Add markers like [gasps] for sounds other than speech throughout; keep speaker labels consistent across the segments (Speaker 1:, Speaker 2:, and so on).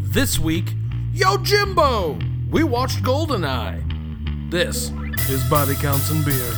Speaker 1: This week, Yo Jimbo! We watched Goldeneye. This is Body Counts and Beer.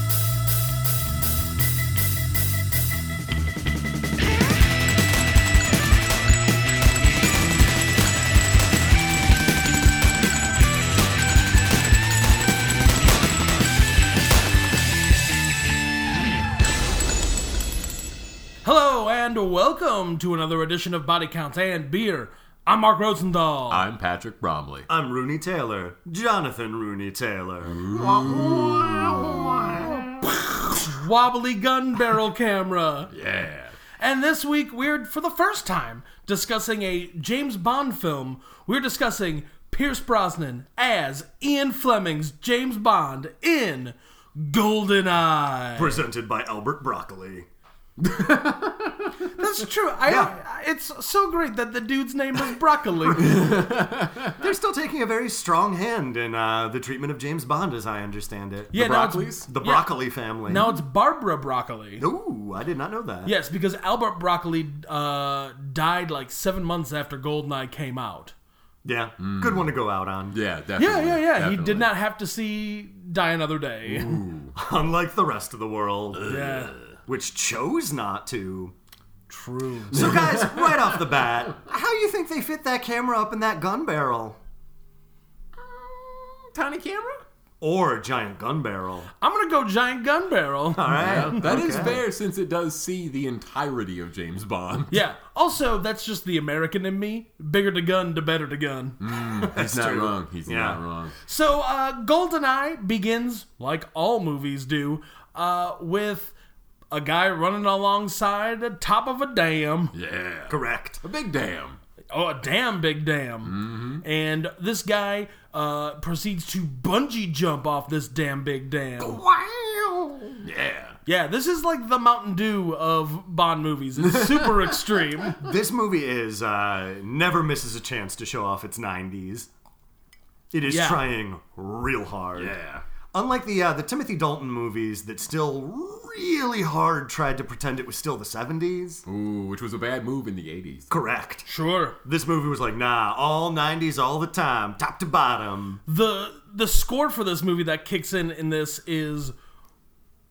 Speaker 1: Hello and welcome to another edition of Body Counts and Beer. I'm Mark Rosendahl.
Speaker 2: I'm Patrick Bromley.
Speaker 3: I'm Rooney Taylor. Jonathan Rooney Taylor.
Speaker 1: Wobbly gun barrel camera.
Speaker 2: Yeah.
Speaker 1: And this week, we're for the first time discussing a James Bond film. We're discussing Pierce Brosnan as Ian Fleming's James Bond in GoldenEye.
Speaker 3: Presented by Albert Broccoli.
Speaker 1: That's true. I,
Speaker 3: Yeah.
Speaker 1: It's so great that the dude's name is Broccoli.
Speaker 3: They're still taking a very strong hand in uh, the treatment of James Bond, as I understand it.
Speaker 1: Yeah,
Speaker 3: the
Speaker 1: now it's-
Speaker 3: Broccoli's? The
Speaker 1: yeah.
Speaker 3: Broccoli
Speaker 1: [laughs]
Speaker 3: family.
Speaker 1: now it's Barbara Broccoli.
Speaker 3: Ooh, I did not know that.
Speaker 1: Yes, because Albert Broccoli uh, died like seven months after GoldenEye came out.
Speaker 3: Yeah. Good one to go out on. [laughs]
Speaker 2: Yeah, definitely.
Speaker 1: Yeah, yeah, yeah. He
Speaker 2: definitely.
Speaker 1: did not have to see Die Another Day.
Speaker 3: Unlike the rest of the world,
Speaker 1: Yeah.
Speaker 3: which chose not to.
Speaker 1: True.
Speaker 3: So,
Speaker 1: [laughs]
Speaker 3: guys, right off the bat, how you think they fit that camera up in that gun barrel?
Speaker 2: Tiny camera?
Speaker 3: Or a giant gun barrel.
Speaker 1: I'm gonna go giant gun barrel. [laughs]
Speaker 3: All right.
Speaker 2: Yeah, that is
Speaker 3: Okay.
Speaker 2: fair since it does see the entirety of
Speaker 1: [laughs]
Speaker 2: James Bond.
Speaker 1: Yeah. Also, that's just the American in me. Bigger the gun, the better the gun.
Speaker 2: He's not wrong. He's
Speaker 3: Yeah.
Speaker 2: not wrong.
Speaker 1: So, uh, GoldenEye begins, like all movies do, uh, with a guy running alongside the top of a dam.
Speaker 2: Yeah.
Speaker 3: Correct.
Speaker 2: A big damn.
Speaker 1: Oh, a damn big dam. And this guy uh, proceeds to bungee jump off this damn big
Speaker 2: Oh.
Speaker 1: dam.
Speaker 3: Wow.
Speaker 2: Yeah.
Speaker 1: Yeah, this is like the Mountain Dew of Bond movies. It's super extreme.
Speaker 3: This movie is uh, never misses a chance to show off its 90s. It is
Speaker 1: Yeah.
Speaker 3: trying real hard.
Speaker 2: Yeah.
Speaker 3: Unlike the uh, the Timothy Dalton movies that still really hard tried to pretend it was still the 70s.
Speaker 2: Ooh, which was a bad move in the 80s.
Speaker 3: Correct.
Speaker 1: Sure.
Speaker 3: This movie was like, nah, all 90s all the time, top to bottom.
Speaker 1: the the score for this movie that kicks in in this is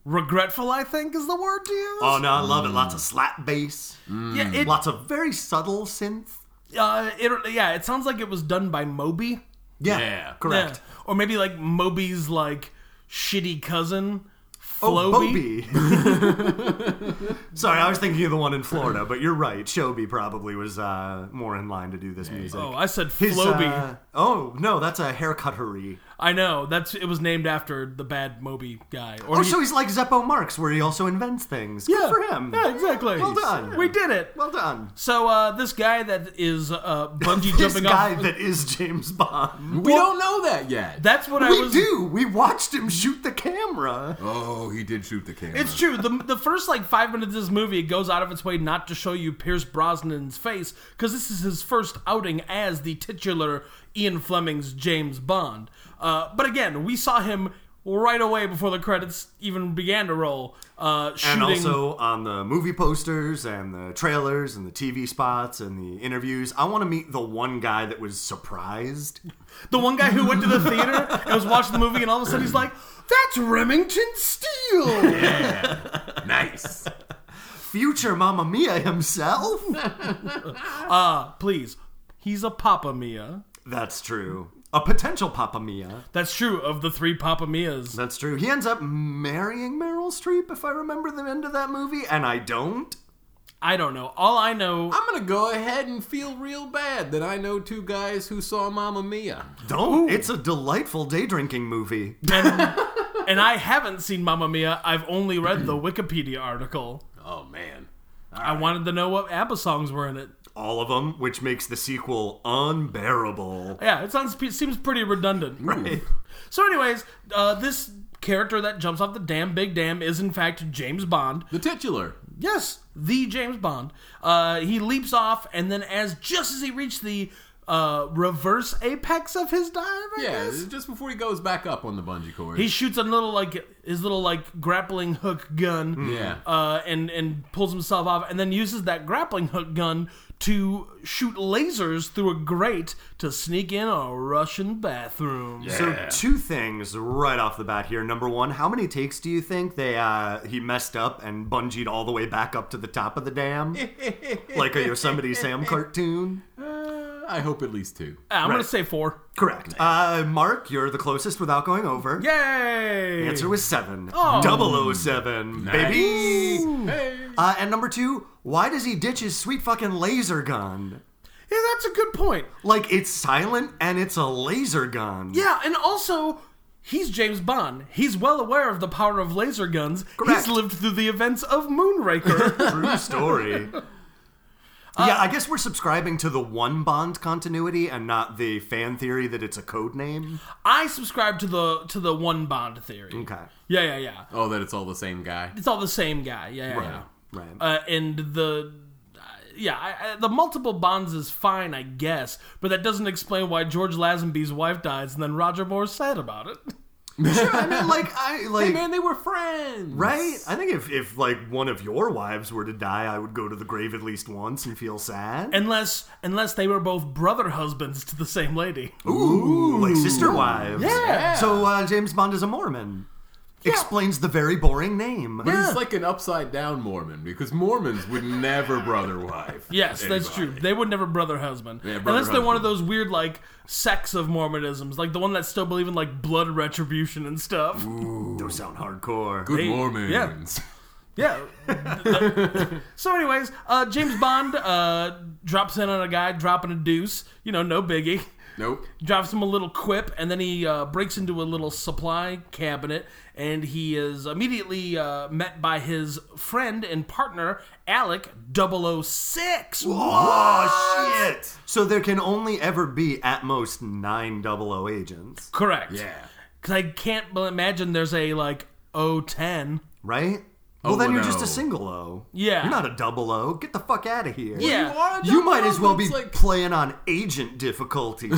Speaker 1: regretful i think is the word to use
Speaker 3: Oh no, I love it. Lots of slap bass,
Speaker 1: yeah it,
Speaker 3: lots of very subtle synth.
Speaker 1: uh, it yeah it sounds like it was done by moby
Speaker 3: Yeah,
Speaker 2: Yeah.
Speaker 3: correct.
Speaker 1: Yeah. or maybe like moby's like shitty cousin
Speaker 3: Oh,
Speaker 1: floby
Speaker 3: Bobby. [laughs] Sorry, I was thinking of the one in Florida, but you're right. Shobi probably was uh, more in line to do this music.
Speaker 1: oh i said
Speaker 3: His,
Speaker 1: floby
Speaker 3: uh, oh no, that's a haircuttery.
Speaker 1: i know that's it was named after the bad moby guy or
Speaker 3: Oh,
Speaker 1: he-
Speaker 3: so he's like Zeppo Marx, where he also invents things.
Speaker 1: yeah
Speaker 3: Good for him.
Speaker 1: yeah exactly
Speaker 3: Well done.
Speaker 1: we did it
Speaker 3: Well done.
Speaker 1: so uh, this guy that is uh, bungee
Speaker 3: [laughs] This
Speaker 1: jumping
Speaker 3: guy
Speaker 1: off
Speaker 3: that is James Bond.
Speaker 2: We don't know that yet.
Speaker 1: that's what i
Speaker 3: we
Speaker 1: was
Speaker 3: do. We watched him shoot the camera.
Speaker 2: oh, he did shoot the camera.
Speaker 1: It's true. The, the first like five minutes of this movie, it goes out of its way not to show you Pierce Brosnan's face because this is his first outing as the titular Ian Fleming's James Bond. Uh, but again, we saw him right away before the credits even began to roll. Uh, shooting.
Speaker 3: And also on the movie posters and the trailers and the TV spots and the interviews, I want to meet the one guy that was surprised.
Speaker 1: the one guy who went to the theater and was watching the movie, and all of a sudden he's like, "That's Remington Steele."
Speaker 2: Nice.
Speaker 3: Future Mamma Mia himself.
Speaker 1: Uh, please, he's a Papa Mia.
Speaker 3: That's true. A potential Papa Mia.
Speaker 1: That's true of the three Papa Mias.
Speaker 3: That's true. He ends up marrying Meryl Streep, if I remember the end of that movie, and I don't.
Speaker 1: I don't know. All I know.
Speaker 2: I'm going to go ahead and feel real bad that I know two guys who saw Mamma Mia.
Speaker 3: Don't. It's a delightful day drinking movie.
Speaker 2: [laughs]
Speaker 1: and, and I haven't seen Mamma Mia. I've only read the Wikipedia article.
Speaker 2: Oh, man.
Speaker 1: I wanted to know what ABBA songs were in it.
Speaker 3: All of them, which makes the sequel unbearable.
Speaker 1: Yeah, it sounds it seems pretty redundant.
Speaker 3: Right.
Speaker 1: So, anyways, uh, this character that jumps off the damn big dam is in fact James Bond.
Speaker 2: The titular.
Speaker 1: Yes, the James Bond. Uh, he leaps off, and then as just as he reached the uh, reverse apex of his dive, I
Speaker 2: Yeah,
Speaker 1: guess,
Speaker 2: just before he goes back up on the bungee cord.
Speaker 1: he shoots a little like his little like grappling hook gun.
Speaker 2: Mm. yeah.
Speaker 1: uh, and and pulls himself off, and then uses that grappling hook gun to shoot lasers through a grate to sneak in a Russian bathroom.
Speaker 3: So two things right off the bat here. Number one, how many takes do you think they uh, he messed up and bungeed all the way back up to the top of
Speaker 1: [laughs]
Speaker 3: the dam, like a Yosemite Sam cartoon?
Speaker 2: Uh, I hope at least [laughs] two.
Speaker 1: Ah, I'm going
Speaker 3: Right.
Speaker 1: to say four.
Speaker 3: Correct. Uh, Mark, you're the closest without going over.
Speaker 1: Yay!
Speaker 3: Answer was seven.
Speaker 1: Oh.
Speaker 3: Double oh seven, baby.
Speaker 2: Hey.
Speaker 3: Uh, and number two, why does he ditch his sweet fucking laser gun?
Speaker 1: yeah, that's a good point.
Speaker 3: Like it's silent and it's a laser gun.
Speaker 1: Yeah, and also, he's James Bond. He's well aware of the power of laser guns.
Speaker 3: Correct.
Speaker 1: He's lived through the events of
Speaker 3: [laughs]
Speaker 1: Moonraker.
Speaker 3: True story. yeah, I guess we're subscribing to the one Bond continuity and not the fan theory that it's a code name.
Speaker 1: I subscribe to the to the one Bond theory.
Speaker 3: Okay.
Speaker 1: Yeah, yeah, yeah.
Speaker 2: Oh, that it's all the same guy.
Speaker 1: It's all the same guy. Yeah, yeah, yeah.
Speaker 3: Right.
Speaker 1: Uh, and the uh, yeah, I, I, the multiple bonds is fine, I guess, but that doesn't explain why George Lazenby's wife dies and then Roger Moore's sad about it. [laughs]
Speaker 3: I mean, like, [laughs] I like.
Speaker 2: Hey, man, they were friends.
Speaker 3: Right? I think if, if like one of your wives were to die, I would go to the grave at least once and feel sad.
Speaker 1: Unless unless they were both brother husbands to the same lady.
Speaker 3: Ooh, like sister wives.
Speaker 1: Yeah.
Speaker 3: So uh, James Bond is a Mormon. Explains the very boring name.
Speaker 2: But he's like an upside down Mormon because Mormons would never brother [laughs] wife.
Speaker 1: [laughs] Yes, that's true.
Speaker 2: anybody.
Speaker 1: They would never brother husband.
Speaker 2: Yeah, brother
Speaker 1: Unless they're one of
Speaker 2: husband.
Speaker 1: those weird like sects of Mormonisms, like the one that still believe in like blood retribution and stuff.
Speaker 3: Those sound hardcore.
Speaker 2: Good
Speaker 1: Hey,
Speaker 2: Mormons.
Speaker 1: [laughs]
Speaker 2: [laughs]
Speaker 1: Yeah. so, anyways, uh, James Bond uh, drops in on a guy dropping a deuce. You know, no biggie.
Speaker 2: Nope. [laughs]
Speaker 1: Drops him a little quip, and then he uh, breaks into a little supply cabinet, and he is immediately uh, met by his friend and partner, Alec 006.
Speaker 3: Oh shit! So there can only ever be at most nine double O agents,
Speaker 1: Correct.
Speaker 2: Yeah.
Speaker 1: Because I can't bel- imagine there's a, like, 010.
Speaker 3: right? Well,
Speaker 2: Oh,
Speaker 3: then you're
Speaker 2: no.
Speaker 3: just a single O.
Speaker 1: Yeah.
Speaker 3: You're not a double O. Get the fuck out of here.
Speaker 1: Yeah.
Speaker 2: You, are a
Speaker 3: You might
Speaker 2: dumb
Speaker 3: as well
Speaker 2: Mormon.
Speaker 3: be
Speaker 2: It's like
Speaker 3: playing on agent difficulty,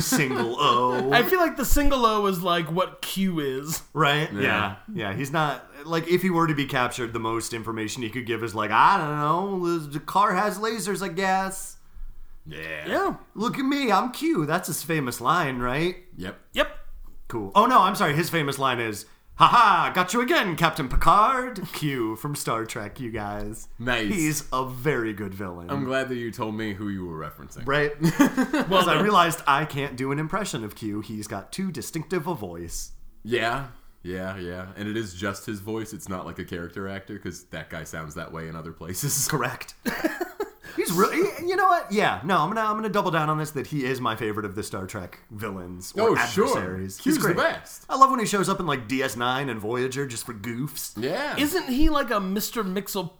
Speaker 2: [laughs]
Speaker 3: single O.
Speaker 1: I feel like the single O is, like, what Q is.
Speaker 3: Right? Yeah. yeah. He's not, like, if he were to be captured, the most information he could give is, like, I don't know, the- the car has lasers, I guess.
Speaker 2: yeah.
Speaker 1: Yeah.
Speaker 3: Look at me, I'm Q. That's his famous line, right?
Speaker 2: Yep.
Speaker 1: Yep.
Speaker 3: Cool. Oh no, I'm sorry. His famous line is, "Haha, got you again, Captain Picard." Q from Star Trek. You guys,
Speaker 2: Nice.
Speaker 3: He's a very good villain,
Speaker 2: I'm glad that you told me who you were referencing.
Speaker 3: right? [laughs]
Speaker 1: Well,
Speaker 3: Because I realized I can't do an impression of Q. He's got too distinctive a voice.
Speaker 2: Yeah. Yeah, yeah. And it is just his voice. It's not like a character actor because that guy sounds that way in other places. [laughs]
Speaker 3: Correct. He's really, you know what? Yeah, no, I'm gonna, I'm gonna double down on this. That he is my favorite of the Star Trek villains or
Speaker 2: Oh, sure.
Speaker 3: adversaries.
Speaker 2: Q's
Speaker 3: He's
Speaker 2: the
Speaker 3: great.
Speaker 2: best.
Speaker 3: I love when he shows up in like DS9 and Voyager just for goofs.
Speaker 2: Yeah.
Speaker 1: Isn't he like a Mr. Mixel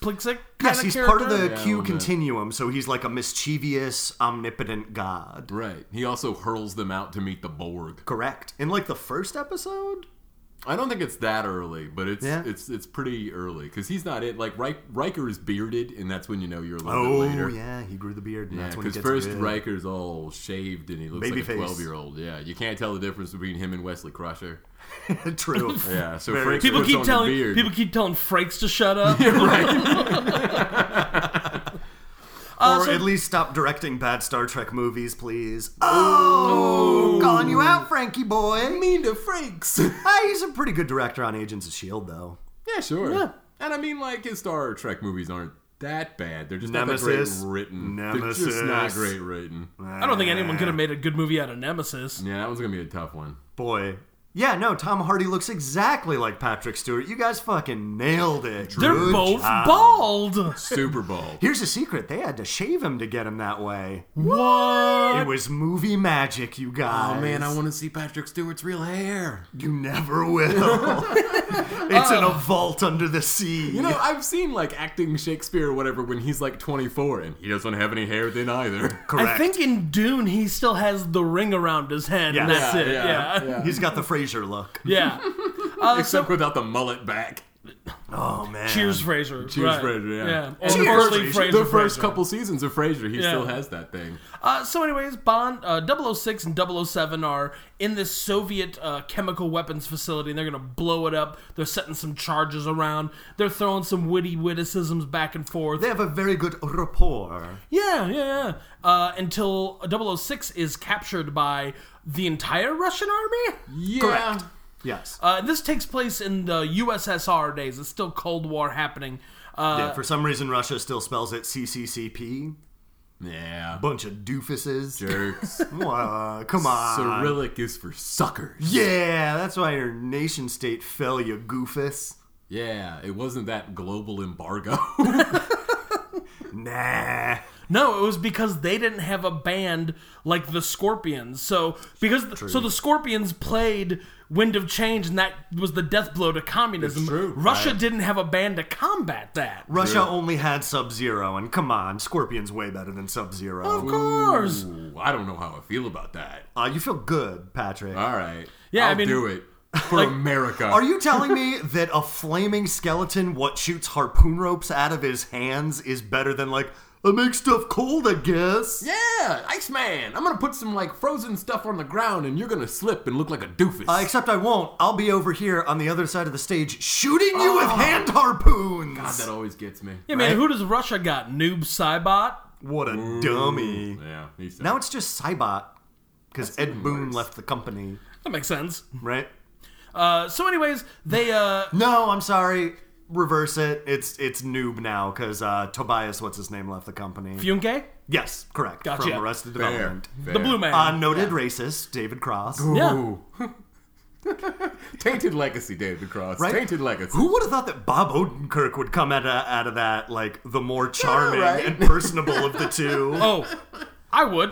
Speaker 1: Plixic?
Speaker 3: Yes, he's part of the
Speaker 2: Yeah, a
Speaker 3: Q
Speaker 2: little bit.
Speaker 3: continuum, so he's like a mischievous, omnipotent god.
Speaker 2: right. He also hurls them out to meet the Borg.
Speaker 3: Correct. In like the first episode?
Speaker 2: I don't think it's that early, but it's
Speaker 3: Yeah.
Speaker 2: it's it's pretty early because he's not it. Like Rik- Riker is bearded, and that's when you know you're a little
Speaker 3: Oh,
Speaker 2: bit later.
Speaker 3: yeah, he grew the beard, and
Speaker 2: Yeah,
Speaker 3: that's when he
Speaker 2: because
Speaker 3: gets
Speaker 2: first
Speaker 3: good.
Speaker 2: Riker's all shaved and he looks
Speaker 3: Baby
Speaker 2: like
Speaker 3: face.
Speaker 2: a twelve-year-old. Yeah, you can't tell the difference between him and Wesley Crusher.
Speaker 3: [laughs] True.
Speaker 2: [laughs] Yeah, so
Speaker 3: Very
Speaker 2: Frank
Speaker 3: true.
Speaker 1: People
Speaker 2: puts on
Speaker 1: keep
Speaker 2: the
Speaker 1: telling
Speaker 2: beard.
Speaker 1: people keep telling Frakes to shut up.
Speaker 2: [laughs]
Speaker 1: [laughs]
Speaker 3: or
Speaker 1: Uh, so-
Speaker 3: at least stop directing bad Star Trek movies, please. Oh, calling you out, Frankie boy.
Speaker 2: mean to Franks. [laughs]
Speaker 3: Ah, he's a pretty good director on Agents of S.H.I.E.L.D., E though.
Speaker 2: Yeah, sure.
Speaker 1: Yeah.
Speaker 2: And I mean, like, his Star Trek movies aren't that bad. They're just
Speaker 3: Nemesis.
Speaker 2: not that great written. They're
Speaker 3: Nemesis.
Speaker 2: just not great written.
Speaker 1: I don't think anyone could have made a good movie out of Nemesis.
Speaker 2: Yeah, that one's going to be a tough one.
Speaker 3: Boy. Yeah, no, Tom Hardy looks exactly like Patrick Stewart. You guys fucking nailed it.
Speaker 1: They're
Speaker 3: Good
Speaker 1: both
Speaker 3: job.
Speaker 1: bald.
Speaker 2: Super Bowl.
Speaker 3: Here's a secret. They had to shave him to get him that way.
Speaker 1: What?
Speaker 3: It was movie magic, you guys.
Speaker 2: oh, man, I want to see Patrick Stewart's real hair.
Speaker 3: You never will. it's in a vault under the sea.
Speaker 2: You know, I've seen, like, acting Shakespeare or whatever when he's, like, 24 and he doesn't have any hair then either.
Speaker 1: I think in Dune he still has the ring around his head, and
Speaker 3: Yeah.
Speaker 1: that's it. Yeah,
Speaker 2: yeah.
Speaker 3: he's got the Fraser look.
Speaker 1: yeah.
Speaker 2: Except without the mullet back.
Speaker 3: Oh man.
Speaker 1: Cheers, Fraser.
Speaker 2: Cheers,
Speaker 1: right.
Speaker 2: Fraser, yeah.
Speaker 1: Or
Speaker 3: Cheers,
Speaker 1: early
Speaker 3: Frasier.
Speaker 1: Fraser.
Speaker 2: the first
Speaker 1: Fraser.
Speaker 2: couple seasons of Frasier, he
Speaker 1: Yeah.
Speaker 2: still has that thing.
Speaker 1: Uh, so, anyways, Bond, uh, 006 and 007 are in this Soviet uh, chemical weapons facility, and they're going to blow it up. They're setting some charges around. They're throwing some witty witticisms back and forth.
Speaker 3: They have a very good rapport.
Speaker 1: yeah, yeah, yeah. Uh, until 006 is captured by the entire Russian army?
Speaker 2: Yeah.
Speaker 3: Correct. Yes.
Speaker 1: Uh, this takes place in the USSR days. It's still Cold War happening. Uh,
Speaker 3: yeah, for some reason Russia still spells it CCCP.
Speaker 2: Yeah.
Speaker 3: Bunch of doofuses.
Speaker 2: Jerks.
Speaker 3: Wha- come on.
Speaker 2: Cyrillic is for suckers.
Speaker 3: Yeah, that's why your nation state fell, you goofus.
Speaker 2: Yeah, it wasn't that global embargo.
Speaker 3: Nah.
Speaker 1: No, it was because they didn't have a band like the Scorpions. So because so the Scorpions played "Wind of Change" and that was the death blow to communism.
Speaker 2: It's true,
Speaker 1: Russia
Speaker 2: right.
Speaker 1: didn't have a band to combat that.
Speaker 3: Russia only had Sub Zero, and come on, Scorpion's way better than Sub
Speaker 1: Of
Speaker 3: Zero.
Speaker 1: course.
Speaker 2: Ooh, I don't know how I feel about that.
Speaker 3: Uh, you feel good, Patrick.
Speaker 1: Uh.
Speaker 2: All right.
Speaker 1: Yeah, I
Speaker 2: I'll
Speaker 1: mean-
Speaker 2: do it for America.
Speaker 3: Are you telling
Speaker 1: [laughs]
Speaker 3: me that a flaming skeleton, what shoots harpoon ropes out of his hands, is better than, like, I make stuff cold, I guess?
Speaker 2: Yeah, Iceman. I'm gonna put some like frozen stuff on the ground, and you're gonna slip and look like a doofus.
Speaker 3: Uh, except I won't. I'll be over here on the other side of the stage shooting you with hand harpoons.
Speaker 2: Ah. God, that always gets me.
Speaker 1: Yeah, man.
Speaker 3: Right.
Speaker 1: Who does Russia got? Noob Cybot.
Speaker 3: what a dummy.
Speaker 2: Yeah, he's
Speaker 3: Now it's just Cybot because Ed Boon left
Speaker 2: [laughs]
Speaker 3: the company,
Speaker 1: That makes sense.
Speaker 3: right?
Speaker 1: Uh, so, anyways, they uh, [laughs]
Speaker 3: No, I'm sorry. Reverse it. It's it's noob now because uh, Tobias, what's his name, left the company.
Speaker 1: Funke,
Speaker 3: yes, correct.
Speaker 1: Gotcha.
Speaker 3: From Arrested
Speaker 2: fair.
Speaker 3: Development.
Speaker 2: fair.
Speaker 1: the blue man.
Speaker 2: Ah,
Speaker 3: Uh, noted racist David Cross.
Speaker 1: Yeah.
Speaker 2: Ooh. [laughs] Tainted legacy, David Cross.
Speaker 3: Right?
Speaker 2: Tainted legacy.
Speaker 3: Who would have thought that Bob Odenkirk would come out of, out of that like the more charming
Speaker 2: right.
Speaker 3: and personable of the two?
Speaker 2: [laughs]
Speaker 1: oh. I would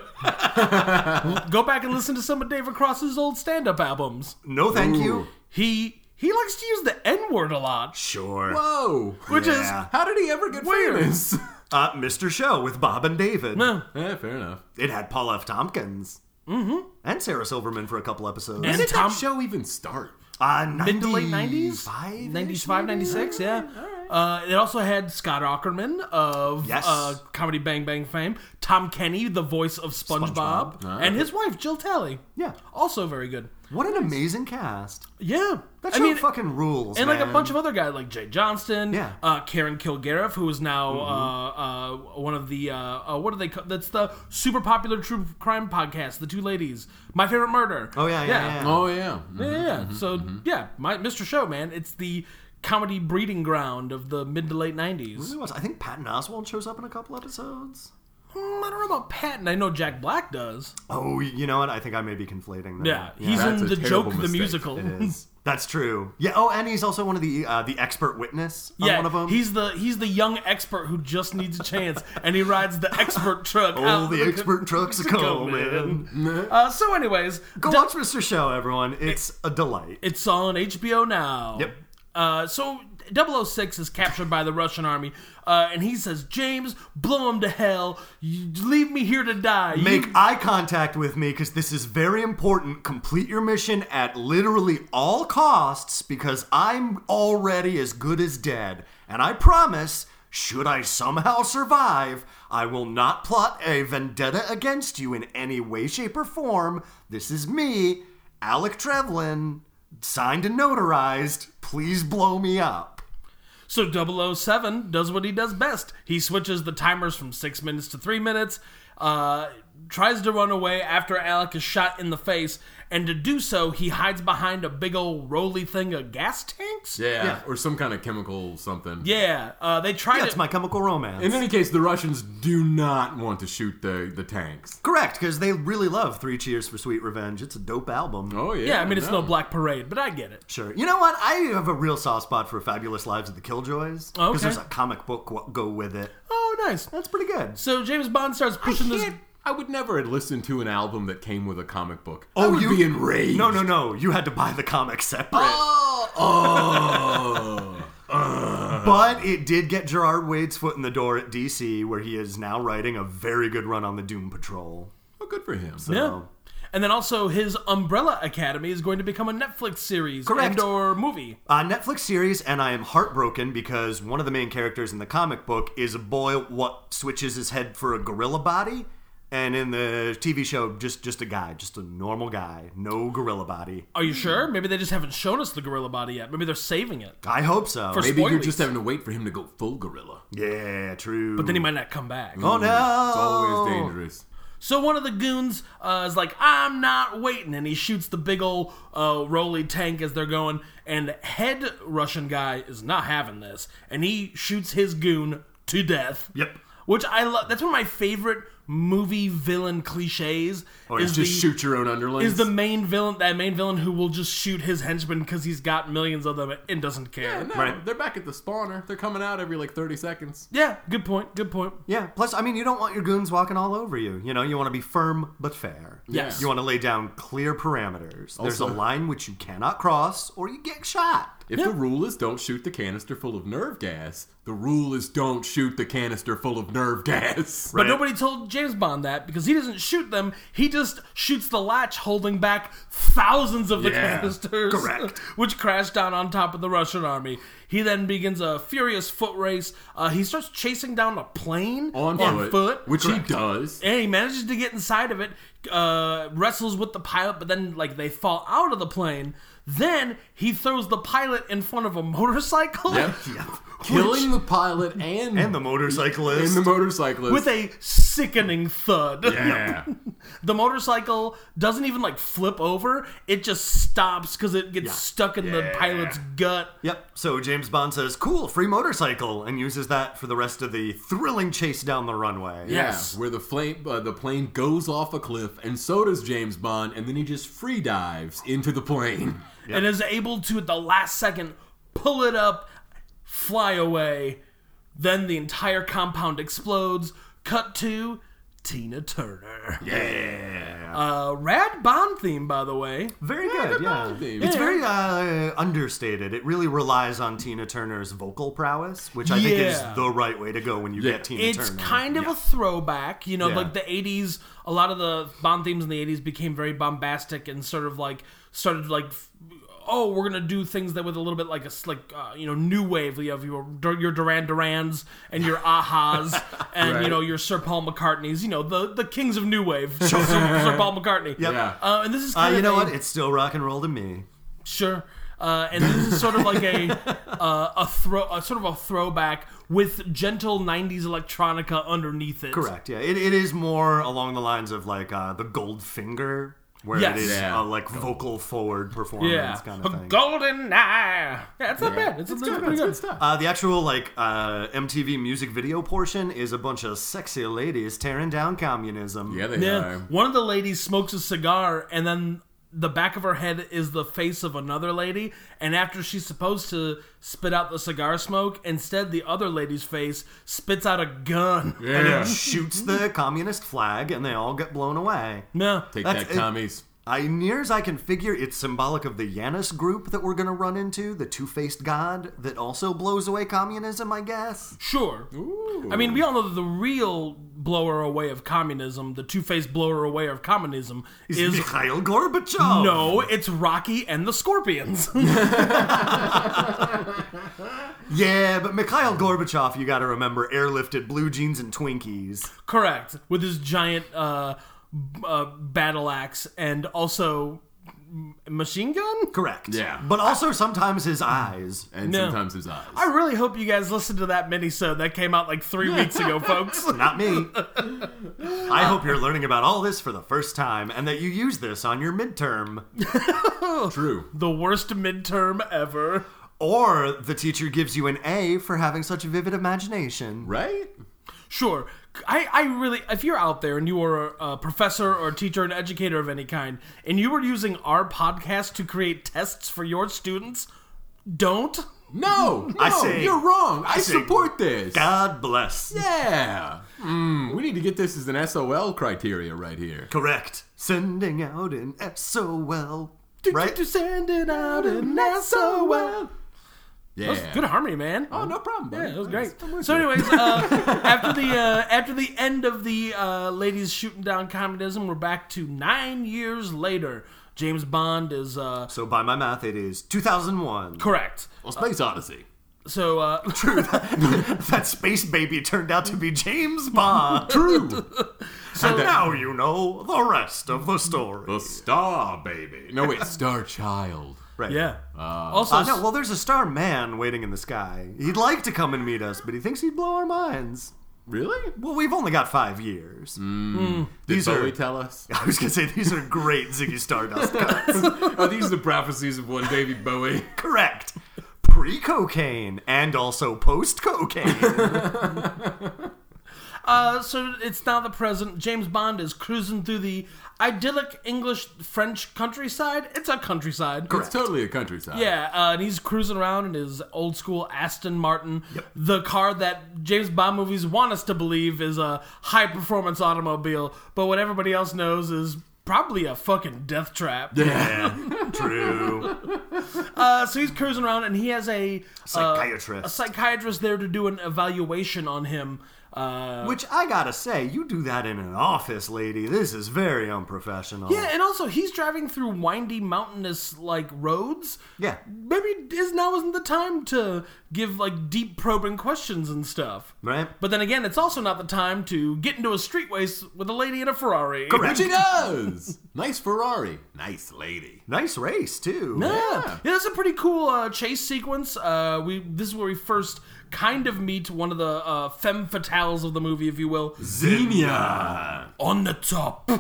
Speaker 1: [laughs] go back and listen to some of David Cross's old stand-up albums.
Speaker 3: No, thank you.
Speaker 2: Ooh.
Speaker 1: He he likes to use the N word a lot.
Speaker 3: Sure.
Speaker 2: Whoa.
Speaker 1: Which
Speaker 3: Yeah.
Speaker 2: How did he ever get
Speaker 1: Weird.
Speaker 2: famous?
Speaker 3: Uh, Mr. Show with Bob and David.
Speaker 1: is no.
Speaker 2: yeah, fair enough.
Speaker 3: It had Paul F. Tompkins. Mm-hmm. And Sarah Silverman for a couple episodes.
Speaker 1: And
Speaker 2: When did
Speaker 1: Tom-
Speaker 2: that show even start?
Speaker 3: Uh, 90,
Speaker 1: mid to late 90s? 95, 96, yeah. Uh, it also had Scott Ackerman of
Speaker 3: Yes.
Speaker 1: uh, Comedy Bang Bang fame, Tom Kenny, the voice of SpongeBob,
Speaker 3: SpongeBob.
Speaker 1: and his wife, Jill Talley.
Speaker 3: Yeah.
Speaker 1: Also very good.
Speaker 3: What an amazing cast.
Speaker 1: Yeah.
Speaker 3: That
Speaker 1: I
Speaker 3: show
Speaker 1: mean,
Speaker 3: fucking rules.
Speaker 1: and like a
Speaker 3: man.
Speaker 1: bunch of other guys, like Jay Johnston,
Speaker 3: Yeah. Mm-hmm.
Speaker 1: uh, Karen Kilgariff, who is now uh, uh, one of the, uh, uh, what are they called? That's the super popular true crime podcast, The Two Ladies, My Favorite Murder.
Speaker 3: Oh, yeah, yeah, yeah.
Speaker 2: Oh yeah. Mhm.
Speaker 1: Yeah, yeah.
Speaker 3: Mm-hmm,
Speaker 1: so yeah, my Mr. Show, man, it's the comedy breeding ground of the mid to late nineties.
Speaker 3: Who else? I think Patton Oswald shows up in a couple episodes.
Speaker 1: Hmm, I don't know about Patton. I know Jack Black does.
Speaker 3: Oh, you know what? I think I may be conflating them.
Speaker 1: Yeah, he's
Speaker 2: That's
Speaker 1: in
Speaker 2: a
Speaker 1: the
Speaker 2: terrible
Speaker 1: joke, the
Speaker 2: mistake.
Speaker 1: musical.
Speaker 3: It is.
Speaker 1: [laughs]
Speaker 3: That's true. Yeah. Oh, and he's also one of the uh, the expert witness on
Speaker 1: Yeah,
Speaker 3: one of them.
Speaker 1: he's the he's the young expert who just needs a
Speaker 3: [laughs]
Speaker 1: chance, and he rides the expert truck.
Speaker 3: all
Speaker 1: out
Speaker 3: Oh, the
Speaker 1: of [laughs]
Speaker 3: expert trucks
Speaker 1: go,
Speaker 3: come
Speaker 1: man.
Speaker 3: in.
Speaker 1: Uh, so, anyways,
Speaker 3: Go
Speaker 1: d-
Speaker 3: watch Mr. Show, everyone. It's a delight.
Speaker 1: It's on HBO now.
Speaker 3: Yep.
Speaker 1: Uh, so 006 is captured by the Russian army, uh, and he says, "James, blow him to hell. You, leave me here to die. You
Speaker 3: Make eye contact with me because this is very important. Complete your mission at literally all costs because I'm already as good as dead. And I promise, should I somehow survive, I will not plot a vendetta against you in any way, shape, or form. This is me, Alec Trevlin, signed and notarized. Please blow me up.
Speaker 1: So 007 does what he does best. He switches the timers from six minutes to three minutes, uh, tries to run away after Alec is shot in the face, and to do so, he hides behind a big old roly thing of gas tanks?
Speaker 2: Yeah.
Speaker 3: Yeah.
Speaker 2: Or some kind of chemical something.
Speaker 1: Yeah, uh, they try
Speaker 3: That's
Speaker 1: to.
Speaker 3: my chemical romance.
Speaker 2: In any case, the Russians do not want to shoot the, the tanks.
Speaker 3: Correct, because they really love Three Cheers for Sweet Revenge. It's a dope album.
Speaker 2: Oh yeah.
Speaker 1: yeah, I mean, it's no Black Parade, but I get it.
Speaker 3: Sure. You know what? I have a real soft spot for Fabulous Lives of the Killjoys because
Speaker 1: Okay.
Speaker 3: there's a comic book w- go with it.
Speaker 1: Oh, nice.
Speaker 3: That's pretty good.
Speaker 1: So James Bond starts
Speaker 2: I,
Speaker 1: pushing this.
Speaker 2: can't- I would never listen to an album that came with a comic book. I
Speaker 3: Oh,
Speaker 2: would
Speaker 3: you-
Speaker 2: be enraged.
Speaker 3: No, no, no. You had to buy the comic separate,
Speaker 2: Oh, oh.
Speaker 3: [laughs] but it did get Gerard Wade's foot in the door at DC, where he is now writing a very good run on the Doom Patrol.
Speaker 2: Well, Oh, good for him.
Speaker 3: So,
Speaker 1: Yeah. And then also his Umbrella Academy is going to become a Netflix series
Speaker 3: Correct.
Speaker 1: and or movie.
Speaker 3: A Uh, Netflix series, and I am heartbroken because one of the main characters in the comic book is a boy what switches his head for a gorilla body, and in the TV show, just just a guy, just a normal guy, no gorilla body.
Speaker 1: Are you sure? Maybe they just haven't shown us the gorilla body yet. Maybe they're saving it.
Speaker 3: I hope so.
Speaker 1: For-
Speaker 2: Maybe you're
Speaker 1: Spoilies.
Speaker 2: just having to wait for him to go full gorilla.
Speaker 3: yeah, true.
Speaker 1: But then he might not come back.
Speaker 2: Mm-hmm.
Speaker 3: oh no,
Speaker 2: It's always dangerous.
Speaker 1: So one of the goons uh, is like, I'm not waiting. And he shoots the big old uh, Roly tank as they're going. And head Russian guy is not having this. And he shoots his goon to death.
Speaker 3: Yep.
Speaker 1: Which I love. That's one of my favorite movie villain cliches. is
Speaker 2: Oh, Just
Speaker 1: the-
Speaker 2: shoot your own underlings.
Speaker 1: Is the main villain that main villain who will just shoot his henchmen because he's got millions of them and doesn't
Speaker 2: Yeah,
Speaker 1: care?
Speaker 2: no,
Speaker 3: Right.
Speaker 2: They're back at the spawner. They're coming out every like 30 seconds.
Speaker 1: Yeah, good point. Good point.
Speaker 3: Yeah. Plus, I mean, you don't want your goons walking all over you. You know, you want to be firm but fair.
Speaker 1: Yes.
Speaker 3: You want to lay down clear parameters. There's a
Speaker 2: Also-
Speaker 3: line which you cannot cross, or you get shot.
Speaker 2: If the rule is don't shoot the canister full of nerve gas, the rule is don't shoot the canister full of nerve gas.
Speaker 1: But nobody told James Bond that because he doesn't shoot them. He just shoots the latch, holding back thousands of the
Speaker 2: Yeah,
Speaker 1: canisters,
Speaker 3: correct.
Speaker 1: [laughs] which crash down on top of the Russian army. He then begins a furious foot race. Uh, he starts chasing down a plane
Speaker 2: On, foot,
Speaker 1: foot,
Speaker 2: which
Speaker 1: Correct.
Speaker 2: he does.
Speaker 1: and he manages to get inside of it uh, wrestles with the pilot but then like they fall out of the plane then he throws the pilot in front of a motorcycle
Speaker 2: Yep.
Speaker 3: [laughs]
Speaker 2: Killing the pilot and,
Speaker 3: And the motorcyclist.
Speaker 2: and the
Speaker 1: [laughs]
Speaker 2: motorcyclist.
Speaker 1: with a sickening thud
Speaker 3: [laughs]
Speaker 2: yeah.
Speaker 1: the motorcycle doesn't even like flip over it just stops because it gets stuck in the pilot's gut
Speaker 3: Yep. So James Bond says, "Cool, free motorcycle," and uses that for the rest of the thrilling chase down the runway.
Speaker 1: Yes.
Speaker 2: Yeah, where the flame, uh, the plane goes off a cliff, and so does James Bond, and then he just free dives into the plane.
Speaker 1: and is able to at the last second pull it up, fly away. Then the entire compound explodes. Cut to Tina Turner.
Speaker 3: Yeah.
Speaker 1: Uh, rad Bond theme, by the way.
Speaker 3: very good. Yeah.
Speaker 2: Bond theme.
Speaker 3: It's very uh, understated. It really relies on Tina Turner's vocal prowess, which I think is
Speaker 1: Yeah.
Speaker 3: the right way to go when you
Speaker 2: Yeah.
Speaker 3: get Tina
Speaker 1: It's
Speaker 3: Turner.
Speaker 1: kind of a throwback, you know,
Speaker 3: Yeah.
Speaker 1: like the '80s. A lot of the Bond themes in the '80s became very bombastic and sort of like started like, f- oh, we're gonna do things that with a little bit like a s- like uh, you know new wave. You have your Dur- your Duran Durans and your
Speaker 3: [laughs]
Speaker 1: Ahas and you
Speaker 2: Right.
Speaker 1: know your Sir Paul McCartneys. You know the the kings of new
Speaker 3: [laughs]
Speaker 1: wave. Sir, Sir Paul McCartney.
Speaker 2: [laughs] Yeah.
Speaker 1: Uh, and this is
Speaker 3: Uh,
Speaker 1: kind
Speaker 3: you
Speaker 1: of
Speaker 3: know
Speaker 1: a-
Speaker 3: what? It's still rock and roll to me.
Speaker 1: Sure. Uh, and this is sort of like a
Speaker 3: [laughs]
Speaker 1: uh, a throw a sort of a throwback with gentle '90s electronica underneath it.
Speaker 3: Correct. Yeah, it, it is more along the lines of like uh, the Gold Finger, where
Speaker 1: Yes.
Speaker 3: it is
Speaker 2: Yeah.
Speaker 3: uh, like vocal forward performance kind of
Speaker 1: a
Speaker 3: thing.
Speaker 1: golden eye. Yeah, it's not bad. It's,
Speaker 2: It's
Speaker 1: it's
Speaker 2: good.
Speaker 1: pretty
Speaker 2: It's
Speaker 1: good.
Speaker 2: good stuff.
Speaker 3: uh, the actual like uh, MTV music video portion is a bunch of sexy ladies tearing down communism.
Speaker 2: yeah, they
Speaker 1: Yeah.
Speaker 2: are.
Speaker 1: One of the ladies smokes a cigar, and then the back of her head is the face of another lady. And after she's supposed to spit out the cigar smoke, instead the other lady's face spits out a gun. Yeah.
Speaker 3: And
Speaker 2: Yeah.
Speaker 3: it shoots the communist flag, and they all get blown away.
Speaker 2: Take
Speaker 3: That's
Speaker 2: that,
Speaker 3: it.
Speaker 2: commies.
Speaker 3: I, near as I can figure, it's symbolic of the Yanis group that we're going to run into, the two faced god that also blows away communism, I guess.
Speaker 1: Sure. I mean, we all know that the real blower away of communism, the two-faced blower away of communism,
Speaker 3: Is [laughs]
Speaker 1: is
Speaker 3: Mikhail Gorbachev?
Speaker 1: no, it's Rocky and the Scorpions. [laughs]
Speaker 3: Yeah, but Mikhail Gorbachev, you got to remember, airlifted blue jeans and Twinkies.
Speaker 1: Correct. With his giant uh, b- uh, battle axe and also m- machine gun?
Speaker 3: Correct.
Speaker 2: Yeah.
Speaker 3: But also sometimes his eyes.
Speaker 2: And
Speaker 1: No.
Speaker 2: sometimes his eyes.
Speaker 1: I really hope you guys listened to that minisode that came out like three weeks
Speaker 2: [laughs]
Speaker 1: ago, folks.
Speaker 3: Not me. I hope you're learning about all this for the first time and that you use this on your midterm.
Speaker 1: Oh.
Speaker 2: True.
Speaker 1: The worst midterm ever.
Speaker 3: Or the teacher gives you an A for having such a vivid imagination.
Speaker 2: Right?
Speaker 1: Sure. I, I really, if you're out there and you are a professor or a teacher, an educator of any kind, and you were using our podcast to create tests for your students, don't.
Speaker 2: No,
Speaker 3: I
Speaker 2: no,
Speaker 3: say-
Speaker 2: you're wrong. I,
Speaker 3: say-
Speaker 2: support this.
Speaker 3: God bless.
Speaker 2: Yeah. Mm, we need to get this as an SOL criteria right here.
Speaker 3: Correct. Sending out an SOL. Right?
Speaker 1: To send it out and that's so well.
Speaker 2: Yeah.
Speaker 1: That was good harmony, man.
Speaker 2: Oh, no problem.
Speaker 1: Yeah,
Speaker 2: buddy.
Speaker 1: it was
Speaker 2: Thanks.
Speaker 1: great.
Speaker 2: I'm with
Speaker 1: So,
Speaker 2: you.
Speaker 1: anyways,
Speaker 2: [laughs]
Speaker 1: uh, after the uh, after the end of the uh, ladies shooting down communism, we're back to nine years later. James Bond is uh,
Speaker 3: So by my math, it is 2001.
Speaker 1: correct.
Speaker 2: Well, Space Odyssey.
Speaker 1: So, uh,
Speaker 3: that space baby turned out to be James Bond. True. so now you know the rest of the story.
Speaker 2: The Star Baby. No, [laughs] wait, Star Child.
Speaker 3: Right.
Speaker 1: yeah. also,
Speaker 3: Uh, no, well, there's a star man waiting in the sky. He'd like to come and meet us, but he thinks he'd blow our minds.
Speaker 2: Really?
Speaker 3: Well, we've only got five years.
Speaker 2: Did
Speaker 3: These
Speaker 2: Bowie
Speaker 3: [laughs] are-
Speaker 2: tell [laughs] us?
Speaker 3: I was gonna say these are great Ziggy Stardust cuts.
Speaker 2: Are Oh, these the prophecies of one David [laughs] Bowie?
Speaker 3: Correct. Pre-cocaine and also post-cocaine.
Speaker 1: Uh, so it's now the present. James Bond is cruising through the idyllic English French countryside. It's a countryside.
Speaker 2: It's totally a countryside.
Speaker 1: Yeah, uh, and he's cruising around in his old school Aston Martin, the car that James Bond movies want us to believe is a high performance automobile, but what everybody else knows is probably a fucking death trap.
Speaker 3: yeah, true.
Speaker 1: Uh, so he's cruising around and he has a uh,
Speaker 3: Psychiatrist.
Speaker 1: a psychiatrist there to do an evaluation on him. Uh,
Speaker 3: Which I gotta say, you do that in an office, lady. This is very unprofessional.
Speaker 1: yeah, and also he's driving through windy, mountainous like roads.
Speaker 3: Yeah.
Speaker 1: maybe is now isn't the time to give like deep probing questions and stuff.
Speaker 3: Right?
Speaker 1: But then again, it's also not the time to get into a streetways with a lady in a Ferrari.
Speaker 2: Which he does. [laughs] nice Ferrari. Nice lady.
Speaker 3: Nice race, too.
Speaker 1: Yeah. yeah, that's a pretty cool uh, chase sequence. Uh, we this is where we first kind of meet one of the uh, femme fatales of the movie, if you will,
Speaker 2: Xenia.
Speaker 1: on the top,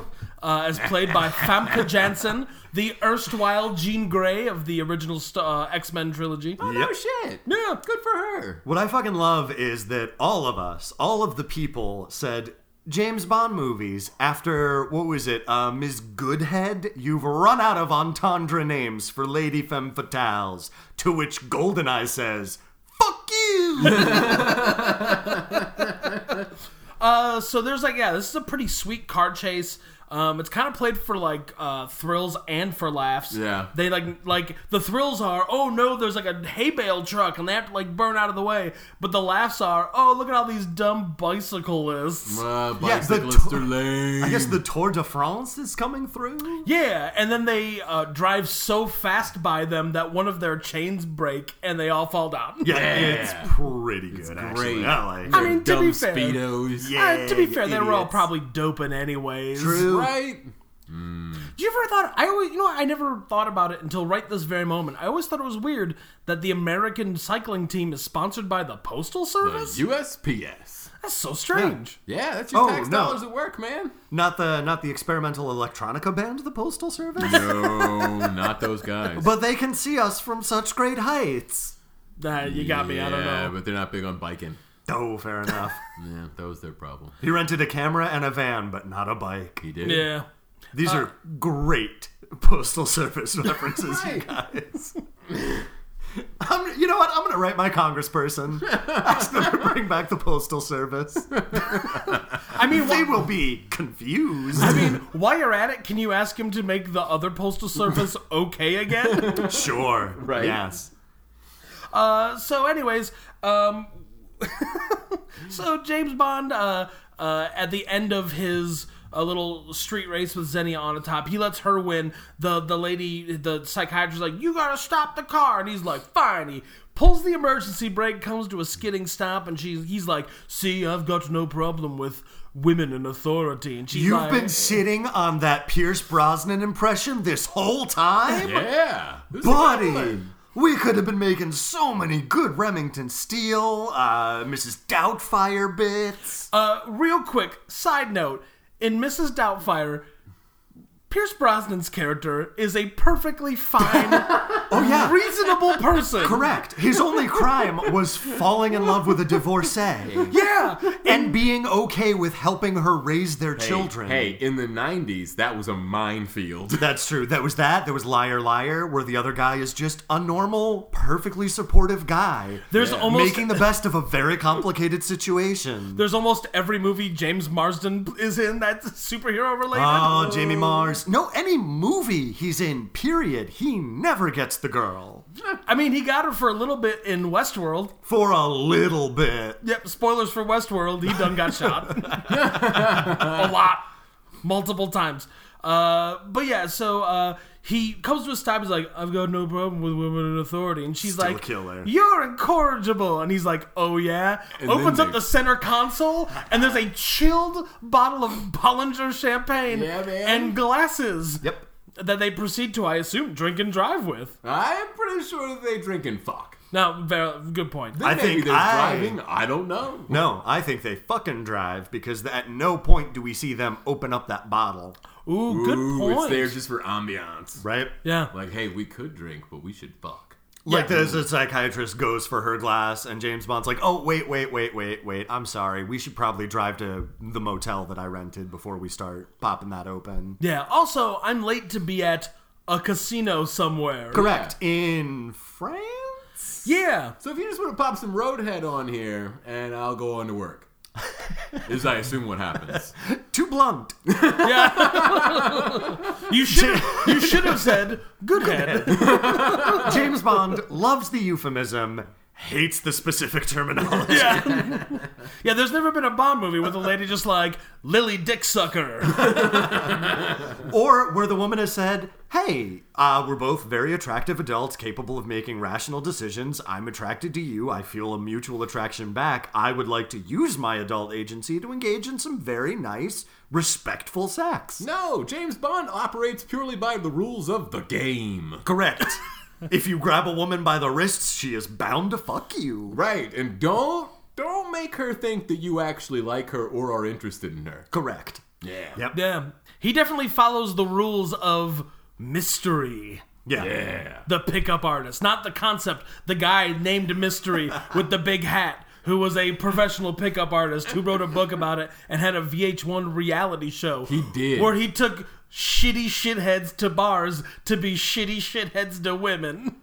Speaker 1: uh, as played by Famke Janssen, the erstwhile Jean Grey of the original st- uh, X Men trilogy.
Speaker 2: No shit.
Speaker 1: Yeah,
Speaker 2: Good for her.
Speaker 3: What I fucking love is that all of us, all of the people said James Bond movies after, what was it, uh, Ms. Goodhead? You've run out of entendre names for Lady Femme Fatales. To which Goldeneye says, Fuck [laughs] you!
Speaker 1: Uh, so there's like yeah, this is a pretty sweet car chase. Um, it's kind of played for like uh, thrills and for laughs.
Speaker 2: Yeah.
Speaker 1: They like like the thrills are oh no, there's like a hay bale truck and they have to like burn out of the way. But the laughs are oh look at all these dumb bicyclists.
Speaker 2: Uh,
Speaker 3: Yeah, the
Speaker 2: bicyclists
Speaker 3: to-
Speaker 2: are lame.
Speaker 3: I guess the Tour de France is coming through?
Speaker 1: Yeah, and then they uh, drive so fast by them that one of their chains break and they all fall down.
Speaker 3: Yeah,
Speaker 2: Yeah.
Speaker 3: it's pretty good, actually.
Speaker 2: great.
Speaker 3: I like it.
Speaker 1: I mean, to
Speaker 2: dumb
Speaker 1: be fair-
Speaker 2: speedos.
Speaker 3: Yeah.
Speaker 1: [laughs] Uh, to be
Speaker 3: you
Speaker 1: fair, they were all
Speaker 3: idiots.
Speaker 1: probably doping anyways.
Speaker 3: True.
Speaker 2: Right?
Speaker 1: Do you ever thought I always you know what, I never thought about it until right this very moment. I always thought it was weird that the American cycling team is sponsored by the postal
Speaker 2: The
Speaker 1: service.
Speaker 2: USPS.
Speaker 1: That's so strange.
Speaker 2: Yeah, that's your
Speaker 3: Oh,
Speaker 2: tax
Speaker 3: no.
Speaker 2: dollars at work, man.
Speaker 3: Not the not the experimental electronica band, the postal service.
Speaker 2: No, [laughs] not those guys.
Speaker 3: But they can see us from such great heights.
Speaker 1: Nah, you got me. I don't
Speaker 2: Yeah,
Speaker 1: know.
Speaker 2: but they're not big on biking.
Speaker 3: Oh, fair enough.
Speaker 2: Yeah, that was their problem.
Speaker 3: he rented a camera and a van, but not a bike.
Speaker 2: He did.
Speaker 1: yeah.
Speaker 3: These
Speaker 1: Uh,
Speaker 3: are great
Speaker 1: [laughs]
Speaker 3: postal service references, you
Speaker 2: Right.
Speaker 3: guys. I'm, you know what? I'm going to write my congressperson. Ask them to bring back the postal
Speaker 1: [laughs]
Speaker 3: service.
Speaker 1: I mean,
Speaker 3: [laughs] They
Speaker 1: wh-
Speaker 3: will be confused.
Speaker 1: I mean, while you're at it, can you ask him to make the other postal service okay again?
Speaker 3: sure.
Speaker 2: Right.
Speaker 3: Yes.
Speaker 1: Uh, so, anyways, um, [laughs] so James Bond, uh, uh, at the end of his uh, little street race with Xenia on the top, he lets her win. The the lady, the psychiatrist, like, you gotta stop the car, and he's like, fine. He pulls the emergency brake, comes to a skidding stop, and she's he's like, see, I've got no problem with women in authority, and she's
Speaker 3: You've
Speaker 1: like,
Speaker 3: been sitting on that Pierce Brosnan impression this whole time?
Speaker 2: Yeah. This is a good
Speaker 3: Buddy,
Speaker 2: one.
Speaker 3: we could have been making so many good Remington Steel, uh, Mrs. Doubtfire bits.
Speaker 1: Uh, real quick, side note in Mrs. Doubtfire, Pierce Brosnan's character is a perfectly fine,
Speaker 3: [laughs] oh yeah,
Speaker 1: reasonable person.
Speaker 3: correct. His only crime was falling in love with a divorcee
Speaker 1: Yeah.
Speaker 3: and being okay with helping her raise their
Speaker 2: Hey,
Speaker 3: children.
Speaker 2: Hey, in the 90s, that was a minefield. [laughs]
Speaker 3: That's true. That was that. There was Liar Liar, where the other guy is just a normal, perfectly supportive guy.
Speaker 1: There's
Speaker 2: Yeah.
Speaker 1: almost
Speaker 3: making the best of a very complicated situation.
Speaker 1: there's almost every movie James Marsden is in that's superhero related.
Speaker 3: Oh, Jamie Mars. no, any movie he's in, period, he never gets the girl.
Speaker 1: I mean, he got her for a little bit in Westworld.
Speaker 3: For a little bit.
Speaker 1: Yep, spoilers for Westworld. He done got shot a lot, multiple times. Uh, but yeah, so uh, he comes to a stop. He's like, "I've got no problem with women in authority," and she's
Speaker 3: Still
Speaker 1: like,
Speaker 3: killer.
Speaker 1: "You're incorrigible," and he's like, "Oh yeah."
Speaker 2: And
Speaker 1: Opens
Speaker 2: then
Speaker 1: up
Speaker 2: they-
Speaker 1: the center console, and there's a chilled bottle of Bollinger champagne
Speaker 2: Yeah, man.
Speaker 1: and glasses.
Speaker 3: Yep.
Speaker 1: That they proceed to, I assume, drink and drive with.
Speaker 2: I'm pretty sure that they drink and fuck.
Speaker 1: Now, ver- good point.
Speaker 2: Then
Speaker 3: I
Speaker 2: maybe
Speaker 3: think
Speaker 2: there's
Speaker 3: I-
Speaker 2: driving. I don't know.
Speaker 3: No, I think they fucking drive because at no point do we see them open up that bottle.
Speaker 1: Ooh, good
Speaker 2: Ooh,
Speaker 1: point.
Speaker 2: It's there just for ambiance.
Speaker 3: Right?
Speaker 1: yeah.
Speaker 2: Like, hey, we could drink, but we should fuck.
Speaker 3: Like there's a psychiatrist goes for her glass, and James Bond's like, "Oh wait, wait, wait, wait, wait. I'm sorry. We should probably drive to the motel that I rented before we start popping that open."
Speaker 1: Yeah. Also, I'm late to be at a casino somewhere.
Speaker 3: Correct. In France.
Speaker 1: Yeah.
Speaker 2: So if you just want to pop some roadhead on here, and I'll go on to
Speaker 3: [laughs]
Speaker 2: work, is I assume what happens.
Speaker 3: Too blunt.
Speaker 1: Yeah. [laughs] you should you should have said good head.
Speaker 3: James Bond loves the euphemism, hates the specific terminology.
Speaker 1: Yeah. yeah, there's never been a Bond movie with a lady just like Lily Dick Sucker.
Speaker 3: Or where the woman has said, Hey, uh, we're both very attractive adults capable of making rational decisions. I'm attracted to you. I feel a mutual attraction back. I would like to use my adult agency to engage in some very nice, respectful sex.
Speaker 2: No, James Bond operates purely by the rules of the game.
Speaker 3: Correct. [laughs] if you grab a woman by the wrists, she is bound to fuck you.
Speaker 2: Right, and don't don't make her think that you actually like her or are interested in her.
Speaker 3: Correct.
Speaker 2: Yeah.
Speaker 3: Yep.
Speaker 1: Yeah. He definitely follows the rules of mystery.
Speaker 3: Yeah.
Speaker 2: Yeah.
Speaker 1: The pickup artist, not the concept. The guy named Mystery with the big hat, who was a professional pickup artist who wrote a book about it and had a VH1 reality show.
Speaker 2: He did.
Speaker 1: Where he took shitty shitheads to bars to be shitty shitheads to
Speaker 2: [laughs]
Speaker 1: women.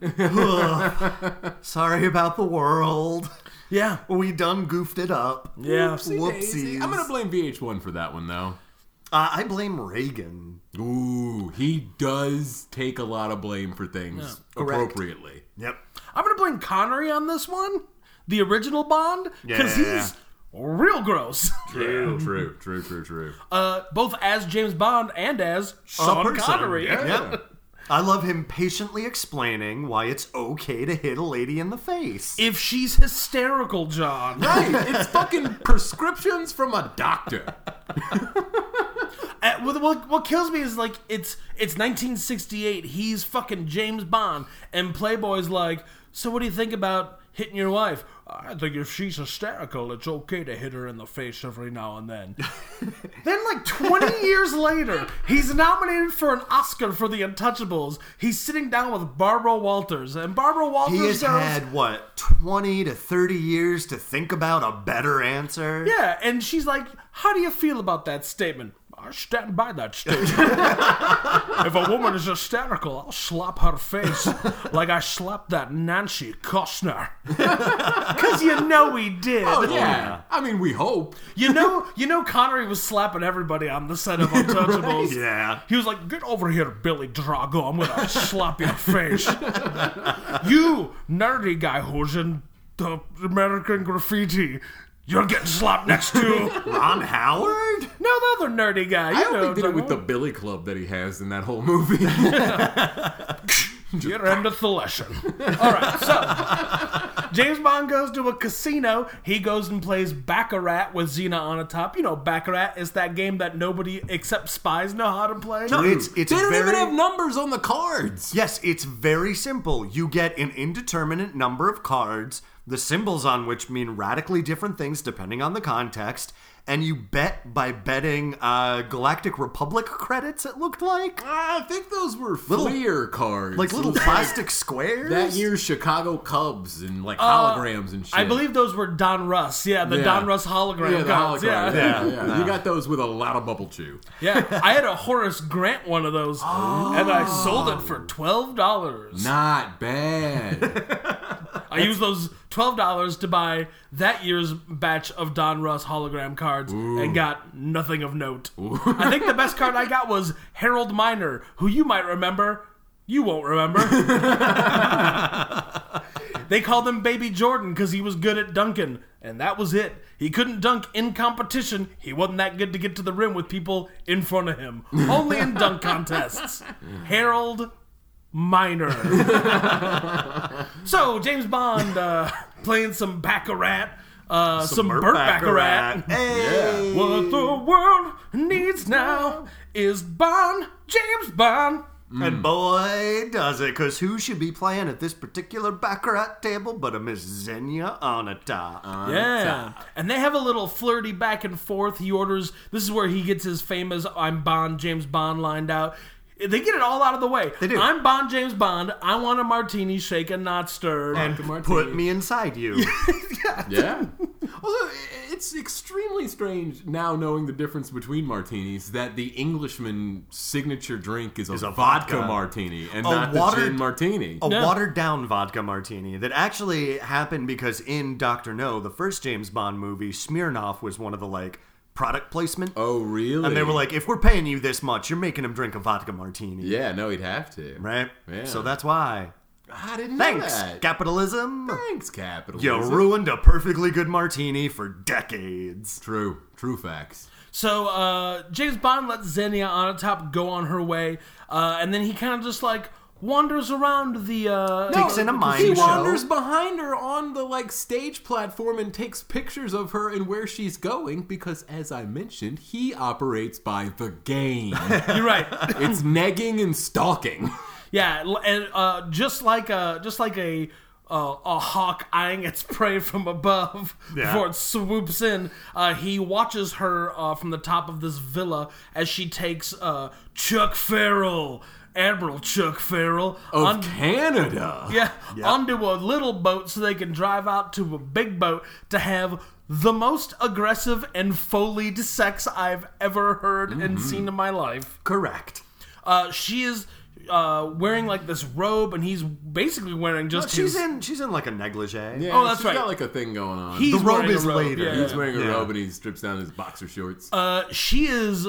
Speaker 3: Sorry about the world.
Speaker 1: Yeah.
Speaker 3: We done goofed it up.
Speaker 1: Yeah.
Speaker 3: Whoopsies.
Speaker 2: I'm gonna blame VH1 for that one though.
Speaker 3: Uh, I blame Reagan.
Speaker 2: Ooh, he does take a lot of blame for things
Speaker 3: Correct.
Speaker 2: appropriately.
Speaker 3: Yep.
Speaker 1: I'm going to blame Connery on this one, the original Bond, because
Speaker 3: Yeah.
Speaker 1: he's real
Speaker 2: [laughs]
Speaker 1: gross.
Speaker 2: True, true, true, true, true.
Speaker 1: Uh, both as James Bond and as Sean
Speaker 3: person,
Speaker 1: Connery.
Speaker 2: yeah.
Speaker 3: Yep. I love him patiently explaining why it's okay to hit a lady in the face.
Speaker 1: If she's hysterical, John.
Speaker 2: [laughs] Right, it's fucking prescriptions from a doctor.
Speaker 1: Uh, what, what, what kills me is like it's it's 1968. He's fucking James Bond, and Playboy's like, so what do you think about hitting your wife? I think if she's hysterical, it's okay to hit her in the face every now and then. then, like 20 years later, he's nominated for an Oscar for The Untouchables. He's sitting down with Barbara Walters, and Barbara Walters
Speaker 3: He has
Speaker 1: goes-
Speaker 3: had, what, 20 to 30 years to think about a better answer?
Speaker 1: Yeah, and she's like, "How do you feel about that statement?" I stand by that
Speaker 2: [laughs]
Speaker 1: statement. if a woman is hysterical, I'll slap her face like I slapped that Nancy
Speaker 2: [laughs]
Speaker 1: Costner. Because you know he did.
Speaker 2: [laughs] Oh yeah. I mean, we hope.
Speaker 1: You know, you know, Connery was slapping everybody on the set of Untouchables.
Speaker 2: [laughs]
Speaker 3: Yeah.
Speaker 1: He was like, "Get over here, Billy Drago. I'm gonna slap your face. you nerdy guy who's in the American Graffiti." You're getting slapped next to
Speaker 3: Ron Howard?
Speaker 1: no, the other nerdy guy. You
Speaker 2: I hope
Speaker 1: know,
Speaker 2: they did it with the Billy Club that he has in that whole movie. [laughs]
Speaker 1: You're end of the lesson. [laughs] All right, so James Bond goes to a casino. He goes and plays Baccarat with Xena on a top. You know, Baccarat is that game that nobody except spies know how to play.
Speaker 3: No, it's, it's
Speaker 2: they don't
Speaker 3: very,
Speaker 2: even have numbers on the cards.
Speaker 3: Yes, it's very simple. You get an indeterminate number of cards, the symbols on which mean radically different things depending on the context, and you bet by betting uh, Galactic Republic credits, it looked like.
Speaker 2: I think those were
Speaker 3: Little-
Speaker 2: Fleer cards,
Speaker 3: Like little plastic squares?
Speaker 2: that year's Chicago Cubs and like holograms and shit.
Speaker 1: Uh, I believe those were Don Russ. Yeah, the
Speaker 2: Yeah.
Speaker 1: Don Russ hologram
Speaker 2: Yeah, the
Speaker 1: cards.
Speaker 2: holograms.
Speaker 1: Yeah.
Speaker 2: Yeah, yeah. you got those with a lot of bubble chew.
Speaker 1: [laughs] yeah. I had a Horace Grant one of those, and I sold it for twelve dollars.
Speaker 2: [laughs] Not bad.
Speaker 1: I used those twelve dollars to buy that year's batch of Don Russ hologram cards and got nothing of note. I think the best card I got was Harold Miner, who you might remember. You won't remember. they called him Baby Jordan because he was good at dunking, and that was it. He couldn't dunk in competition. He wasn't that good to get to the rim with people in front of [laughs] him. Only in dunk contests. Harold [laughs] Miner. So James Bond uh, playing some baccarat, uh, some, Burt baccarat.
Speaker 2: [laughs]
Speaker 3: Hey.
Speaker 1: What the world needs now is Bond, James Bond.
Speaker 2: Mm.
Speaker 3: And boy, does it, because who should be playing at this particular Baccarat table but a Miss Xenia on a top?
Speaker 2: Uh,
Speaker 1: Yeah, and they have a little flirty back and forth. He orders. This is where he gets his famous "I'm Bond, James Bond" lined out. They get it all out of the way.
Speaker 3: They do.
Speaker 1: I'm Bond, James Bond. I want a martini shaken, not stirred.
Speaker 3: and
Speaker 2: Dr. Martini.
Speaker 3: put me inside
Speaker 2: [laughs]
Speaker 3: you.
Speaker 2: Yeah. Although it's extremely strange now knowing the difference between martinis that the Englishman signature drink is a,
Speaker 3: a
Speaker 2: vodka,
Speaker 3: vodka.
Speaker 2: martini and
Speaker 3: A
Speaker 2: not the
Speaker 3: watered-
Speaker 2: gin martini.
Speaker 3: a
Speaker 1: No.
Speaker 3: watered down vodka martini that actually happened because in Doctor No, the first James Bond movie, Smirnoff was one of the like product placement,
Speaker 2: Oh, really?
Speaker 3: and they were like, if we're paying you this much, you're making him drink a vodka martini,
Speaker 2: yeah, no, he'd have to.
Speaker 3: right?
Speaker 2: Yeah.
Speaker 3: So that's why.
Speaker 2: I didn't
Speaker 3: Thanks,
Speaker 2: know that.
Speaker 3: capitalism.
Speaker 2: Thanks, capitalism.
Speaker 3: You ruined a perfectly good martini for decades.
Speaker 2: True. True facts.
Speaker 1: So uh, James Bond lets Xenia on top go on her way, uh, and then he kind of just like wanders around the. Uh,
Speaker 3: [laughs] Takes in a mind
Speaker 2: He
Speaker 3: show.
Speaker 2: wanders behind her on the like stage platform and takes pictures of her and where she's going because as I mentioned, he operates by the [laughs] game.
Speaker 1: You're right.
Speaker 2: it's negging and stalking.
Speaker 1: Yeah, l- and uh, just like a just like a uh, a hawk eyeing its prey from above
Speaker 3: Yeah.
Speaker 1: before it swoops in, uh, he watches her uh, from the top of this villa as she takes uh, Chuck Farrell, Admiral Chuck Farrell,
Speaker 2: Of
Speaker 1: on-
Speaker 2: Canada.
Speaker 1: [laughs] yeah, onto a little boat so they can drive out to a big boat to have the most aggressive and folied sex I've ever heard and seen in my life.
Speaker 3: Correct.
Speaker 1: Uh, she is uh, wearing like this robe, and he's basically wearing just his.
Speaker 3: She's in. She's in like a negligee.
Speaker 2: Yeah,
Speaker 1: Oh, that's
Speaker 2: she's
Speaker 1: right.
Speaker 2: got like a thing going on.
Speaker 1: he's
Speaker 3: the robe
Speaker 1: wearing a
Speaker 3: is later.
Speaker 1: yeah.
Speaker 2: He's wearing a
Speaker 3: Yeah.
Speaker 2: robe and he strips down his boxer shorts.
Speaker 1: uh, she is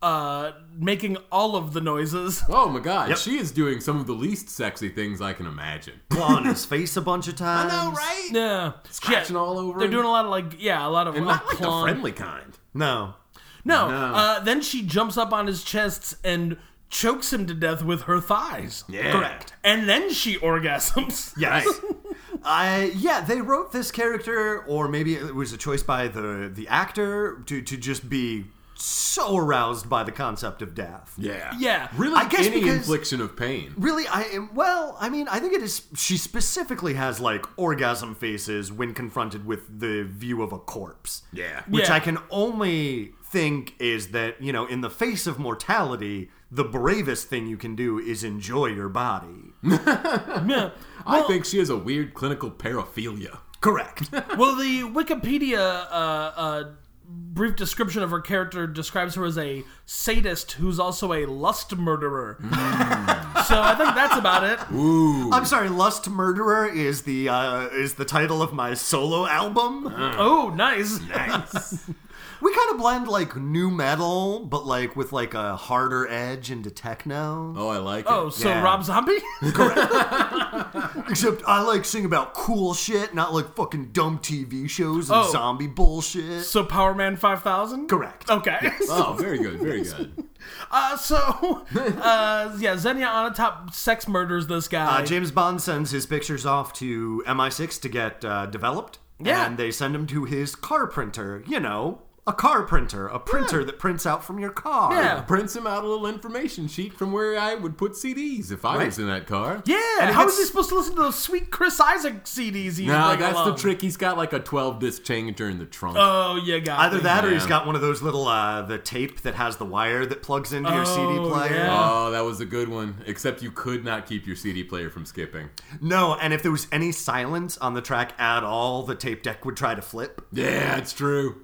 Speaker 1: uh, making all of the noises. [laughs]
Speaker 2: oh my god, she is doing some of the least sexy things I can imagine.
Speaker 3: Claw [laughs] on his face a bunch of times.
Speaker 2: right?
Speaker 1: Yeah,
Speaker 2: Scratching
Speaker 1: Yeah.
Speaker 2: all over
Speaker 1: They're
Speaker 2: him.
Speaker 1: doing a lot of like, yeah, a lot of
Speaker 2: And
Speaker 1: like,
Speaker 2: not like
Speaker 1: clawing.
Speaker 2: the friendly kind.
Speaker 3: No.
Speaker 1: No. Uh, then she jumps up on his chest and chokes him to death with her thighs.
Speaker 2: Yeah.
Speaker 3: Correct.
Speaker 1: And then she orgasms. [laughs]
Speaker 3: Yes. [laughs] I yeah, they wrote this character, or maybe it was a choice by the the actor to to just be so aroused by the concept of death.
Speaker 2: Yeah.
Speaker 1: Yeah.
Speaker 2: Really
Speaker 3: I guess
Speaker 2: any
Speaker 3: because-
Speaker 2: infliction of pain.
Speaker 3: Really, I am- well, I mean, I think it is. She specifically has like orgasm faces when confronted with the view of a corpse.
Speaker 2: Yeah.
Speaker 3: which
Speaker 1: Yeah.
Speaker 3: I can only think is that you know, in the face of mortality, the bravest thing you can do is enjoy your body.
Speaker 2: I think she has a weird clinical paraphilia.
Speaker 3: Correct.
Speaker 1: Well, the Wikipedia uh, uh, brief description of her character describes her as a sadist who's also a lust murderer. so I think that's about it.
Speaker 3: [laughs] I'm sorry, Lust Murderer is the uh, is the title of my solo album.
Speaker 1: Oh, nice.
Speaker 3: We kind of blend like new metal, but like with like a harder edge into techno.
Speaker 2: Oh, I like
Speaker 1: Oh,
Speaker 2: it.
Speaker 1: so
Speaker 3: Yeah.
Speaker 1: Rob Zombie?
Speaker 3: Except I like sing about cool shit, not like fucking dumb TV shows and
Speaker 1: Oh.
Speaker 3: zombie bullshit.
Speaker 1: so Power Man 5000?
Speaker 3: Correct.
Speaker 1: Okay.
Speaker 2: Oh, very
Speaker 1: [laughs]
Speaker 2: good, very good.
Speaker 1: Uh, so, uh, yeah, Xenia on top sex murders this guy.
Speaker 3: Uh, James Bond sends his pictures off to MI6 to get uh, developed.
Speaker 1: Yeah.
Speaker 3: And they send them to his car printer. You know, a car printer, a printer that prints out from your car.
Speaker 1: Yeah.
Speaker 2: Prints him out a little information sheet from where I would put CDs if I was in that car.
Speaker 1: yeah,
Speaker 3: it
Speaker 1: how
Speaker 3: gets-
Speaker 1: is he supposed to listen to those sweet Chris Isaac CDs he's
Speaker 2: No,
Speaker 1: bringing
Speaker 2: that's
Speaker 1: along?
Speaker 2: the trick. He's got like a 12 disc changer in the trunk.
Speaker 1: Oh, yeah, got
Speaker 3: Either
Speaker 1: me.
Speaker 3: that, or
Speaker 2: Yeah.
Speaker 3: he's got one of those little uh, the tape that has the wire that plugs into your CD
Speaker 1: Oh,
Speaker 3: player.
Speaker 1: yeah.
Speaker 2: oh, that was a good one. Except you could not keep your CD player from skipping.
Speaker 3: No, and if there was any silence on the track at all, the tape deck would try to flip.
Speaker 2: Yeah, it's true.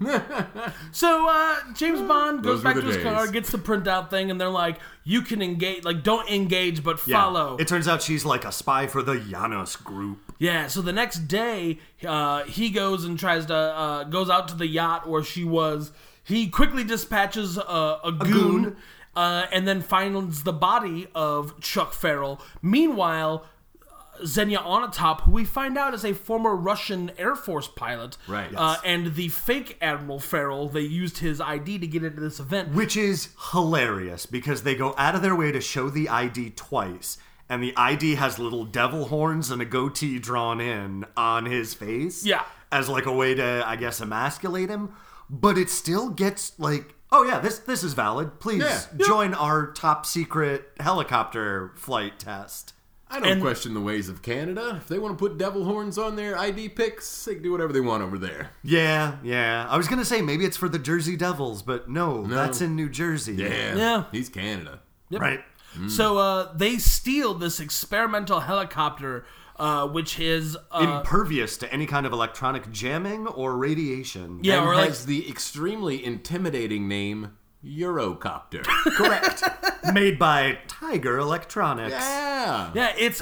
Speaker 1: So uh, James Bond goes
Speaker 2: Those were
Speaker 1: back to
Speaker 2: the
Speaker 1: his
Speaker 2: days.
Speaker 1: car, gets the printout thing, and they're like, "You can engage, like don't engage, but
Speaker 3: Yeah.
Speaker 1: follow."
Speaker 3: It turns out she's like a spy for the Janos group.
Speaker 1: Yeah, so the next day, uh, he goes and tries to uh, goes out to the yacht where she was. He quickly dispatches uh, a goon,
Speaker 3: goon.
Speaker 1: Uh, and then finds the body of Chuck Farrell. Meanwhile, Zenya Onatop, who we find out is a former Russian Air Force pilot,
Speaker 2: Right.
Speaker 1: Uh,
Speaker 3: Yes.
Speaker 1: and the fake Admiral Farrell, they used his ID to get into this event.
Speaker 3: Which is hilarious because they go out of their way to show the ID twice, and the ID has little devil horns and a goatee drawn in on his face.
Speaker 1: Yeah.
Speaker 3: As like a way to, I guess, emasculate him. But it still gets like, oh yeah, this this is valid. Please
Speaker 2: Yeah.
Speaker 3: join our top secret helicopter flight test.
Speaker 2: I don't
Speaker 1: And-
Speaker 2: question the ways of Canada. If they want to put devil horns on their ID pics, they can do whatever they want over there.
Speaker 3: Yeah, yeah. I was gonna say maybe it's for the Jersey Devils, but no, that's in New Jersey.
Speaker 2: Yeah.
Speaker 1: Yeah.
Speaker 2: He's Canada.
Speaker 3: Right.
Speaker 1: So uh, they steal this experimental helicopter, uh, which is uh,
Speaker 3: Impervious to any kind of electronic jamming or radiation.
Speaker 1: Yeah,
Speaker 2: and
Speaker 1: or, like-
Speaker 2: has the extremely intimidating name
Speaker 1: [laughs]
Speaker 2: Eurocopter.
Speaker 3: Correct. Made by Tiger Electronics.
Speaker 2: yeah.
Speaker 1: Yeah, it's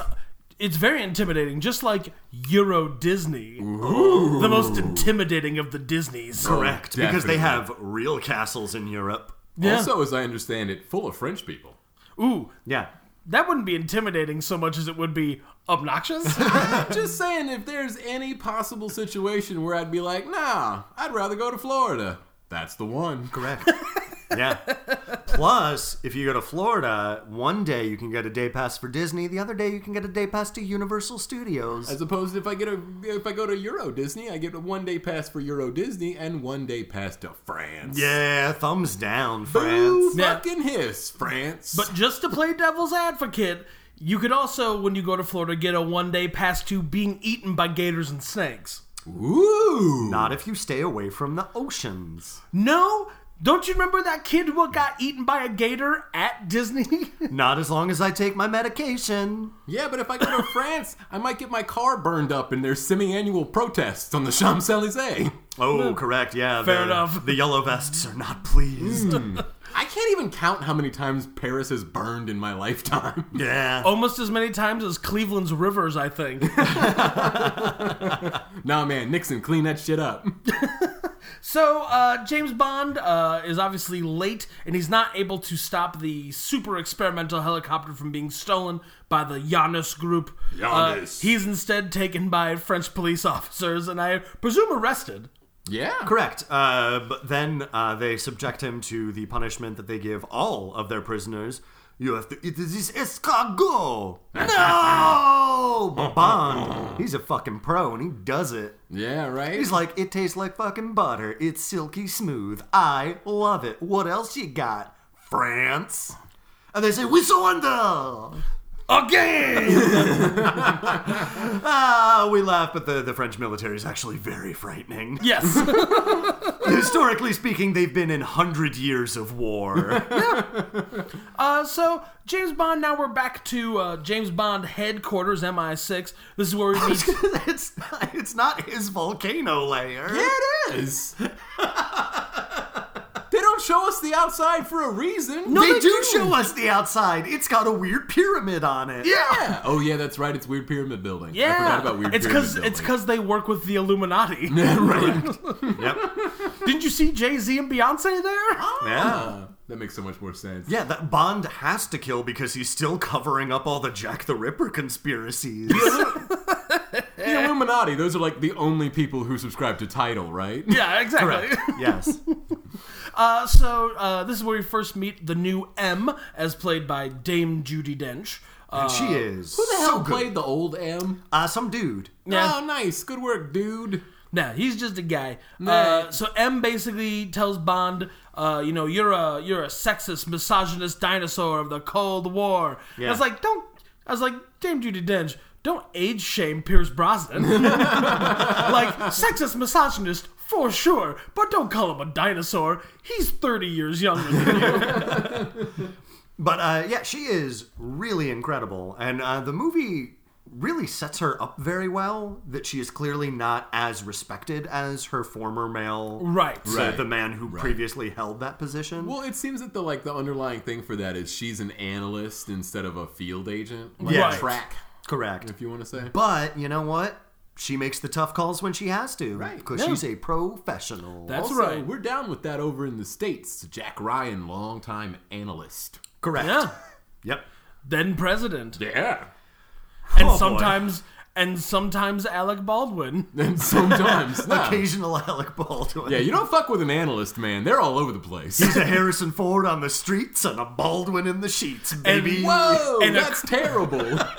Speaker 1: it's very intimidating, just like Euro Disney, the most intimidating of the Disneys.
Speaker 3: Correct. because
Speaker 2: definitely.
Speaker 3: they have real castles in Europe.
Speaker 1: Yeah.
Speaker 2: Also, as I understand it, full of French people. [laughs]
Speaker 1: Ooh,
Speaker 3: Yeah.
Speaker 1: that wouldn't be intimidating so much as it would be obnoxious.
Speaker 2: I'm just saying, if there's any possible situation where I'd be like, nah, I'd rather go to Florida. That's the one.
Speaker 3: Correct. [laughs] yeah. Plus, if you go to Florida, one day you can get a day pass for Disney, the other day you can get a day pass to Universal Studios.
Speaker 1: Uh,
Speaker 2: As opposed to if I get a if I go to Euro Disney, I get a one day pass for Euro Disney and one day pass to France.
Speaker 3: yeah, thumbs down,
Speaker 2: Boo
Speaker 3: France.
Speaker 1: Yeah.
Speaker 2: fucking hiss, France.
Speaker 1: but just to play devil's advocate, you could also, when you go to Florida, get a one day pass to being eaten by gators and snakes.
Speaker 2: ooh,
Speaker 3: Not if you stay away from the oceans.
Speaker 1: No? Don't you remember that kid who got eaten by a gator at Disney? [laughs]
Speaker 3: Not as long as I take my medication.
Speaker 2: yeah, but if I go to France, I might get my car burned up in their semi-annual protests on the Champs Elysees.
Speaker 3: Oh, correct. Yeah.
Speaker 1: Fair
Speaker 3: the,
Speaker 1: enough. Mm.
Speaker 3: The yellow vests are not pleased.
Speaker 2: I can't even count how many times Paris has burned in my lifetime. [laughs]
Speaker 3: Yeah.
Speaker 1: Almost as many times as Cleveland's rivers, I think. [laughs]
Speaker 2: nah, man, Nixon, clean that shit up.
Speaker 1: So uh, James Bond uh, is obviously late, and he's not able to stop the super experimental helicopter from being stolen by the Janus group.
Speaker 2: Janus.
Speaker 1: Uh, he's instead taken by French police [laughs] officers, and I presume arrested.
Speaker 2: Yeah,
Speaker 3: Correct. Uh, but then uh, they subject him to the punishment that they give all of their prisoners. You have to eat this escargot. No, But Bond. He's a fucking pro, and he does it.
Speaker 2: Yeah, right.
Speaker 3: He's like, it tastes like fucking butter. It's silky smooth. I love it. What else you got, France? And they say, we surrender.
Speaker 1: Again!
Speaker 3: Ah, we laugh, but the, the French military is actually very frightening.
Speaker 1: [laughs] yes.
Speaker 3: Historically speaking, they've been in hundred years of war.
Speaker 1: Uh, so James Bond. Now we're back to uh, James Bond headquarters, MI6. This is where we
Speaker 3: [laughs]
Speaker 1: meet.
Speaker 3: it's not, it's not his volcano layer.
Speaker 2: yeah, it is. they don't show us the outside for a reason.
Speaker 3: they, do, show us the outside. It's got a weird pyramid on it. [laughs]
Speaker 2: Yeah. Oh yeah, that's right. It's weird pyramid building. I
Speaker 1: Yeah,
Speaker 2: forgot about weird
Speaker 1: it's
Speaker 2: pyramid
Speaker 1: because
Speaker 2: building.
Speaker 1: it's because they work with the Illuminati. [laughs]
Speaker 3: Yep.
Speaker 1: Didn't you see Jay Z and Beyonce there?
Speaker 3: Yeah.
Speaker 2: Uh, that makes so much more sense.
Speaker 3: Oh. Yeah, that Bond has to kill because he's still covering up all the Jack the Ripper
Speaker 2: [laughs]
Speaker 3: conspiracies.
Speaker 2: The Illuminati. Those are like the only people who subscribe to Title, right?
Speaker 1: [laughs] Yeah, exactly.
Speaker 3: yes.
Speaker 1: Uh, so uh, this is where we first meet the new M, as played by Dame Judy Dench. Uh,
Speaker 3: And she is.
Speaker 2: Who the
Speaker 3: so
Speaker 2: hell
Speaker 3: good.
Speaker 2: played the old M?
Speaker 3: Uh, some dude.
Speaker 1: Yeah.
Speaker 2: Oh, nice. Good work, dude.
Speaker 1: nah, he's just a guy. Uh, so M basically tells Bond, uh, you know, you're a you're a sexist, misogynist dinosaur of the Cold War. I was like, don't. I was like, Dame Judy Dench, don't age shame Pierce Brosnan. [laughs] like sexist, misogynist. For sure, but don't call him a dinosaur. He's 30 years younger than you.
Speaker 3: But uh, yeah, she is really incredible, and uh, the movie really sets her up very well. That she is clearly not as respected as her former male,
Speaker 1: Right.
Speaker 3: so
Speaker 2: Right.
Speaker 3: the man who previously held that position.
Speaker 2: Well, it seems that the like the underlying thing for that is she's an analyst instead of a field agent, like
Speaker 3: Yeah.
Speaker 2: a track,
Speaker 3: Correct.
Speaker 2: if you want to say.
Speaker 3: But you know what? She makes the tough calls when she has to, right? Because
Speaker 1: Yeah.
Speaker 3: she's a professional.
Speaker 1: That's
Speaker 2: also,
Speaker 1: right.
Speaker 2: We're down with that over in the states. Jack Ryan, longtime analyst.
Speaker 3: correct.
Speaker 1: Yeah.
Speaker 3: Yep.
Speaker 1: Then president.
Speaker 2: Yeah.
Speaker 1: and
Speaker 3: Oh, boy.
Speaker 1: sometimes and sometimes Alec Baldwin.
Speaker 2: [laughs]
Speaker 3: [laughs]
Speaker 1: [laughs]
Speaker 2: And sometimes, no.
Speaker 3: Occasional Alec Baldwin.
Speaker 2: yeah, you don't fuck with an analyst, man. They're all over the place.
Speaker 3: [laughs] He's a Harrison Ford on the streets and a Baldwin in the sheets, baby.
Speaker 2: Whoa,
Speaker 1: And a- [laughs]
Speaker 2: that's terrible.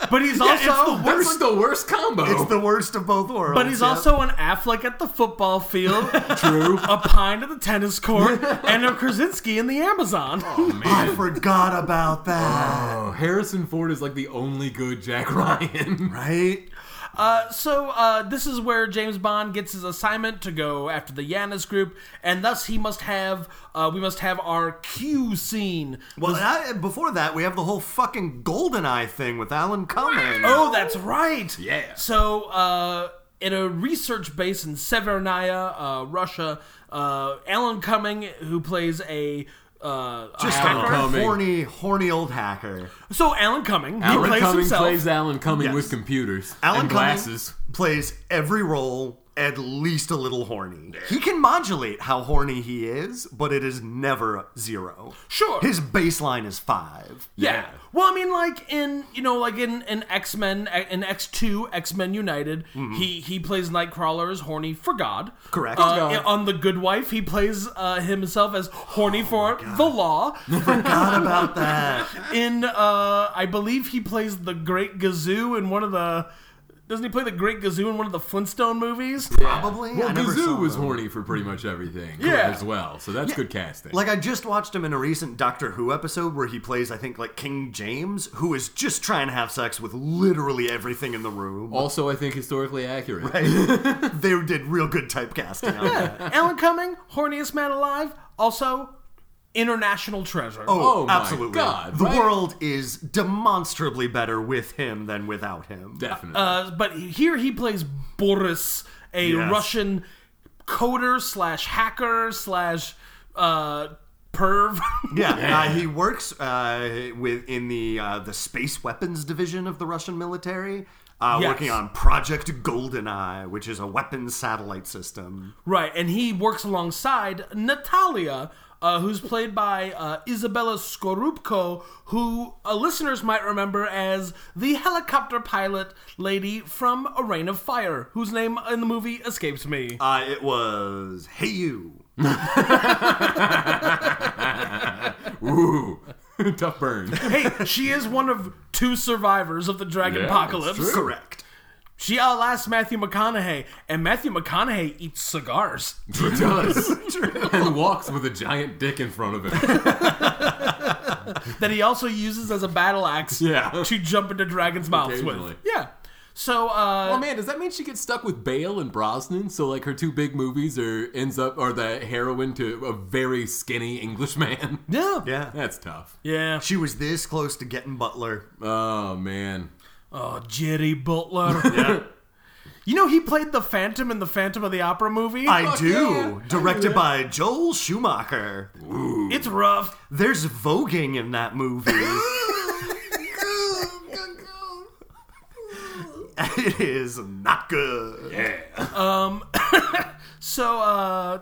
Speaker 1: But he's
Speaker 3: Yeah, it's
Speaker 1: also
Speaker 3: the
Speaker 2: [laughs] That's like the worst combo.
Speaker 3: It's the worst of both worlds.
Speaker 1: but he's
Speaker 3: yeah.
Speaker 1: also an Affleck at the football field, true, a Pine at the tennis
Speaker 3: [laughs]
Speaker 1: court, and a Krasinski in the Amazon.
Speaker 3: I forgot about that.
Speaker 2: Oh, [laughs] Harrison Ford is like the only good Jack Ryan.
Speaker 3: [laughs] Right?
Speaker 1: Uh, [laughs] so uh, this is where James Bond gets his assignment to go after the Yanis group, and thus he must have uh, we must have our Q scene.
Speaker 3: Well, I, before that, we have the whole fucking Goldeneye thing with Alan Cumming.
Speaker 1: Oh, that's right.
Speaker 2: Yeah.
Speaker 1: So, uh, in a research base in Severnaya, uh, Russia, uh, Alan Cumming, who plays a uh,
Speaker 3: just
Speaker 1: a
Speaker 3: a
Speaker 1: hacker.
Speaker 2: Cumming.
Speaker 3: horny, horny old hacker.
Speaker 1: So Alan Cumming,
Speaker 2: Alan
Speaker 1: he plays
Speaker 2: Cumming
Speaker 1: himself.
Speaker 2: plays Alan Cumming
Speaker 3: Yes.
Speaker 2: with computers
Speaker 3: Alan
Speaker 2: and
Speaker 3: Cumming
Speaker 2: glasses.
Speaker 3: plays every role at least a little horny. He can modulate how horny he is, but it is never zero.
Speaker 1: Sure.
Speaker 3: His baseline is five.
Speaker 1: yeah.
Speaker 2: Yeah.
Speaker 1: Well, I mean, like in you know, like in, in X Men, in X Two, X Men United,
Speaker 2: Mm-hmm.
Speaker 1: he he plays Nightcrawler as horny for God.
Speaker 3: Correct.
Speaker 1: Uh,
Speaker 2: God. Oh
Speaker 1: On the Good Wife, he plays uh, himself as horny for the law.
Speaker 3: Forgot about that.
Speaker 1: in uh I believe he plays the Great Gazoo in one of the doesn't he play the Great Gazoo in one of the Flintstone movies?
Speaker 3: Probably.
Speaker 2: Well,
Speaker 3: I never
Speaker 2: Gazoo
Speaker 3: saw
Speaker 2: was
Speaker 3: them.
Speaker 2: horny for pretty much everything
Speaker 1: Yeah.
Speaker 2: as well, so that's good casting.
Speaker 3: Like I just watched him in a recent Doctor Who episode where he plays, I think, like King James, who is just trying to have sex with literally everything in the room.
Speaker 2: also, I think historically accurate.
Speaker 3: [laughs] They did real good typecasting on
Speaker 1: [laughs]
Speaker 3: that.
Speaker 1: Alan Cumming, horniest man alive, also international treasure.
Speaker 2: Oh my
Speaker 3: absolutely!
Speaker 2: God,
Speaker 3: the
Speaker 2: right?
Speaker 3: world is demonstrably better with him than without him.
Speaker 2: Definitely.
Speaker 1: Uh, but here he plays Boris, a
Speaker 3: Yes.
Speaker 1: Russian coder slash hacker slash uh perv. [laughs]
Speaker 3: Yeah, Uh, he works uh, with in the uh, the space weapons division of the Russian military, uh,
Speaker 1: Yes.
Speaker 3: working on Project Goldeneye, which is a weapons satellite system.
Speaker 1: right, and he works alongside Natalia. Uh, who's played by uh, Isabella Skorupko, who uh, listeners might remember as the helicopter pilot lady from A Rain of Fire, whose name in the movie escapes
Speaker 2: [laughs]
Speaker 1: me.
Speaker 3: Uh, it was Hey You.
Speaker 2: Ooh, [laughs] tough
Speaker 3: [laughs]
Speaker 2: burn.
Speaker 1: hey, she is one of two survivors of the Dragon
Speaker 2: Yeah,
Speaker 1: Apocalypse.
Speaker 2: that's true.
Speaker 3: Correct.
Speaker 1: She outlasts Matthew McConaughey, and Matthew McConaughey eats cigars.
Speaker 2: [laughs] He
Speaker 3: [laughs]
Speaker 2: does. and walks with a giant dick in front of him.
Speaker 1: that he also uses as a battle axe
Speaker 2: Yeah.
Speaker 1: to jump into dragons' mouths with.
Speaker 2: Occasionally.
Speaker 1: Yeah. So,
Speaker 2: Oh
Speaker 1: uh,
Speaker 2: man, does that mean she gets stuck with Bale and Brosnan? So like her two big movies are ends up are the heroine to a very skinny English man.
Speaker 1: yeah.
Speaker 3: Yeah.
Speaker 2: [laughs] That's tough.
Speaker 1: Yeah.
Speaker 3: She was this close to getting Butler.
Speaker 2: Oh man.
Speaker 1: Oh, Jerry Butler.
Speaker 3: [laughs]
Speaker 1: yeah. You know, he played the Phantom in the Phantom of the Opera movie. Oh,
Speaker 3: I
Speaker 2: Fuck
Speaker 3: do.
Speaker 2: yeah.
Speaker 3: Directed by Joel Schumacher.
Speaker 1: it's rough.
Speaker 3: There's voguing in that movie. [laughs] it is not good.
Speaker 1: So, uh,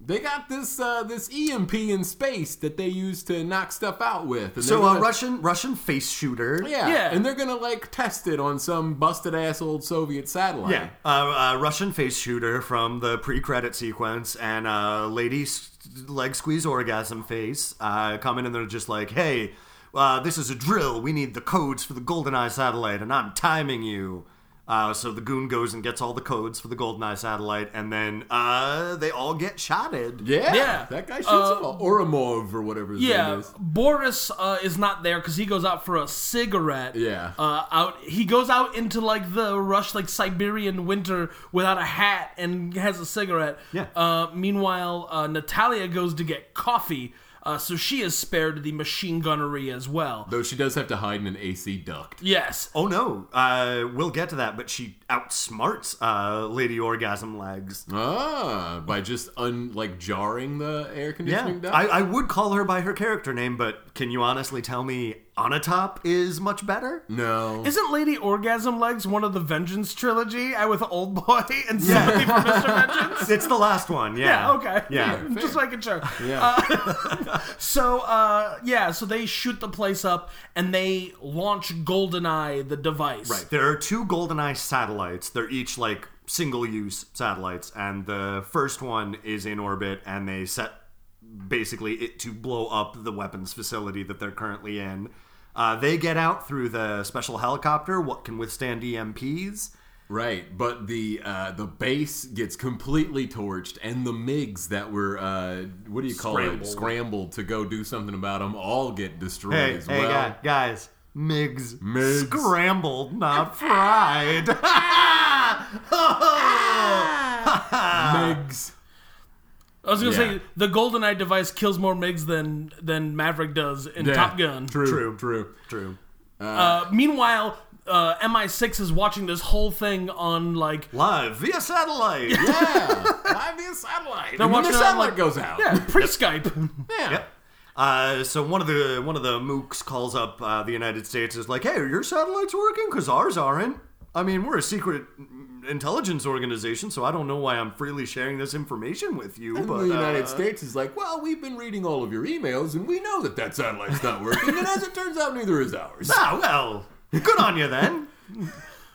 Speaker 2: They got this uh, this EMP in space that they use to knock stuff out with. And
Speaker 3: So
Speaker 2: they're
Speaker 3: uh, a
Speaker 2: gonna-
Speaker 3: Russian Russian face shooter.
Speaker 2: Yeah,
Speaker 1: Yeah.
Speaker 2: and they're gonna like test it on some busted ass old Soviet satellite.
Speaker 3: Yeah, uh, a Russian face shooter from the pre-credit sequence, and a lady s- leg squeeze orgasm face uh, come in, and they're just like, "Hey, uh, this is a drill. We need the codes for the GoldenEye satellite, and I'm timing you." Uh, so the goon goes and gets all the codes for the GoldenEye satellite, and then uh, they all get shotted.
Speaker 2: yeah,
Speaker 1: Yeah.
Speaker 2: That guy shoots
Speaker 1: Uh,
Speaker 2: them all. Oromov or whatever his name
Speaker 1: yeah,
Speaker 2: is.
Speaker 1: Boris uh, is not there because he goes out for a cigarette.
Speaker 2: Yeah.
Speaker 1: Uh, out he goes out into like the rush, like Siberian winter without a hat and has a cigarette.
Speaker 3: Yeah.
Speaker 1: Uh, meanwhile, uh, Natalia goes to get coffee. Uh, so she is spared the machine gunnery as well.
Speaker 2: Though she does have to hide in an AC duct.
Speaker 1: Yes.
Speaker 3: Oh no, uh, we'll get to that, but she outsmarts uh, Lady Orgasm Legs.
Speaker 2: Ah, by just un like jarring the air
Speaker 3: Yeah,
Speaker 2: conditioning duct.
Speaker 3: I, I would call her by her character name, but can you honestly tell me Onatop is
Speaker 1: [laughs]
Speaker 3: much better?
Speaker 2: no.
Speaker 1: Isn't Lady Orgasm Legs one of the Vengeance trilogy uh, with Old Boy [laughs] and Sympathy for Mr. Vengeance?
Speaker 3: It's the last one, yeah.
Speaker 1: Yeah, okay.
Speaker 3: Yeah.
Speaker 1: [laughs] Just making sure.
Speaker 2: yeah.
Speaker 1: So, uh, yeah, so they shoot the place up and they launch GoldenEye, the device.
Speaker 3: Right. There are two GoldenEye satellites. They're each like single use satellites, and the first one is in orbit, and they set basically it to blow up the weapons facility that they're currently in. Uh, they get out through the special helicopter, what can withstand E EMPs.
Speaker 2: Right, but the uh, the base gets completely torched, and the MIGs that were uh, what do you call
Speaker 3: Scrambled.
Speaker 2: it scrambled to go do something about them all get destroyed
Speaker 3: Hey,
Speaker 2: as
Speaker 3: hey,
Speaker 2: well.
Speaker 3: guy- guys. Migs.
Speaker 2: Migs. [laughs]
Speaker 3: Scrambled, not fried. Ah.
Speaker 2: MIGs.
Speaker 1: I was going to
Speaker 3: Yeah.
Speaker 1: say, the GoldenEye device kills more MiGs than, than Maverick does in
Speaker 2: Yeah,
Speaker 1: Top Gun.
Speaker 2: True,
Speaker 3: True.
Speaker 2: true,
Speaker 3: [laughs]
Speaker 2: true.
Speaker 3: True.
Speaker 1: Uh, meanwhile, uh, MI6 is watching this whole thing on, like,
Speaker 3: Live via satellite.
Speaker 2: Yeah, I'm the satellite.
Speaker 1: They're
Speaker 2: And when
Speaker 1: watching
Speaker 2: the
Speaker 1: it on,
Speaker 2: satellite
Speaker 1: like-
Speaker 2: goes out.
Speaker 1: yeah, pre Skype.
Speaker 2: Yeah.
Speaker 3: Yep. Uh, so one of the one of the mooks calls up uh, the United States is like, "Hey, are your satellites working? Because ours aren't. I mean, we're a secret mm, intelligence organization, so I don't know why I'm freely sharing this information with you."
Speaker 2: And
Speaker 3: but
Speaker 2: the United
Speaker 3: uh,
Speaker 2: States is like, well, we've been reading all of your emails, and we know that that satellite's not working, and as it turns out, neither is
Speaker 3: [laughs]
Speaker 2: ours.
Speaker 3: ah, well, good on you then.
Speaker 2: [laughs]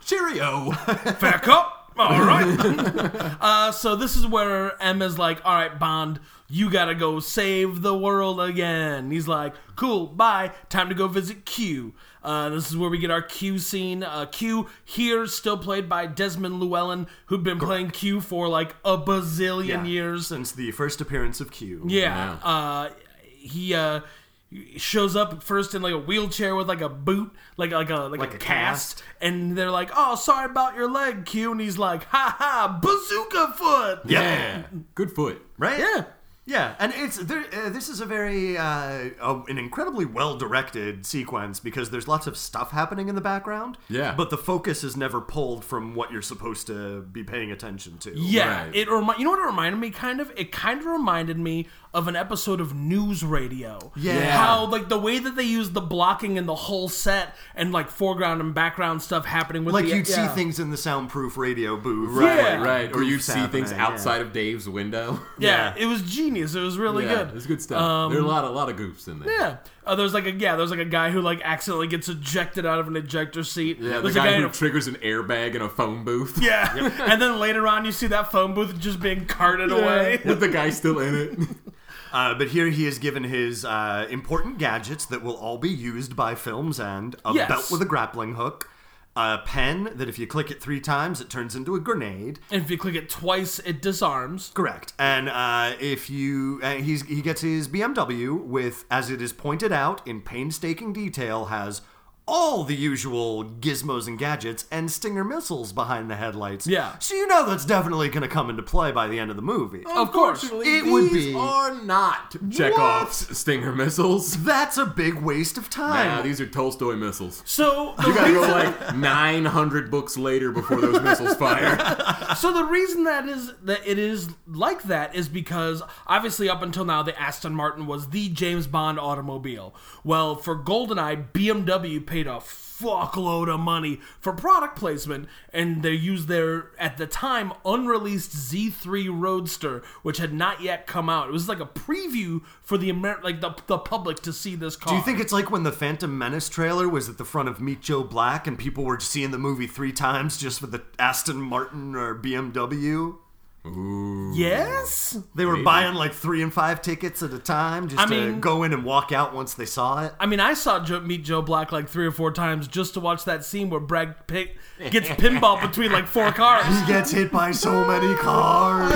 Speaker 2: Cheerio.
Speaker 1: Back up. All right. [laughs] uh, so this is where M is like, all right, Bond, you gotta go save the world again. He's like, cool, bye. Time to go visit Q. Uh, this is where we get our Q scene. Uh, Q here, still played by Desmond Llewellyn, who'd been playing Q for like a bazillion years.
Speaker 3: since the first appearance of Q.
Speaker 1: Yeah. Uh, he uh, shows up first in like a wheelchair with like a boot, like like a like,
Speaker 3: Like
Speaker 1: a,
Speaker 3: a
Speaker 1: cast.
Speaker 3: cast.
Speaker 1: and they're like, "Oh, sorry about your leg, Q." And he's like, "Ha ha, bazooka foot."
Speaker 2: yeah. Good foot.
Speaker 3: Right.
Speaker 1: Yeah.
Speaker 3: Yeah, and it's there, uh, this is a very uh, uh, an incredibly well directed sequence because there's lots of stuff happening in the background.
Speaker 2: Yeah.
Speaker 3: but the focus is never pulled from what you're supposed to be paying attention to.
Speaker 1: Yeah,
Speaker 2: Right.
Speaker 1: it remi- you know what it reminded me kind of? It kind of reminded me of an episode of News Radio.
Speaker 3: Yeah.
Speaker 1: How like the way that they use the blocking and the whole set and like foreground and background stuff happening with
Speaker 3: like
Speaker 1: the,
Speaker 3: you'd
Speaker 1: yeah.
Speaker 3: see things in the soundproof radio booth.
Speaker 1: Right,
Speaker 3: like,
Speaker 1: Yeah.
Speaker 2: Right, or you
Speaker 3: goofs
Speaker 2: see things
Speaker 3: happening, yeah.
Speaker 2: outside of
Speaker 1: [laughs]
Speaker 2: Dave's window.
Speaker 1: Yeah,
Speaker 3: yeah.
Speaker 1: it was genius. It was really
Speaker 2: yeah,
Speaker 1: good.
Speaker 2: It's good stuff. there are a lot, a lot of goofs in there.
Speaker 1: Yeah. Uh, there's like a yeah, there's like a guy who like accidentally gets ejected out of an ejector seat.
Speaker 2: Yeah, the
Speaker 1: there's
Speaker 2: guy
Speaker 1: in
Speaker 2: who
Speaker 1: a-
Speaker 2: triggers an airbag in a phone booth. [laughs]
Speaker 1: yeah. [laughs] and then later on, you see that phone booth just being carted away.
Speaker 2: With the guy still in [laughs] it.
Speaker 3: Uh, but here he is given his uh, important gadgets that will all be used by film's end: a
Speaker 1: Yes.
Speaker 3: belt with a grappling hook, a pen that if you click it three times, it turns into a grenade.
Speaker 1: And if you click it twice, it disarms.
Speaker 3: Correct. And uh, if you, uh, he's he gets his BMW with, as it is pointed out in painstaking detail, has all the usual gizmos and gadgets and Stinger missiles behind the headlights.
Speaker 1: Yeah.
Speaker 3: So you know that's definitely going to come into play by the end of the movie.
Speaker 1: Of course.
Speaker 2: Unfortunately,
Speaker 3: Oh, It would
Speaker 2: these
Speaker 3: be-
Speaker 2: are not Chekhov's Stinger [laughs] missiles.
Speaker 3: That's a big waste of
Speaker 2: Nah, [laughs]
Speaker 3: time.
Speaker 2: these are Tolstoy missiles.
Speaker 1: So
Speaker 2: You gotta go like 900 books later before those [laughs] missiles fire.
Speaker 1: so the reason that is that it is like that is because obviously up until now the Aston Martin was the James Bond automobile. Well, for Goldeneye, BMW paid a fuckload of money for product placement, and they used their at the time unreleased Z3 Roadster, which had not yet come out. It was like a preview for the Amer- like the, the public to see this car.
Speaker 3: Do you think it's like when the Phantom Menace trailer was at the front of Meet Joe Black and people were seeing the movie three times just for the Aston Martin or BMW?
Speaker 1: yes?
Speaker 3: They were buying like three and five tickets at a time just
Speaker 1: I
Speaker 3: to
Speaker 1: mean-
Speaker 3: go in and walk out once they saw it.
Speaker 1: I mean, I saw Joe, Meet Joe Black like three or four times just to watch that scene where Brad Pitt gets pinball between like four cars.
Speaker 3: He gets hit by so many cars.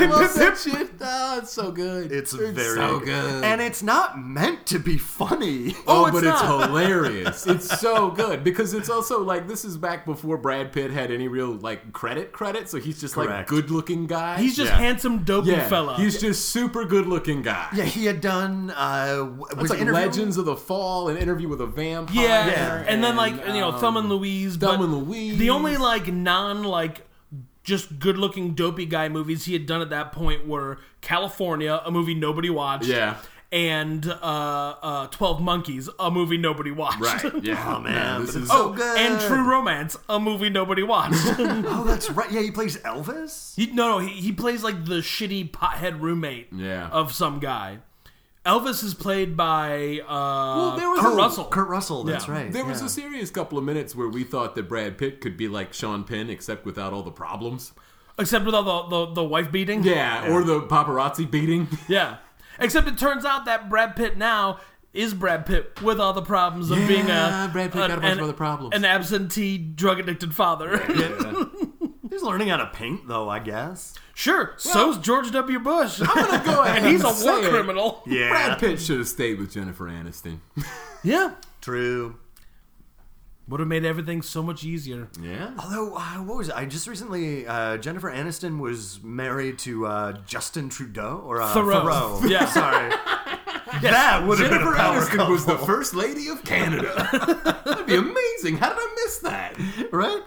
Speaker 2: [laughs] Love that shit. Oh, it's so good.
Speaker 3: [laughs] It's very
Speaker 2: so good.
Speaker 3: and it's not meant to be funny.
Speaker 2: Oh,
Speaker 1: it's
Speaker 2: but
Speaker 1: not.
Speaker 2: it's hilarious. It's so good because it's also like this is back before Brad Pitt had any real like credit credit, so he's just
Speaker 3: Correct.
Speaker 2: like good looking guy.
Speaker 1: He's he's just
Speaker 3: Yeah.
Speaker 1: handsome, dopey
Speaker 2: Yeah,
Speaker 1: fella.
Speaker 2: he's just super good looking guy.
Speaker 3: [laughs] Yeah, he had done. Uh, w- was
Speaker 2: It's like
Speaker 3: interview-
Speaker 2: Legends of the Fall, an interview with a vampire.
Speaker 1: yeah.
Speaker 3: Yeah.
Speaker 1: and then like you know,
Speaker 2: um,
Speaker 1: Thumb and Louise.
Speaker 2: Thumb
Speaker 1: but
Speaker 2: and Louise.
Speaker 1: The only like non like just good looking dopey guy movies he had done at that point were California, a movie nobody watched.
Speaker 2: Yeah.
Speaker 1: And uh, uh, Twelve Monkeys, a movie nobody watched.
Speaker 2: [laughs]
Speaker 1: [laughs]
Speaker 2: Right. Yeah.
Speaker 3: Oh man,
Speaker 2: this
Speaker 3: but
Speaker 2: is-
Speaker 3: it's so
Speaker 1: Oh,
Speaker 3: good.
Speaker 1: and True Romance, a movie nobody watched.
Speaker 2: [laughs]
Speaker 3: Oh, that's right. Yeah, he plays Elvis.
Speaker 1: He, no, no, he, he plays like the shitty pothead roommate
Speaker 2: Yeah.
Speaker 1: of some guy. Elvis is played by uh,
Speaker 2: there was
Speaker 1: Kurt
Speaker 2: a-
Speaker 1: Russell.
Speaker 3: Oh, Kurt Russell. That's
Speaker 1: Yeah.
Speaker 3: right.
Speaker 2: There was
Speaker 3: yeah.
Speaker 2: a serious couple of minutes where we thought that Brad Pitt could be like Sean Penn, except without all the problems.
Speaker 1: Except with all the, the, the wife beating.
Speaker 2: Yeah, or the paparazzi beating. [laughs]
Speaker 1: Yeah. Except it turns out that Brad Pitt now is Brad Pitt with all the problems of being a
Speaker 2: Yeah, Brad Pitt
Speaker 1: an,
Speaker 2: got a bunch of
Speaker 1: an-
Speaker 2: other problems.
Speaker 1: An absentee drug addicted father.
Speaker 3: He's learning how to paint, though. I guess.
Speaker 1: [laughs] sure. so's George W. Bush.
Speaker 2: I'm gonna
Speaker 1: [laughs]
Speaker 2: go ahead
Speaker 1: and he's a
Speaker 2: and
Speaker 1: war
Speaker 2: say it.
Speaker 1: criminal.
Speaker 3: Yeah.
Speaker 2: Brad Pitt should have stayed with Jennifer Aniston.
Speaker 1: Yeah.
Speaker 3: True.
Speaker 1: Would have made everything so much easier.
Speaker 2: [laughs] Yeah.
Speaker 3: Although, uh, what was it? I just recently uh, Jennifer Aniston was married to uh, Justin Trudeau or uh,
Speaker 1: Thoreau.
Speaker 3: Thoreau.
Speaker 1: Yeah.
Speaker 3: sorry. That would have been a
Speaker 2: Jennifer
Speaker 3: power
Speaker 2: Aniston
Speaker 3: couple,
Speaker 2: was the first lady of Canada. [laughs] That'd be amazing. How did I miss that?
Speaker 3: right?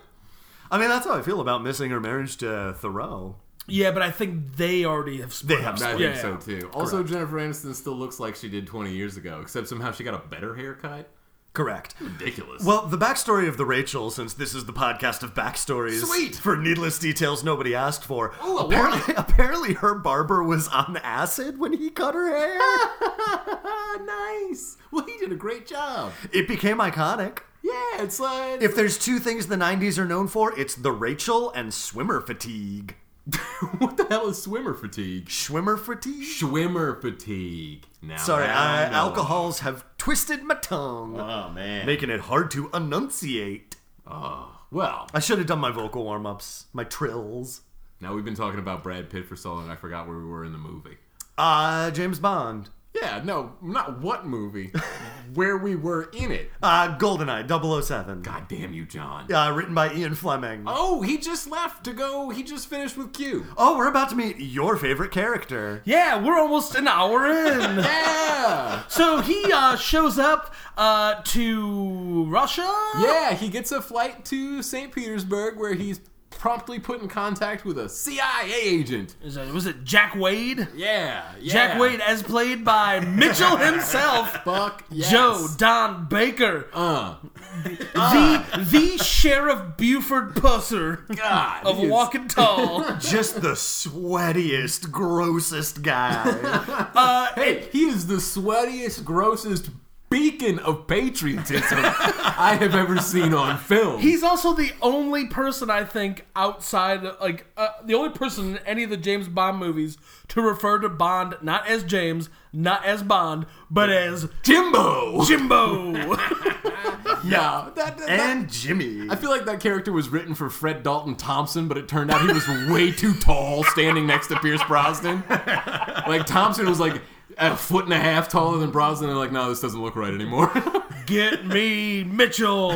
Speaker 3: I mean, that's how I feel about missing her marriage to Thoreau.
Speaker 1: Yeah, but I think they already have split.
Speaker 3: They have
Speaker 1: up.
Speaker 2: I
Speaker 3: split.
Speaker 2: think
Speaker 1: Yeah,
Speaker 2: so
Speaker 1: yeah.
Speaker 2: too. Also, Jennifer Aniston still looks like she did 20 years ago, except somehow she got a better haircut.
Speaker 3: Correct.
Speaker 2: Ridiculous.
Speaker 3: Well, the backstory of the Rachel, since this is the podcast of backstories,
Speaker 2: Sweet.
Speaker 3: for needless details nobody asked for.
Speaker 2: Ooh, I
Speaker 3: apparently, [laughs] apparently, her barber was on acid when he cut her
Speaker 2: [laughs]
Speaker 3: hair.
Speaker 2: [laughs] nice. Well, he did a great job.
Speaker 3: it became iconic.
Speaker 2: Yeah, it's like
Speaker 3: If there's two things the '90s are known for, it's the Rachel and swimmer fatigue.
Speaker 2: what the hell is swimmer fatigue?
Speaker 3: Swimmer fatigue.
Speaker 2: Swimmer fatigue. Now,
Speaker 3: Sorry,
Speaker 2: I
Speaker 3: I,
Speaker 2: know.
Speaker 3: alcohols have twisted my tongue,
Speaker 2: Oh man.
Speaker 3: making it hard to enunciate.
Speaker 2: oh well.
Speaker 3: I should have done my vocal warm ups, my trills.
Speaker 2: Now we've been talking about Brad Pitt for so long, I forgot where we were in the movie.
Speaker 3: Uh, James Bond.
Speaker 2: Yeah, no, not what [laughs] movie, where we were in it.
Speaker 3: Uh, Goldeneye 007.
Speaker 2: God damn you, John.
Speaker 3: Uh, written by Ian Fleming. Oh.
Speaker 2: Oh, he just left to go. He just finished with [laughs] Q.
Speaker 3: we're about to meet your favorite character.
Speaker 1: Yeah, we're almost an hour
Speaker 2: [laughs]
Speaker 1: in.
Speaker 2: Yeah.
Speaker 1: so he uh, shows up uh, to Russia.
Speaker 2: Yeah, he gets a flight to St. Petersburg where he's promptly put in contact with a CIA agent.
Speaker 1: Is that- was it Jack Wade?
Speaker 2: Yeah, yeah.
Speaker 1: Jack Wade, as played by
Speaker 2: [laughs]
Speaker 1: Mitchell himself,
Speaker 2: Fuck yes.
Speaker 1: Joe Don Baker,
Speaker 2: Uh,
Speaker 1: the the Sheriff Buford
Speaker 2: [laughs]
Speaker 1: Pusser
Speaker 2: God.
Speaker 1: of
Speaker 2: he is-
Speaker 1: Walking Tall.
Speaker 2: [laughs]
Speaker 3: Just the sweatiest, grossest guy. [laughs]
Speaker 1: Uh,
Speaker 2: Hey, he is the sweatiest, grossest beacon of patriotism [laughs] I have ever seen on film.
Speaker 1: He's also the only person I think outside, like uh, the only person in any of the James Bond movies to refer to Bond not as James, not as Bond, but as
Speaker 2: Jimbo.
Speaker 1: Jimbo.
Speaker 2: Yeah. That, that- that-
Speaker 3: and Jimmy.
Speaker 2: I feel like that character was written for Fred Dalton Thompson, but it turned out he was way too tall standing next to Pierce Brosnan. Like Thompson was like a foot and a half taller than Brosnan, and like, no, this doesn't look right anymore.
Speaker 1: [laughs]
Speaker 2: [laughs]
Speaker 1: Get me Mitchell. [laughs]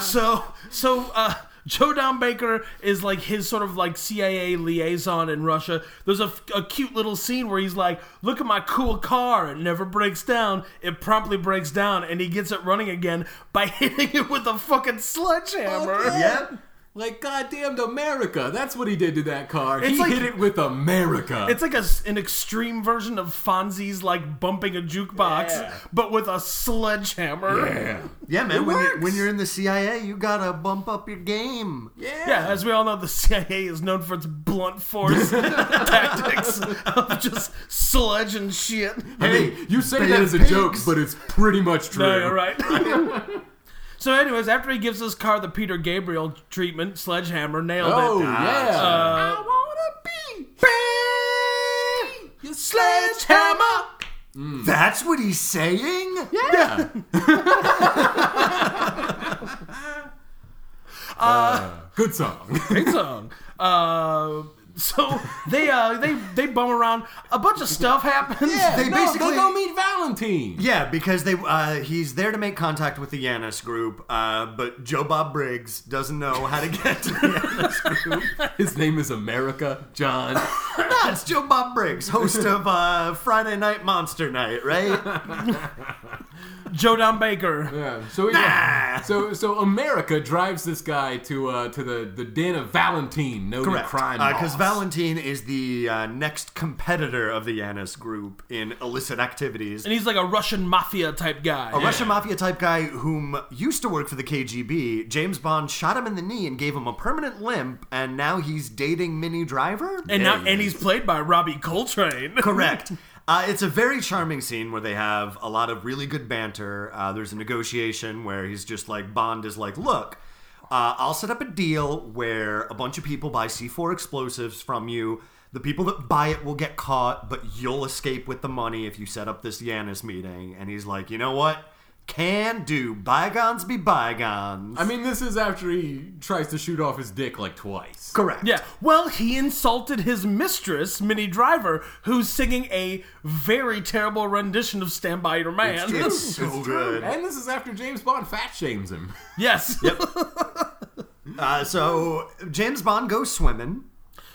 Speaker 1: so so uh Joe Don Baker is like his sort of like CIA liaison in Russia. There's a, a cute little scene where he's like, "Look at my cool car. It never breaks down. It promptly breaks down, and he gets it running again by [laughs] hitting it with a fucking sledgehammer."
Speaker 3: Yep.
Speaker 2: like, goddamn America. That's what he did to that car.
Speaker 1: It's
Speaker 2: he
Speaker 1: like-
Speaker 2: hit it with America.
Speaker 1: It's like a, s- an extreme version of Fonzie's like bumping a jukebox,
Speaker 2: Yeah.
Speaker 1: but with a sledgehammer.
Speaker 2: yeah.
Speaker 3: Yeah,
Speaker 2: It
Speaker 3: man. When you're,
Speaker 2: works.
Speaker 3: when you're in the CIA, you gotta bump up your game.
Speaker 2: Yeah.
Speaker 1: Yeah, as we all know, the CIA is known for its blunt
Speaker 2: [laughs]
Speaker 1: force tactics of just sledge and shit.
Speaker 2: Hey, you say
Speaker 3: They
Speaker 2: that
Speaker 3: have
Speaker 2: as a
Speaker 3: pigs.
Speaker 2: joke, but it's pretty much true.
Speaker 1: No, you're right. so, anyways, after he gives his car the Peter Gabriel treatment, sledgehammer nailed
Speaker 2: Oh,
Speaker 1: it.
Speaker 2: yeah.
Speaker 1: Uh,
Speaker 2: I wanna be big. You
Speaker 1: Sledgehammer.
Speaker 3: That's what he's saying? Yeah.
Speaker 2: Yeah. Good song.
Speaker 1: Great song. Uh, So they uh, they they bum around. A bunch of stuff happens.
Speaker 2: Yeah,
Speaker 3: They
Speaker 2: no, [laughs]
Speaker 3: basically-
Speaker 2: they go meet Valentine.
Speaker 3: Yeah, because they uh, he's there to make contact with the Yanis group, uh, but Joe Bob Briggs doesn't know how to get
Speaker 2: [laughs]
Speaker 3: to the Yanis group.
Speaker 2: His name is America John.
Speaker 3: no, it's Joe Bob Briggs, host of uh, Friday Night Monster
Speaker 2: [laughs]
Speaker 3: Night, right?
Speaker 1: Joe Don Baker.
Speaker 2: Yeah. So yeah. So so America drives this guy to uh to the the den of Valentine, noted crime
Speaker 3: Because
Speaker 2: boss.
Speaker 3: Uh, Valentine is the uh, next competitor of the Yanis group in illicit activities.
Speaker 1: and he's like a Russian mafia type guy.
Speaker 3: A Russian mafia type guy whom used to work for the KGB, James Bond shot him in the knee and gave him a permanent limp, and now he's dating Minnie Driver?
Speaker 1: and now,
Speaker 2: Yeah,
Speaker 1: and he's played by Robbie Coltrane.
Speaker 3: Correct. Uh, it's a very charming scene where they have a lot of really good banter. Uh, there's a negotiation where he's just like, Bond is like, look, uh, I'll set up a deal where a bunch of people buy C4 explosives from you. The people that buy it will get caught, but you'll escape with the money if you set up this Yanis meeting. And he's like, you know what? Can do. Bygones be bygones.
Speaker 2: I mean, this is after he tries to shoot off his dick like twice.
Speaker 3: Correct.
Speaker 1: yeah. Well, he insulted his mistress, Minnie Driver, who's singing a very terrible rendition of Stand By Your Man.
Speaker 3: true. It's so
Speaker 2: true.
Speaker 3: good.
Speaker 2: And this is after James Bond fat shames him.
Speaker 1: [laughs]
Speaker 2: [laughs]
Speaker 1: yes.
Speaker 3: Uh, so James Bond goes swimming.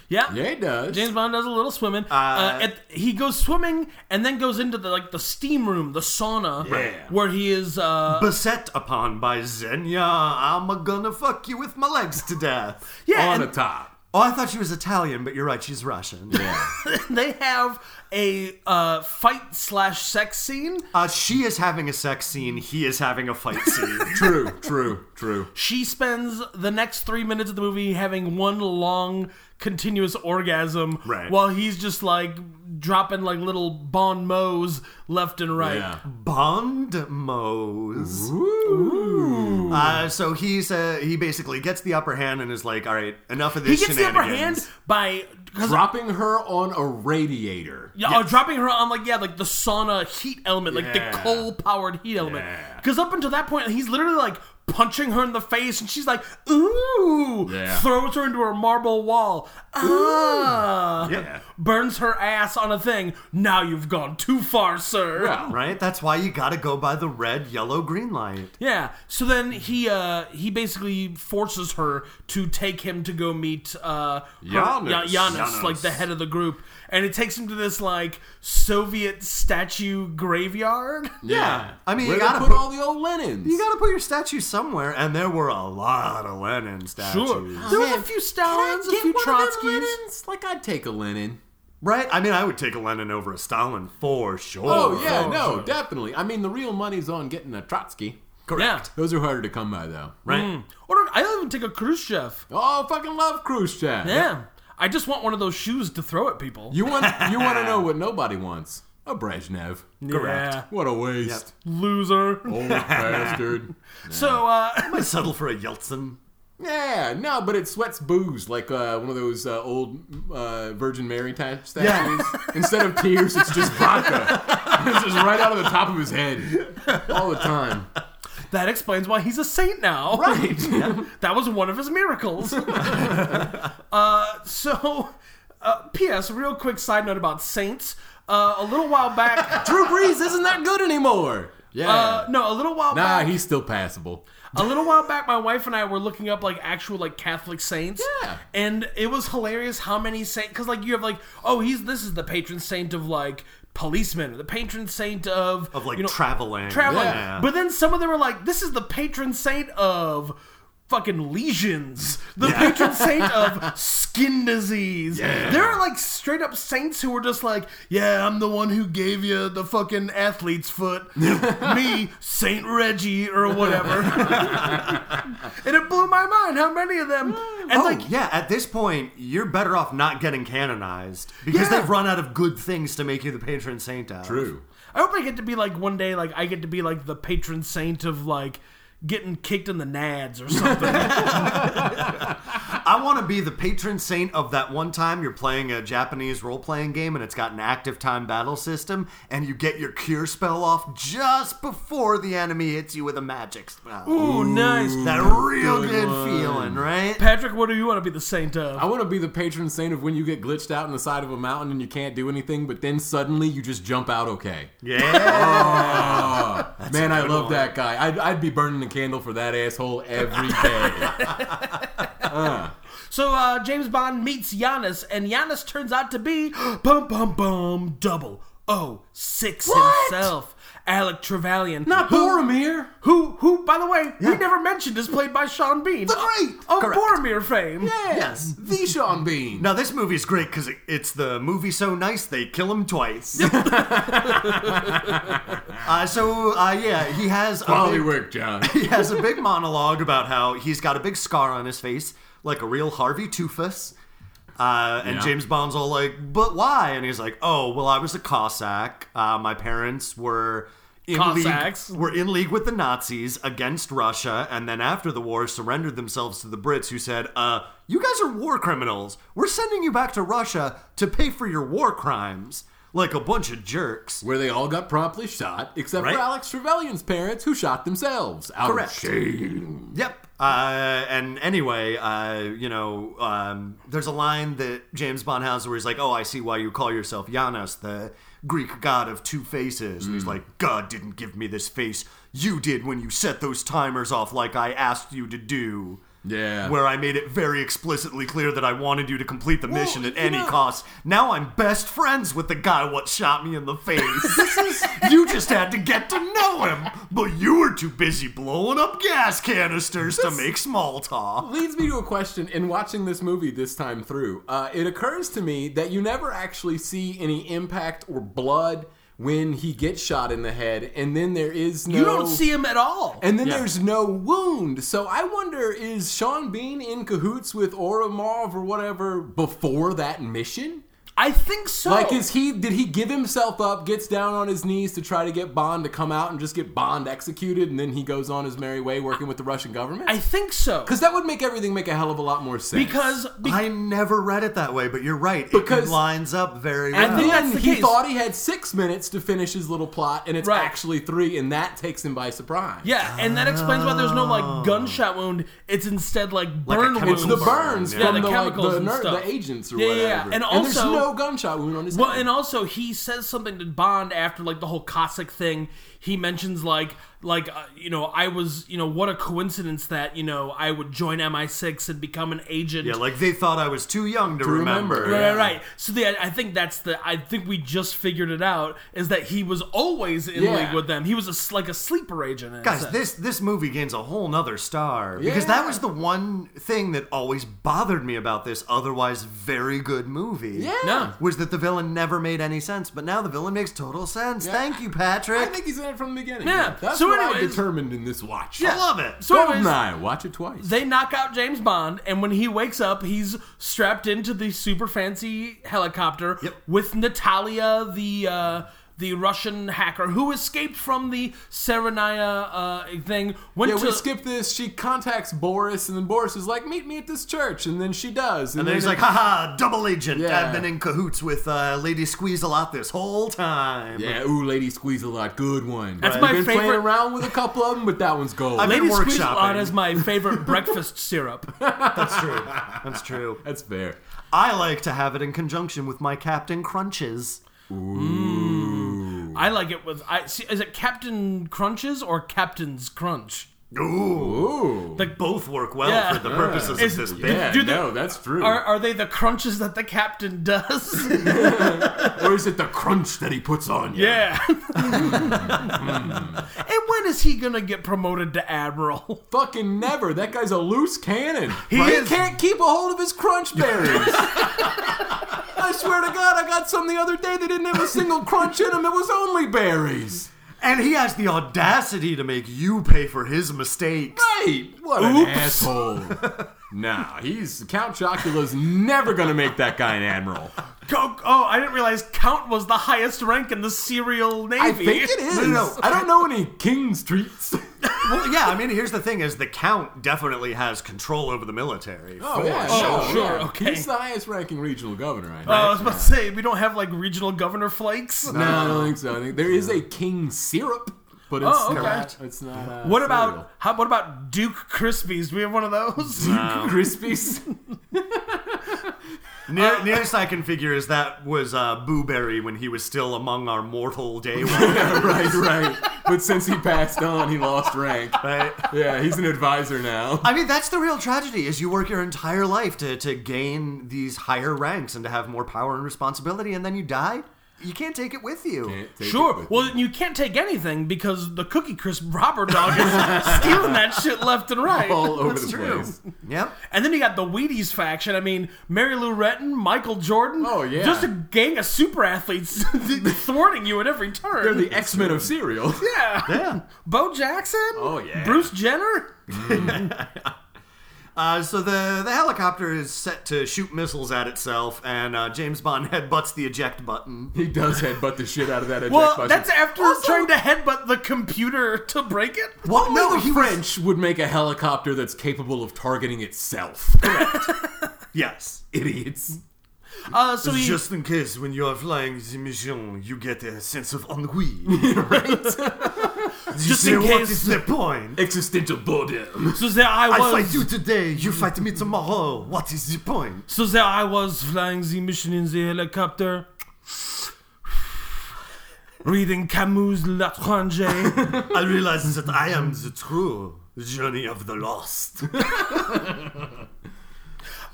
Speaker 1: Yeah.
Speaker 2: Yeah, he does.
Speaker 1: James Bond does a little swimming. Uh, at, he goes swimming and then goes into the like the steam room, the sauna,
Speaker 2: Yeah.
Speaker 1: where he is uh,
Speaker 3: beset upon by Xenia. I'm a gonna fuck you with my legs to death.
Speaker 1: yeah,
Speaker 2: on
Speaker 1: and-
Speaker 2: the top.
Speaker 3: Oh, I thought she was Italian, but you're right, she's Russian.
Speaker 1: [laughs] they have a uh, fight slash sex scene.
Speaker 3: Uh, she is having a sex scene, he is having a fight
Speaker 1: [laughs]
Speaker 3: scene.
Speaker 2: True, true,
Speaker 3: [laughs]
Speaker 2: true.
Speaker 1: She spends the next three minutes of the movie having one long continuous orgasm,
Speaker 3: Right.
Speaker 1: while he's just like dropping like little bon mots left and right.
Speaker 2: Yeah.
Speaker 3: Bond Mose.
Speaker 2: Ooh.
Speaker 3: Uh, so he's uh, he basically gets the upper hand and is like, all right, enough of
Speaker 1: He
Speaker 3: this
Speaker 1: gets the upper hand
Speaker 3: shenanigans."
Speaker 1: by because
Speaker 2: Dropping her on a radiator.
Speaker 1: Yeah, or dropping her on like yeah, like the sauna heat element, like the
Speaker 2: Yeah.
Speaker 1: coal powered heat element.
Speaker 2: Yeah.
Speaker 1: Because up until that point, he's literally like punching her in the face, and she's like, "Ooh!"
Speaker 2: Yeah.
Speaker 1: Throws her into her marble wall. Ah!
Speaker 3: Yeah.
Speaker 1: Burns her ass on a thing. Now you've gone too far, sir.
Speaker 2: Well,
Speaker 3: Right? That's why you gotta go by the red, yellow, green light.
Speaker 1: Yeah. So then he uh he basically forces her to take him to go meet uh her-
Speaker 2: Giannis.
Speaker 1: Ya- Giannis,
Speaker 3: Giannis.
Speaker 1: like the head of the group. And it takes him to this like Soviet statue graveyard.
Speaker 3: Yeah. I mean,
Speaker 2: Where
Speaker 3: you
Speaker 2: they
Speaker 3: gotta
Speaker 2: put,
Speaker 3: put-
Speaker 2: all the old Lenins.
Speaker 3: You gotta put your statue somewhere, and there were a lot of Lenin statues.
Speaker 1: Sure. there was a few Stalins, a few Trotskys.
Speaker 2: Like I'd take a Lenin.
Speaker 3: Right? I mean, I would take a Lenin over a Stalin for sure.
Speaker 2: Oh yeah, no, definitely. I mean, the real money's on getting a Trotsky.
Speaker 1: Correct.
Speaker 2: Those are harder to come by though.
Speaker 3: Right?
Speaker 1: Or I don't even take a Khrushchev.
Speaker 2: Oh, I fucking love Khrushchev.
Speaker 1: Yeah. I just want one of those shoes to throw at people.
Speaker 2: You want you want to [laughs] know what nobody wants? A Brezhnev.
Speaker 1: Correct.
Speaker 2: What a waste.
Speaker 1: Loser.
Speaker 2: [laughs] Old bastard.
Speaker 1: So uh [laughs]
Speaker 3: I settle for a Yeltsin.
Speaker 2: Yeah, no, but it sweats booze like uh, one of those uh, old uh, Virgin Mary type statues. Instead of tears, it's just [laughs] vodka. it's just right out of the top of his head all the time.
Speaker 1: that explains why he's a saint now. [laughs]
Speaker 2: Right.
Speaker 1: That was one of his miracles. [laughs] uh, so, uh, P.S. Real quick side note about saints. Uh, a little while
Speaker 2: [laughs]
Speaker 1: back,
Speaker 2: Drew Brees isn't that good anymore. Yeah.
Speaker 1: uh, no, a little while
Speaker 2: nah,
Speaker 1: back,
Speaker 2: he's still passable.
Speaker 1: a little while back, my wife and I were looking up like actual like Catholic saints.
Speaker 2: Yeah.
Speaker 1: and it was hilarious how many saints because like you have like oh he's this is the patron saint of like policemen, the patron saint of
Speaker 3: Of like
Speaker 1: you know,
Speaker 3: traveling.
Speaker 1: traveling.
Speaker 2: Yeah.
Speaker 1: But then some of them were like, this is the patron saint of fucking lesions. The patron saint of skin disease. There are like straight up saints who were just like, yeah, I'm the one who gave you the fucking athlete's foot. Me, Saint Reggie, or whatever. and it blew my mind how many of them. And
Speaker 3: Oh,
Speaker 1: like,
Speaker 3: yeah, at this point, you're better off not getting canonized because
Speaker 1: Yeah.
Speaker 3: they've run out of good things to make you the patron saint of.
Speaker 2: True.
Speaker 1: I hope I get to be like one day, like I get to be like the patron saint of like getting kicked in the nads or something.
Speaker 3: Uh, I want to be the patron saint of that one time you're playing a Japanese role playing game and it's got an active time battle system and you get your cure spell off just before the enemy hits you with a magic spell.
Speaker 1: Ooh, nice.
Speaker 3: that real
Speaker 2: good
Speaker 3: good,
Speaker 2: one.
Speaker 3: feeling, right?
Speaker 1: Patrick, what do you want to be the saint of?
Speaker 2: I want to be the patron saint of when you get glitched out on the side of a mountain and you can't do anything, but then suddenly you just jump out okay.
Speaker 1: [laughs]
Speaker 3: Yeah.
Speaker 2: Man, I love
Speaker 3: one.
Speaker 2: that guy. I'd, I'd be burning the candle for that asshole every
Speaker 3: [laughs]
Speaker 2: day.
Speaker 1: So uh, James Bond meets Giannis, and Giannis turns out to be [gasps] bum bum bum double oh six himself, Alec Trevelyan.
Speaker 2: Not Boromir.
Speaker 1: who who by the way we never mentioned is played by Sean Bean. The [gasps]
Speaker 3: great!
Speaker 1: of
Speaker 3: Correct.
Speaker 1: Boromir fame.
Speaker 3: Yes.
Speaker 2: The Sean Bean.
Speaker 3: now, this movie's great because it, it's the movie so nice they kill him twice. uh, so, uh, yeah, he has. a
Speaker 2: Quality
Speaker 3: big-
Speaker 2: work,
Speaker 3: [laughs]
Speaker 2: John.
Speaker 3: he has a big monologue about how he's got a big scar on his face, like a real Harvey Tufus. Uh, and
Speaker 2: Yeah.
Speaker 3: James Bond's all like, but why? And he's like, oh, well, I was a Cossack. Uh, my parents were in
Speaker 1: Cossacks.
Speaker 3: league were in league with the Nazis against Russia, and then after the war, surrendered themselves to the Brits, who said, uh, you guys are war criminals. We're sending you back to Russia to pay for your war crimes, like a bunch of jerks.
Speaker 2: Where they all got promptly shot, except
Speaker 3: Right.
Speaker 2: for Alex Trevelyan's parents, who shot themselves. Out
Speaker 3: Correct.
Speaker 2: Of shame.
Speaker 3: Yep. Uh, and anyway, uh, you know, um, there's a line that James Bond has where he's like, "Oh, I see why you call yourself Giannis, the Greek god of two faces." And he's like, "God didn't give me this face. You did when you set those timers off like I asked you to do."
Speaker 2: Yeah.
Speaker 3: Where I made it very explicitly clear that I wanted you to complete the mission at
Speaker 2: you
Speaker 3: any
Speaker 2: know-
Speaker 3: cost. Now I'm best friends with the guy what shot me in the face. [laughs] you just had to get to know him, but you were too busy blowing up gas canisters to make small talk.
Speaker 2: leads me to a question in watching this movie this time through uh, it occurs to me that you never actually see any impact or blood when he gets shot in the head and then there is no
Speaker 1: You don't see him at all.
Speaker 2: and then there's no wound so i wonder is sean bean in cahoots with oramov or whatever before that mission
Speaker 1: I think so.
Speaker 2: like is he did he give himself up gets down on his knees to try to get bond to come out and just get bond executed and then he goes on his merry way working with the russian government
Speaker 1: I think so.
Speaker 2: because that would make everything make a hell of a lot more sense
Speaker 1: Because be-
Speaker 3: I never read it that way, but you're right.
Speaker 2: Because-
Speaker 3: it lines up very
Speaker 1: I
Speaker 3: well.
Speaker 1: think that's
Speaker 2: And
Speaker 1: the
Speaker 2: he
Speaker 1: case.
Speaker 2: thought he had six minutes to finish his little plot, and it's
Speaker 1: Right.
Speaker 2: actually three, and that takes him by surprise.
Speaker 1: yeah, and that explains why there's no like gunshot wound. It's instead like
Speaker 3: a
Speaker 1: burn
Speaker 3: chemical
Speaker 1: wounds.
Speaker 2: It's the
Speaker 3: Burn,
Speaker 2: burns
Speaker 3: yeah.
Speaker 2: from
Speaker 1: Yeah, the
Speaker 2: the, like,
Speaker 1: chemicals
Speaker 2: the,
Speaker 1: and
Speaker 2: ner-
Speaker 1: stuff.
Speaker 2: the agents or
Speaker 1: Yeah, yeah,
Speaker 2: whatever.
Speaker 1: yeah. And
Speaker 2: there's
Speaker 1: also-
Speaker 2: no gunshot wound on his
Speaker 1: Well,
Speaker 2: head.
Speaker 1: and also he says something to Bond after like the whole Cossack thing. He mentions like like uh, you know I was you know what a coincidence that you know I would join MI6 and become an agent.
Speaker 3: yeah, like they thought I was too young to,
Speaker 2: remember.
Speaker 3: remember.
Speaker 1: Right, right, right. So the, I think that's the. I think we just figured it out is that he was always in
Speaker 2: Yeah.
Speaker 1: league with them. He was a s like a sleeper agent. in a
Speaker 3: Guys,
Speaker 1: sense.
Speaker 3: this this movie gains a whole nother star because that
Speaker 2: Yeah.
Speaker 3: was the one thing that always bothered me about this otherwise very good movie.
Speaker 2: yeah.
Speaker 1: no,
Speaker 3: was that the villain never made any sense, but now the villain makes total sense. Thank you, Patrick.
Speaker 2: I think he's in it from the beginning.
Speaker 1: Yeah.
Speaker 2: That's
Speaker 1: So
Speaker 2: what I
Speaker 1: anyways-
Speaker 2: determined in this watch.
Speaker 3: I love it.
Speaker 1: So anyways,
Speaker 2: Goldeneye, watch it twice.
Speaker 1: they knock out James Bond, and when he wakes up, he's strapped into the super fancy helicopter
Speaker 3: Yep.
Speaker 1: with Natalia, the uh, the Russian hacker who escaped from the Serenaya uh, thing. Went
Speaker 2: yeah,
Speaker 1: to
Speaker 2: we skip this. She contacts Boris, and then Boris is like, "Meet me at this church," and then she does,
Speaker 3: and then he's like, haha, double agent.
Speaker 2: Yeah.
Speaker 3: I've been in cahoots with uh, Lady Squeeze a lot this whole time.
Speaker 2: "Yeah, ooh, lady, squeeze a lot, good one."
Speaker 1: That's
Speaker 2: I've
Speaker 1: my
Speaker 2: been playing
Speaker 1: favorite-
Speaker 2: around with a couple of them, but that one's gold.
Speaker 3: I mean-
Speaker 1: Lady
Speaker 3: They're
Speaker 1: Squeezalot
Speaker 3: workshopping.
Speaker 1: is my favorite breakfast [laughs] syrup.
Speaker 3: That's true. That's true.
Speaker 2: That's fair.
Speaker 3: I like to have it in conjunction with my Captain Crunches.
Speaker 1: I like it with I see, is it Captain Crunches or Captain's Crunch?
Speaker 3: Ooh.
Speaker 2: Ooh.
Speaker 3: Both work well
Speaker 1: Yeah.
Speaker 3: for the purposes
Speaker 1: Is-
Speaker 3: of this bit.
Speaker 2: Yeah,
Speaker 1: Do they-
Speaker 2: no, that's true.
Speaker 1: Are, are they the crunches that the captain does?
Speaker 2: or is it the crunch that he puts on you?
Speaker 1: yeah. [laughs] and when is he gonna get promoted to admiral?
Speaker 2: Fucking never. That guy's a loose cannon. He,
Speaker 1: is.
Speaker 2: can't keep a hold of his crunch berries. I swear to God, I got some the other day that didn't have a single crunch in them. It was only berries.
Speaker 3: And he has the audacity to make you pay for
Speaker 2: [laughs]
Speaker 3: his mistakes.
Speaker 2: Right. What an asshole. nah, he's Count Chocula's never gonna make that guy an admiral.
Speaker 1: Co- oh, I didn't realize Count was the highest rank in the serial navy.
Speaker 2: I think it is.
Speaker 3: No, no, no.
Speaker 2: I don't know any king's treats.
Speaker 3: Well, yeah, I mean, here's the thing: is the count definitely has control over the military.
Speaker 2: Oh, yeah,
Speaker 1: Oh,
Speaker 2: sure,
Speaker 1: sure,
Speaker 2: yeah.
Speaker 1: okay. Oh,
Speaker 2: He's the highest ranking regional governor, I think.
Speaker 1: Uh, I was about to say we don't have like regional governor flakes.
Speaker 2: no, I don't think so. I think there is a king syrup, but it's
Speaker 1: Oh, okay.
Speaker 2: not. It's not. Uh,
Speaker 1: What about how, what about Duke Krispies? Do we have one of those?
Speaker 2: cereal. Krispies?
Speaker 3: Near, nearest I can figure is that was uh, Boo Berry when he was still among our mortal day
Speaker 2: [laughs]
Speaker 3: one,
Speaker 2: yeah, right, right. But since he passed on, he lost rank.
Speaker 3: right?
Speaker 2: Yeah, he's an advisor now.
Speaker 3: I mean, that's the real tragedy: is you work your entire life to to gain these higher ranks and to have more power and responsibility, and then you die. You can't take it with you.
Speaker 2: Can't take it
Speaker 1: Sure.
Speaker 2: with
Speaker 1: Well,
Speaker 2: you.
Speaker 1: you can't take anything because the Cookie Crisp robber dog is stealing that shit left and right.
Speaker 2: all over
Speaker 3: That's
Speaker 2: the
Speaker 3: true.
Speaker 2: place.
Speaker 3: Yep.
Speaker 1: And then you got the Wheaties faction. I mean, Mary Lou Retton, Michael Jordan.
Speaker 2: Oh, yeah.
Speaker 1: Just a gang of super athletes [laughs] thwarting you at every turn.
Speaker 2: They're the X Men of cereal.
Speaker 1: yeah.
Speaker 3: Yeah.
Speaker 1: Bo Jackson.
Speaker 2: Oh, yeah.
Speaker 1: Bruce Jenner.
Speaker 3: Uh, so the, the helicopter is set to shoot missiles at itself, and uh, James Bond [laughs] headbutts the eject button.
Speaker 2: He does headbutt the shit out of that eject
Speaker 1: Well,
Speaker 2: button.
Speaker 1: that's after
Speaker 3: Also-
Speaker 1: trying to headbutt the computer to break it.
Speaker 2: What
Speaker 3: No,
Speaker 2: no,
Speaker 3: he was-
Speaker 2: French would make a helicopter that's capable of
Speaker 1: [laughs]
Speaker 2: targeting itself?
Speaker 3: Yes.
Speaker 2: Idiots.
Speaker 1: Uh, so he
Speaker 3: Just in case, when you are flying the mission, you get a sense of [laughs] ennui.
Speaker 1: just in case.
Speaker 3: the point?
Speaker 2: Existential boredom.
Speaker 1: So there I was.
Speaker 3: today, you fight me tomorrow. What is the [laughs] point?
Speaker 1: So there I was flying the mission in the helicopter, reading Camus' L'Étranger.
Speaker 3: I realize that I am the true journey of the lost.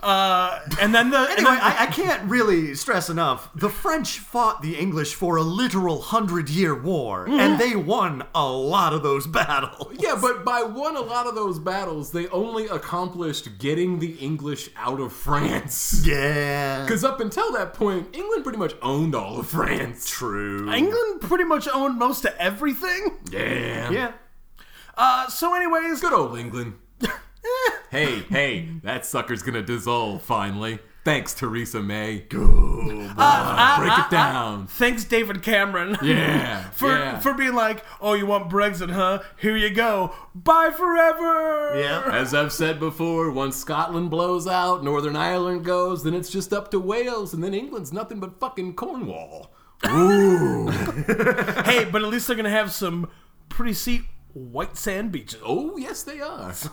Speaker 1: uh, and then the and
Speaker 3: Anyway,
Speaker 1: then,
Speaker 3: I, I can't really stress enough. The French fought the English for a literal hundred year war, and they won a lot of those battles. [laughs]
Speaker 2: Yeah, but by one, a lot of those battles, they only accomplished getting the English out of
Speaker 3: [laughs]
Speaker 2: France.
Speaker 3: Yeah.
Speaker 2: Because up until that point, England pretty much owned all of France.
Speaker 3: True.
Speaker 1: England pretty much owned most of everything.
Speaker 2: Yeah.
Speaker 3: Yeah.
Speaker 1: Uh, so, anyways,
Speaker 2: Good old England. hey, hey, that sucker's gonna dissolve finally. Thanks, Theresa May. Go.
Speaker 1: uh,
Speaker 2: break
Speaker 1: uh,
Speaker 2: it down.
Speaker 1: thanks David Cameron.
Speaker 2: Yeah.
Speaker 1: [laughs] For,
Speaker 2: yeah.
Speaker 1: for being like, oh, you want Brexit, huh? Here you go. Bye forever.
Speaker 3: Yeah.
Speaker 2: As I've said before, once Scotland blows out, Northern Ireland goes, then it's just up to Wales, and then England's nothing but fucking Cornwall. Ooh.
Speaker 1: Hey, but at least they're gonna have some pretty sweet white sand beaches.
Speaker 2: oh, yes, they are. [laughs]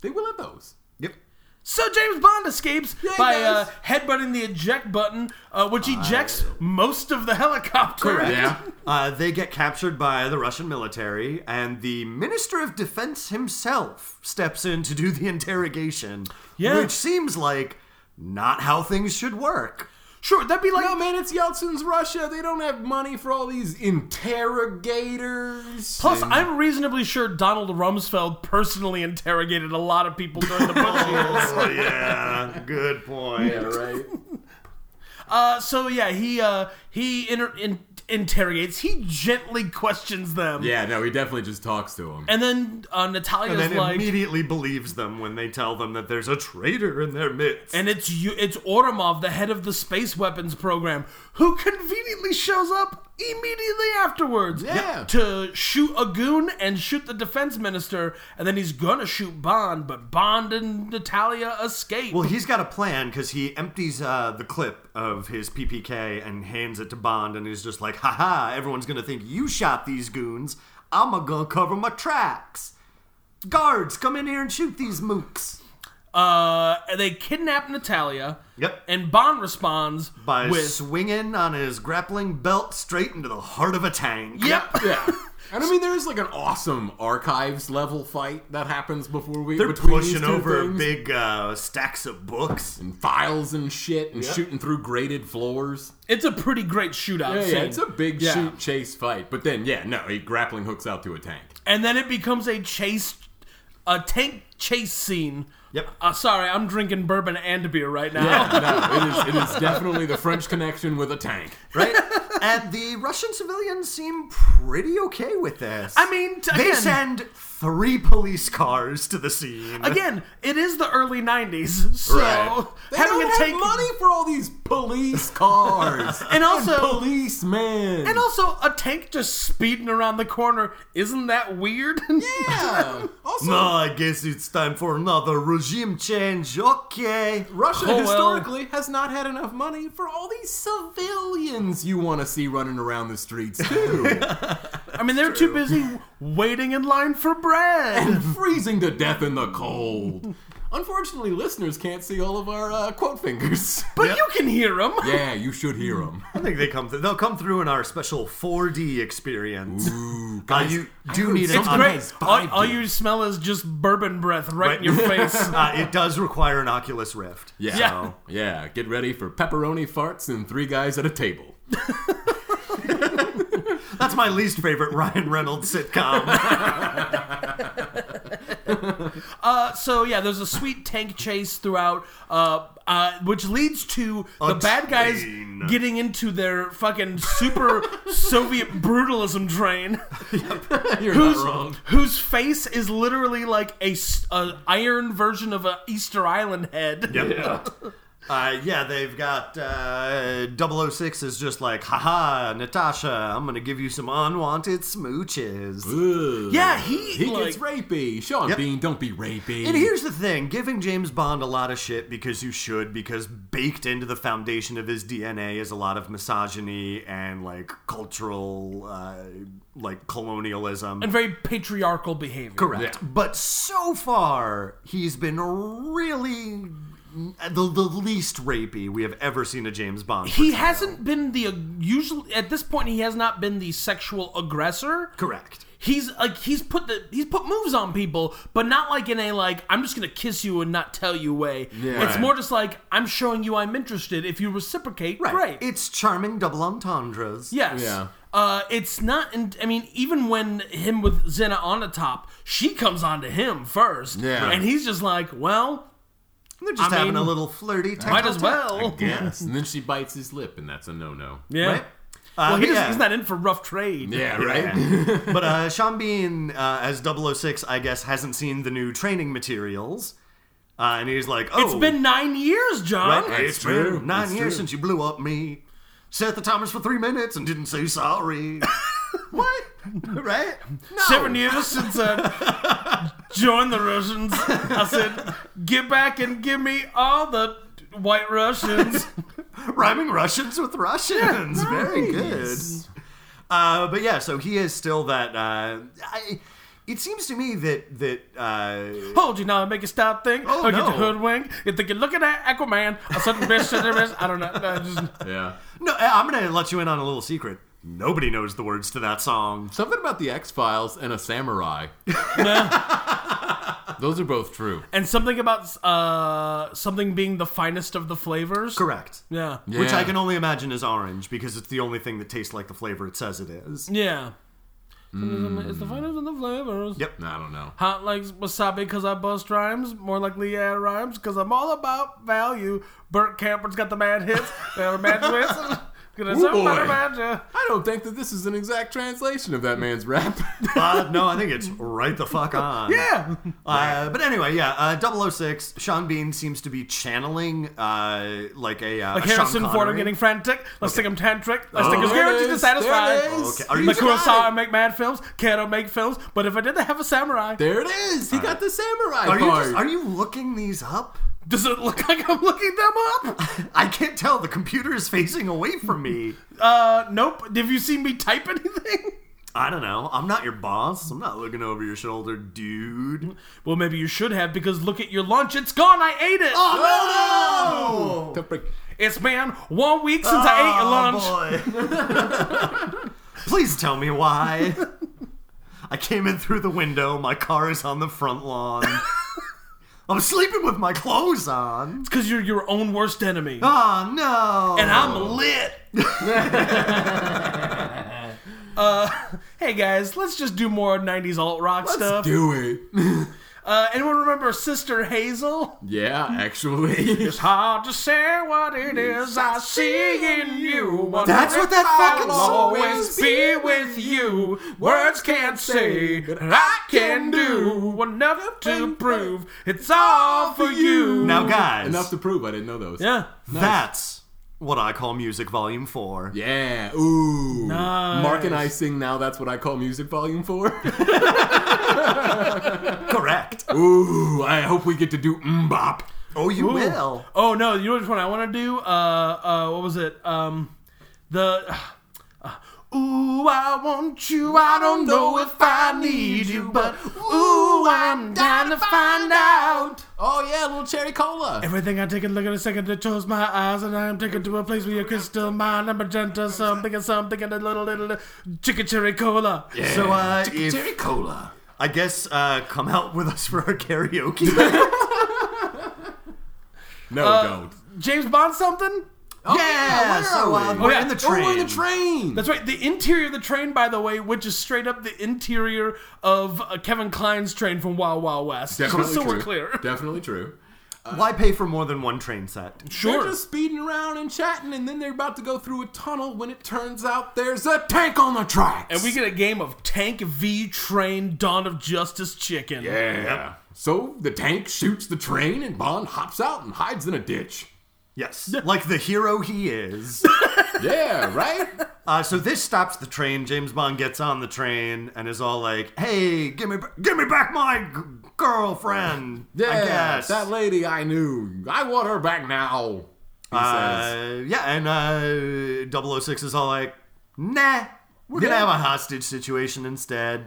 Speaker 2: they will have those.
Speaker 3: Yep.
Speaker 1: So James Bond escapes
Speaker 2: he
Speaker 1: by uh,
Speaker 2: does.
Speaker 1: headbutting the eject button, uh, which ejects most of the [laughs] helicopter.
Speaker 3: Correct.
Speaker 2: Yeah.
Speaker 3: Uh, they get captured by the Russian military, and the Minister of Defense himself steps in to do the interrogation,
Speaker 1: Yeah.
Speaker 3: which seems like not how things should work.
Speaker 1: Sure, that'd be like
Speaker 2: [laughs] No, man, it's Yeltsin's Russia. They don't have money for all these interrogators.
Speaker 1: Plus, I'm reasonably sure Donald Rumsfeld personally interrogated a lot of people during the
Speaker 2: [laughs]
Speaker 1: Bush years.
Speaker 3: Oh, yeah. Good point.
Speaker 2: Yeah, right.
Speaker 1: Uh, so yeah, he uh, he inter- in- interrogates. He gently questions them,
Speaker 2: [laughs] yeah, no, he definitely just talks to him.
Speaker 1: and then uh, Natalia's
Speaker 3: And then
Speaker 1: like,
Speaker 3: immediately believes them when they tell them that there's a traitor in their midst.
Speaker 1: and it's you, it's Oromov, the head of the space weapons program, who conveniently shows up immediately afterwards.
Speaker 2: Yeah.
Speaker 1: To shoot a goon and shoot the defense minister, and then he's gonna shoot Bond, but Bond and Natalia escape.
Speaker 3: well, he's got a plan because he empties uh, the clip of his PPK and hands it to Bond, and he's just like, haha, everyone's going to think you shot these goons. I'm going to cover my tracks. Guards, come in here and shoot these mooks.
Speaker 1: uh, and they kidnap Natalia.
Speaker 3: Yep.
Speaker 1: And Bond responds
Speaker 3: By
Speaker 1: with
Speaker 3: swinging on his grappling belt straight into the heart of a tank.
Speaker 1: Yep.
Speaker 2: Yeah. And I mean, there is like an awesome archives level fight that happens before we.
Speaker 3: They're
Speaker 2: between these
Speaker 3: pushing
Speaker 2: two
Speaker 3: over
Speaker 2: things.
Speaker 3: big uh, stacks of books.
Speaker 2: and files and shit and shooting through graded floors.
Speaker 1: It's a pretty great shootout
Speaker 2: Yeah,
Speaker 1: scene.
Speaker 2: yeah, it's a big
Speaker 1: Yeah.
Speaker 2: shoot chase fight. But then, yeah, no, he grappling hooks out to a tank. [laughs]
Speaker 1: and then it becomes a chase, a tank chase scene.
Speaker 3: Yep.
Speaker 1: Uh, sorry, I'm drinking bourbon and beer right now.
Speaker 2: Yeah, no, it is, it is definitely the French connection with a tank.
Speaker 3: right? [laughs] and the Russian civilians seem pretty okay with this.
Speaker 1: I mean, t-
Speaker 3: they
Speaker 1: again-
Speaker 3: send three police cars to the scene.
Speaker 1: [laughs] Again, it is the early '90s, so
Speaker 3: Right.
Speaker 2: They
Speaker 1: having
Speaker 2: don't
Speaker 1: it
Speaker 2: have
Speaker 1: take
Speaker 2: money for all these
Speaker 1: [laughs]
Speaker 2: police cars
Speaker 1: And also-
Speaker 2: policemen.
Speaker 1: and also a tank just speeding around the corner isn't that weird? [laughs]
Speaker 2: yeah. [laughs] Also,
Speaker 3: No, "Oh, I guess it's time for another regime change. Okay.
Speaker 2: Russia
Speaker 1: well.
Speaker 2: historically has not had enough money for all these civilians you want to see running around the streets
Speaker 1: [laughs]
Speaker 2: too,
Speaker 1: I mean, they're too busy waiting in line for bread.
Speaker 2: freezing to death in the cold. Unfortunately, listeners can't see all of our uh,
Speaker 1: [laughs]
Speaker 2: quote fingers.
Speaker 1: But you can hear them.
Speaker 2: yeah, you should hear them.
Speaker 3: I think they come. Th- they'll come through in our special 4D experience.
Speaker 2: Ooh,
Speaker 3: Uh, you do
Speaker 2: heard
Speaker 3: need an
Speaker 1: It's
Speaker 2: something.
Speaker 3: un-
Speaker 1: great.
Speaker 2: Nice
Speaker 1: All,
Speaker 2: vibe,
Speaker 1: all
Speaker 2: dude.
Speaker 1: you smell is just bourbon breath right, in your face.
Speaker 3: uh, it does require an Oculus Rift.
Speaker 2: Yeah.
Speaker 1: Yeah.
Speaker 2: Yeah, Get ready for pepperoni farts and three guys at a table. [laughs]
Speaker 3: That's my least favorite Ryan Reynolds [laughs] sitcom.
Speaker 1: Uh, so yeah, there's a sweet tank chase throughout, uh, uh, which leads to the bad guys
Speaker 3: train.
Speaker 1: getting into their fucking super Soviet brutalism train, [laughs]
Speaker 2: You're
Speaker 1: whose
Speaker 2: not wrong.
Speaker 1: whose face is literally like a, s- a iron version of an Easter Island head.
Speaker 3: [laughs] yeah. Uh, yeah, they've got uh, 006 is just like, haha, Natasha, I'm going to give you some unwanted smooches.
Speaker 2: Ugh.
Speaker 1: Yeah, he,
Speaker 2: He
Speaker 1: like-
Speaker 2: gets rapey. Sean
Speaker 3: Yep.
Speaker 2: Bean, don't be rapey.
Speaker 3: And here's the thing giving James Bond a lot of shit because you should, because baked into the foundation of his DNA is a lot of misogyny and like cultural, uh, like colonialism.
Speaker 1: and very patriarchal behavior.
Speaker 3: Correct.
Speaker 2: Yeah.
Speaker 3: But so far, he's been really the, the least rapey we have ever seen a James Bond.
Speaker 1: He hasn't been the uh, usually at this point. He has not been the sexual aggressor.
Speaker 3: Correct.
Speaker 1: He's like he's put the he's put moves on people, but not like in a like I'm just gonna kiss you and not tell you way.
Speaker 2: Yeah.
Speaker 1: It's more just like I'm showing you I'm interested. If you reciprocate,
Speaker 3: Right.
Speaker 1: great.
Speaker 3: It's charming double entendres.
Speaker 1: yes.
Speaker 2: Yeah.
Speaker 1: Uh, it's not. In, I mean, even when him with Zena on the top, she comes on to him first.
Speaker 2: Yeah.
Speaker 1: And he's just like, well,
Speaker 3: They're just
Speaker 1: I
Speaker 3: having
Speaker 1: mean,
Speaker 3: a little flirty tete
Speaker 1: might as well.
Speaker 2: [laughs]
Speaker 3: [laughs]
Speaker 2: Yes. and then she bites his lip, and that's a no no.
Speaker 1: [laughs] Yeah.
Speaker 3: Right?
Speaker 1: Well,
Speaker 3: Uh,
Speaker 1: he
Speaker 3: but
Speaker 1: does-
Speaker 3: yeah.
Speaker 1: he's not [laughs] in for rough trade.
Speaker 2: Yeah,
Speaker 3: [laughs] but uh, Sean Bean, uh, as 006, I guess, hasn't seen the new training materials. Uh, and he's like, oh.
Speaker 1: It's been nine years, John.
Speaker 3: Right?
Speaker 2: That's
Speaker 3: It's been
Speaker 2: true.
Speaker 3: nine
Speaker 2: That's
Speaker 3: years
Speaker 2: true.
Speaker 3: since you blew up me. Set the timers for three minutes and didn't say sorry.
Speaker 1: [laughs]
Speaker 3: what? [laughs] Right? No.
Speaker 1: Seven years since I joined the Russians. I said, get back and give me all the white Russians.
Speaker 3: Rhyming Russians with Russians. Very good. Uh, but yeah, so he is still that. Uh, I, it seems to me that that uh,
Speaker 1: Hold you now, make a stop thing.
Speaker 3: Oh,
Speaker 1: or get
Speaker 3: no.
Speaker 1: your hoodwink. You think you're looking at Aquaman, a sudden bitch, sudden bitch. I don't know. No, just-
Speaker 2: Yeah.
Speaker 3: no, I- I'm gonna let you in on a little secret. Nobody knows the words to that song.
Speaker 2: Something about the X Files and a
Speaker 3: [laughs]
Speaker 2: samurai. [laughs] Those are both true.
Speaker 1: And something about uh, something being the finest of the flavors.
Speaker 3: Correct.
Speaker 1: Yeah. Yeah.
Speaker 3: Which I
Speaker 2: Yeah.
Speaker 3: can only imagine is orange because it's the only thing that tastes like the flavor it says it is.
Speaker 2: Mm.
Speaker 1: It's the finest of the flavors.
Speaker 3: Yep.
Speaker 2: I don't know.
Speaker 1: Hot like wasabi because I bust rhymes. More like Leanne rhymes because I'm all about value. Burt Camper's got the mad
Speaker 2: [laughs]
Speaker 1: hits. They have a mad twist. [laughs] Gonna
Speaker 2: Ooh,
Speaker 1: somebody
Speaker 2: boy.
Speaker 1: mad ya.
Speaker 2: I don't think that this is an exact translation of that man's [laughs] rap.
Speaker 3: Uh, no, I think it's right the fuck on.
Speaker 1: Yeah.
Speaker 3: Uh, but anyway, yeah, uh, 006, Sean Bean seems to be channeling uh, like a. Uh,
Speaker 1: Like
Speaker 3: a
Speaker 1: Harrison
Speaker 3: Sean
Speaker 1: Ford, I'm
Speaker 3: Connery.
Speaker 1: getting frantic. Let's sing him tantric. Let's
Speaker 2: Oh,
Speaker 1: think it's
Speaker 2: there it
Speaker 1: guaranteed to
Speaker 2: is. There it
Speaker 1: satisfy.
Speaker 2: is.
Speaker 3: Oh, Okay, are you
Speaker 1: Like
Speaker 2: He's got
Speaker 1: Kurosawa, I
Speaker 2: it.
Speaker 1: make mad films. Kato make films. But if I did, I have a samurai.
Speaker 2: There it is. He got the samurai
Speaker 3: Are you,
Speaker 2: part.
Speaker 3: just, are you looking these up?
Speaker 1: Does it look like I'm looking them up?
Speaker 3: I can't tell. The computer is facing away from me.
Speaker 1: Uh, nope. Have you seen me type anything? [laughs]
Speaker 3: I don't know. I'm not your boss. I'm not looking over your shoulder, dude.
Speaker 1: Well, maybe you should have because look at your lunch. It's gone. I ate it.
Speaker 3: Oh,
Speaker 2: Don't break-
Speaker 1: It's been one week since I ate your lunch.
Speaker 3: boy. [laughs] Please tell me why. I came in through the window. My car is on the front lawn. I'm sleeping with my clothes on.
Speaker 1: Because you're your own worst enemy.
Speaker 3: Oh no!
Speaker 1: And I'm lit. uh, hey guys, let's just do more 90s alt rock
Speaker 2: Let's
Speaker 1: stuff.
Speaker 2: do it.
Speaker 1: Uh, anyone remember Sister Hazel?
Speaker 2: [laughs] Yeah,
Speaker 3: [laughs]
Speaker 2: actually.
Speaker 1: It's hard to say what it is I see in you. but
Speaker 3: That's what that fucking
Speaker 1: I'll
Speaker 3: song
Speaker 1: always
Speaker 3: is.
Speaker 1: be with you. Words can't say that I can do. Enough to prove it's all for you.
Speaker 3: Now, guys,
Speaker 2: Enough to prove I didn't know those.
Speaker 1: yeah.
Speaker 3: that's what I call music volume four.
Speaker 2: Yeah. Ooh.
Speaker 1: Nice.
Speaker 2: Mark and I sing now. That's what I call music volume four. [laughs]
Speaker 3: Correct.
Speaker 2: Ooh. I hope we get to do mbop.
Speaker 3: Oh, you
Speaker 1: Ooh.
Speaker 3: will.
Speaker 1: Oh no! You know which one I want to do? Uh, uh, what was it? Um, the. [sighs] uh, Ooh, I want you. I don't know if I need you, but ooh, I'm down to find out.
Speaker 2: Oh yeah, little cherry cola.
Speaker 1: Everything I take a look at a second to close my eyes, and I am taken to a place where your crystal mind, a magenta, something and something, and a little little, little chicken cherry cola.
Speaker 3: So, uh, if-
Speaker 2: cherry cola.
Speaker 3: I guess uh, come out with us for
Speaker 2: [laughs]
Speaker 3: our karaoke.
Speaker 2: No,
Speaker 1: Uh,
Speaker 2: don't.
Speaker 1: James Bond something?
Speaker 2: Oh,
Speaker 3: yeah,
Speaker 2: where
Speaker 3: so,
Speaker 2: are
Speaker 3: uh,
Speaker 2: we?
Speaker 3: we're
Speaker 1: yeah.
Speaker 3: in the
Speaker 2: Oh,
Speaker 3: train.
Speaker 2: we're in the train.
Speaker 1: That's right. The interior of the train, by the way, which is straight up the interior of uh, Kevin Klein's train from Wild Wild West.
Speaker 2: Definitely
Speaker 1: so
Speaker 2: true.
Speaker 1: we're [laughs] clear.
Speaker 2: Definitely true.
Speaker 3: Uh, Why pay for more than one train set?
Speaker 1: Sure.
Speaker 2: They're just speeding around and chatting, and then they're about to go through a tunnel when it turns out there's a tank on the tracks.
Speaker 1: And we get a game of Tank v Train Dawn of Justice Chicken.
Speaker 2: Yeah. So the tank shoots the train, and Bond hops out and hides in a ditch.
Speaker 3: Yes, like the hero he is.
Speaker 2: Yeah, right? [laughs]
Speaker 3: Uh, so this stops the train. James Bond gets on the train and is all like, "Hey, give me, b- give me back my g- girlfriend."
Speaker 2: Yeah,
Speaker 3: I guess.
Speaker 2: that lady I knew. I want her back now. He says.
Speaker 3: uh, yeah, and uh, 006 is all like, "Nah, we're gonna
Speaker 2: Yeah.
Speaker 3: have a hostage situation instead."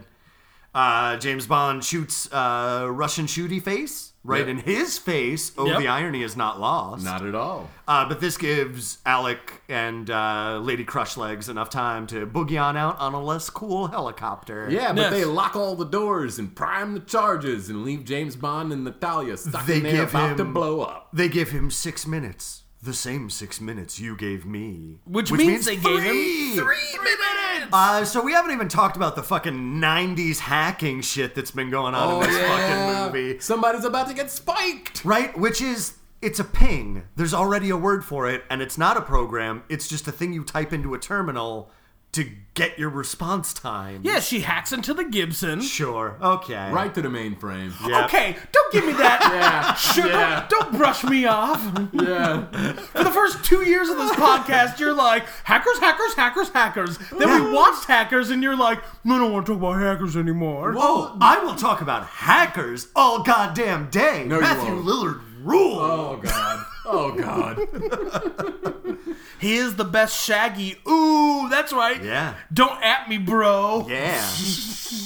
Speaker 3: Uh, James Bond shoots uh, Russian shooty face right
Speaker 2: Yep.
Speaker 3: in his face. Oh,
Speaker 1: Yep.
Speaker 3: the irony is not lost.
Speaker 2: Not at all.
Speaker 3: Uh, but this gives Alec and uh, Lady Crushlegs enough time to boogie on out on a less cool helicopter.
Speaker 2: Yeah, but
Speaker 1: Yes.
Speaker 2: they lock all the doors and prime the charges and leave James Bond and Natalia stuck
Speaker 3: They
Speaker 2: in there
Speaker 3: give
Speaker 2: about to
Speaker 3: him-
Speaker 2: blow up.
Speaker 3: They give him six minutes. The same six minutes you gave me.
Speaker 1: Which, means, they gave him
Speaker 3: three.
Speaker 1: three minutes.
Speaker 3: Uh, so we haven't even talked about the fucking 90s hacking shit that's been going on
Speaker 2: Oh,
Speaker 3: in this fucking movie.
Speaker 2: Somebody's about to get spiked.
Speaker 3: Right? Which is, it's a ping. There's already a word for it, and it's not a program. It's just a thing you type into a terminal to get your response time.
Speaker 1: yeah, she hacks into the Gibson.
Speaker 3: Sure. Okay.
Speaker 2: Right to the mainframe.
Speaker 3: Yep.
Speaker 1: Okay, don't give me that.
Speaker 3: [laughs]
Speaker 2: Yeah.
Speaker 1: Sure,
Speaker 2: Yeah.
Speaker 1: don't, don't brush me off.
Speaker 2: Yeah.
Speaker 1: For the first two years of this podcast, you're like, hackers, hackers, hackers, hackers. Then we watched hackers, and you're like, I don't want to talk about hackers anymore.
Speaker 3: Oh, I will talk about hackers all goddamn day.
Speaker 2: you
Speaker 3: Matthew
Speaker 2: won't.
Speaker 3: Lillard rules.
Speaker 2: Oh god. Oh god.
Speaker 1: He is the best Shaggy. Ooh, that's right.
Speaker 3: Yeah.
Speaker 1: Don't at me, bro.
Speaker 2: [laughs]
Speaker 3: Yeah.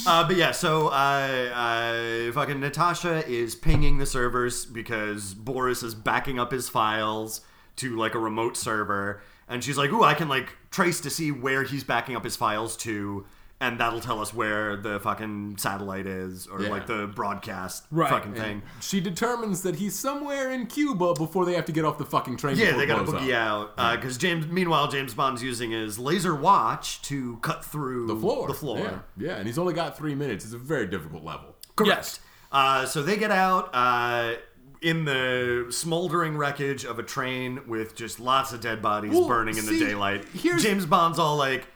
Speaker 3: uh, but yeah, so uh, uh, fucking Natasha is pinging the servers because Boris is backing up his files to like a remote server. And she's like, ooh, I can like trace to see where he's backing up his files to. And that'll tell us where the fucking satellite is or
Speaker 2: Yeah.
Speaker 3: like the broadcast
Speaker 1: Right.
Speaker 3: fucking thing.
Speaker 2: She determines that he's somewhere in Cuba before they have to get off the fucking train.
Speaker 3: Yeah,
Speaker 2: before
Speaker 3: they
Speaker 2: it
Speaker 3: gotta
Speaker 2: blows up.
Speaker 3: boogie out because James. Meanwhile, James Bond's using his laser watch to cut through
Speaker 2: the floor.
Speaker 3: The floor.
Speaker 2: Yeah. yeah, and he's only got three minutes. It's a very difficult level.
Speaker 1: Correct.
Speaker 3: Uh, so they get out uh, in the smoldering wreckage of a train with just lots of dead bodies
Speaker 2: Well,
Speaker 3: burning in the
Speaker 2: see,
Speaker 3: daylight.
Speaker 2: here's-
Speaker 3: James Bond's all like,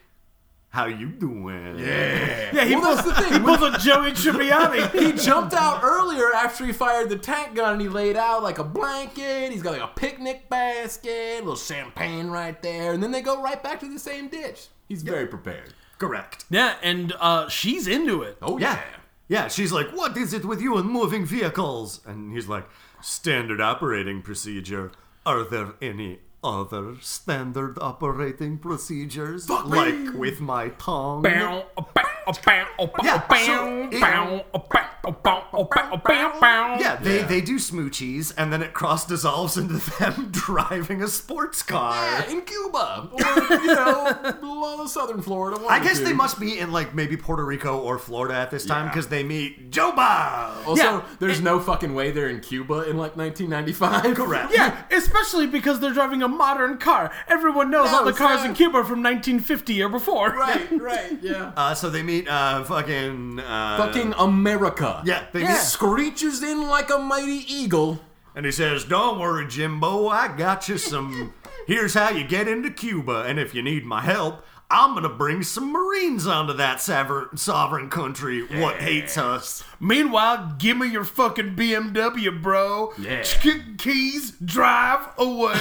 Speaker 3: "How you doing?"
Speaker 2: Yeah.
Speaker 1: Yeah, he
Speaker 2: well,
Speaker 1: pulls,
Speaker 2: that's the
Speaker 1: he
Speaker 2: thing.
Speaker 1: pulls a Joey Tribbiani.
Speaker 2: he jumped out earlier after he fired the tank gun and he laid out like a blanket. He's got like a picnic basket, a little champagne right there, and then they go right back to the same ditch. He's very prepared.
Speaker 3: Correct.
Speaker 1: yeah, and uh, she's into it.
Speaker 2: Oh
Speaker 3: Yeah.
Speaker 2: yeah.
Speaker 3: Yeah, she's like, "What is it with you and moving vehicles?" And he's like, "Standard operating procedure. Are there any other standard operating procedures?"
Speaker 2: Fuck me.
Speaker 3: like with my tongue.
Speaker 1: Bow, bow, bow, bow,
Speaker 3: Yeah,
Speaker 1: bow,
Speaker 3: so it-
Speaker 1: bow, bow, bow, bow, bow, bow.
Speaker 3: Yeah, they,
Speaker 2: Yeah.
Speaker 3: they do smoochies, and then it cross dissolves into them [laughs] driving a sports car.
Speaker 2: Yeah, Uh, in Cuba, or [laughs] you know, all of southern Florida. one
Speaker 3: I
Speaker 2: or
Speaker 3: guess
Speaker 2: two.
Speaker 3: they must be in like maybe Puerto Rico or Florida at this time
Speaker 2: Yeah.
Speaker 3: because they meet Joe Bob.
Speaker 2: Also,
Speaker 1: Yeah.
Speaker 2: there's no fucking way they're in Cuba in like 1995.
Speaker 3: Correct.
Speaker 1: Yeah, especially because they're driving a modern car. Everyone knows
Speaker 2: No,
Speaker 1: all the cars
Speaker 2: sir.
Speaker 1: in Cuba are from 1950 or before.
Speaker 2: Right. Right. Yeah.
Speaker 3: Uh, so they meet uh, fucking. Uh,
Speaker 2: fucking America.
Speaker 3: Yeah.
Speaker 2: He
Speaker 1: Yeah.
Speaker 2: screeches in like a mighty eagle.
Speaker 3: And he says, Don't worry, Jimbo, I got
Speaker 2: [laughs]
Speaker 3: you some. Here's how you get into Cuba, and if you need my help, I'm going to bring some Marines onto that saver- sovereign country, what hates us.
Speaker 1: [laughs] Meanwhile, give me your fucking BMW, bro.
Speaker 2: Yeah.
Speaker 1: Ch- keys, drive
Speaker 2: [laughs]
Speaker 1: away.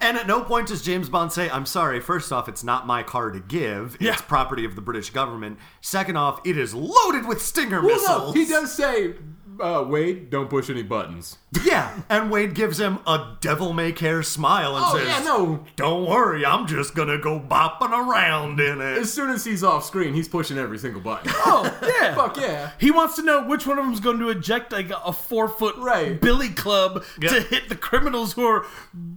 Speaker 3: And at no point does James Bond say, I'm sorry, first off, it's not my car to give. It's
Speaker 1: Yeah.
Speaker 3: property of the British government. Second off, it is loaded with Stinger missiles.
Speaker 2: he does say, uh, "Wade, don't push any buttons."
Speaker 3: [laughs] Yeah, and Wade gives him a devil may care smile and
Speaker 2: Oh,
Speaker 3: says,
Speaker 2: yeah, no.
Speaker 3: Don't worry, I'm just gonna go bopping around in it.
Speaker 2: As soon as he's off screen, he's pushing every single button. [laughs]
Speaker 1: oh, yeah.
Speaker 2: Fuck yeah.
Speaker 1: He wants to know which one of them's going to eject like a four foot
Speaker 2: Right.
Speaker 1: billy club
Speaker 3: Yeah.
Speaker 1: to hit the criminals who are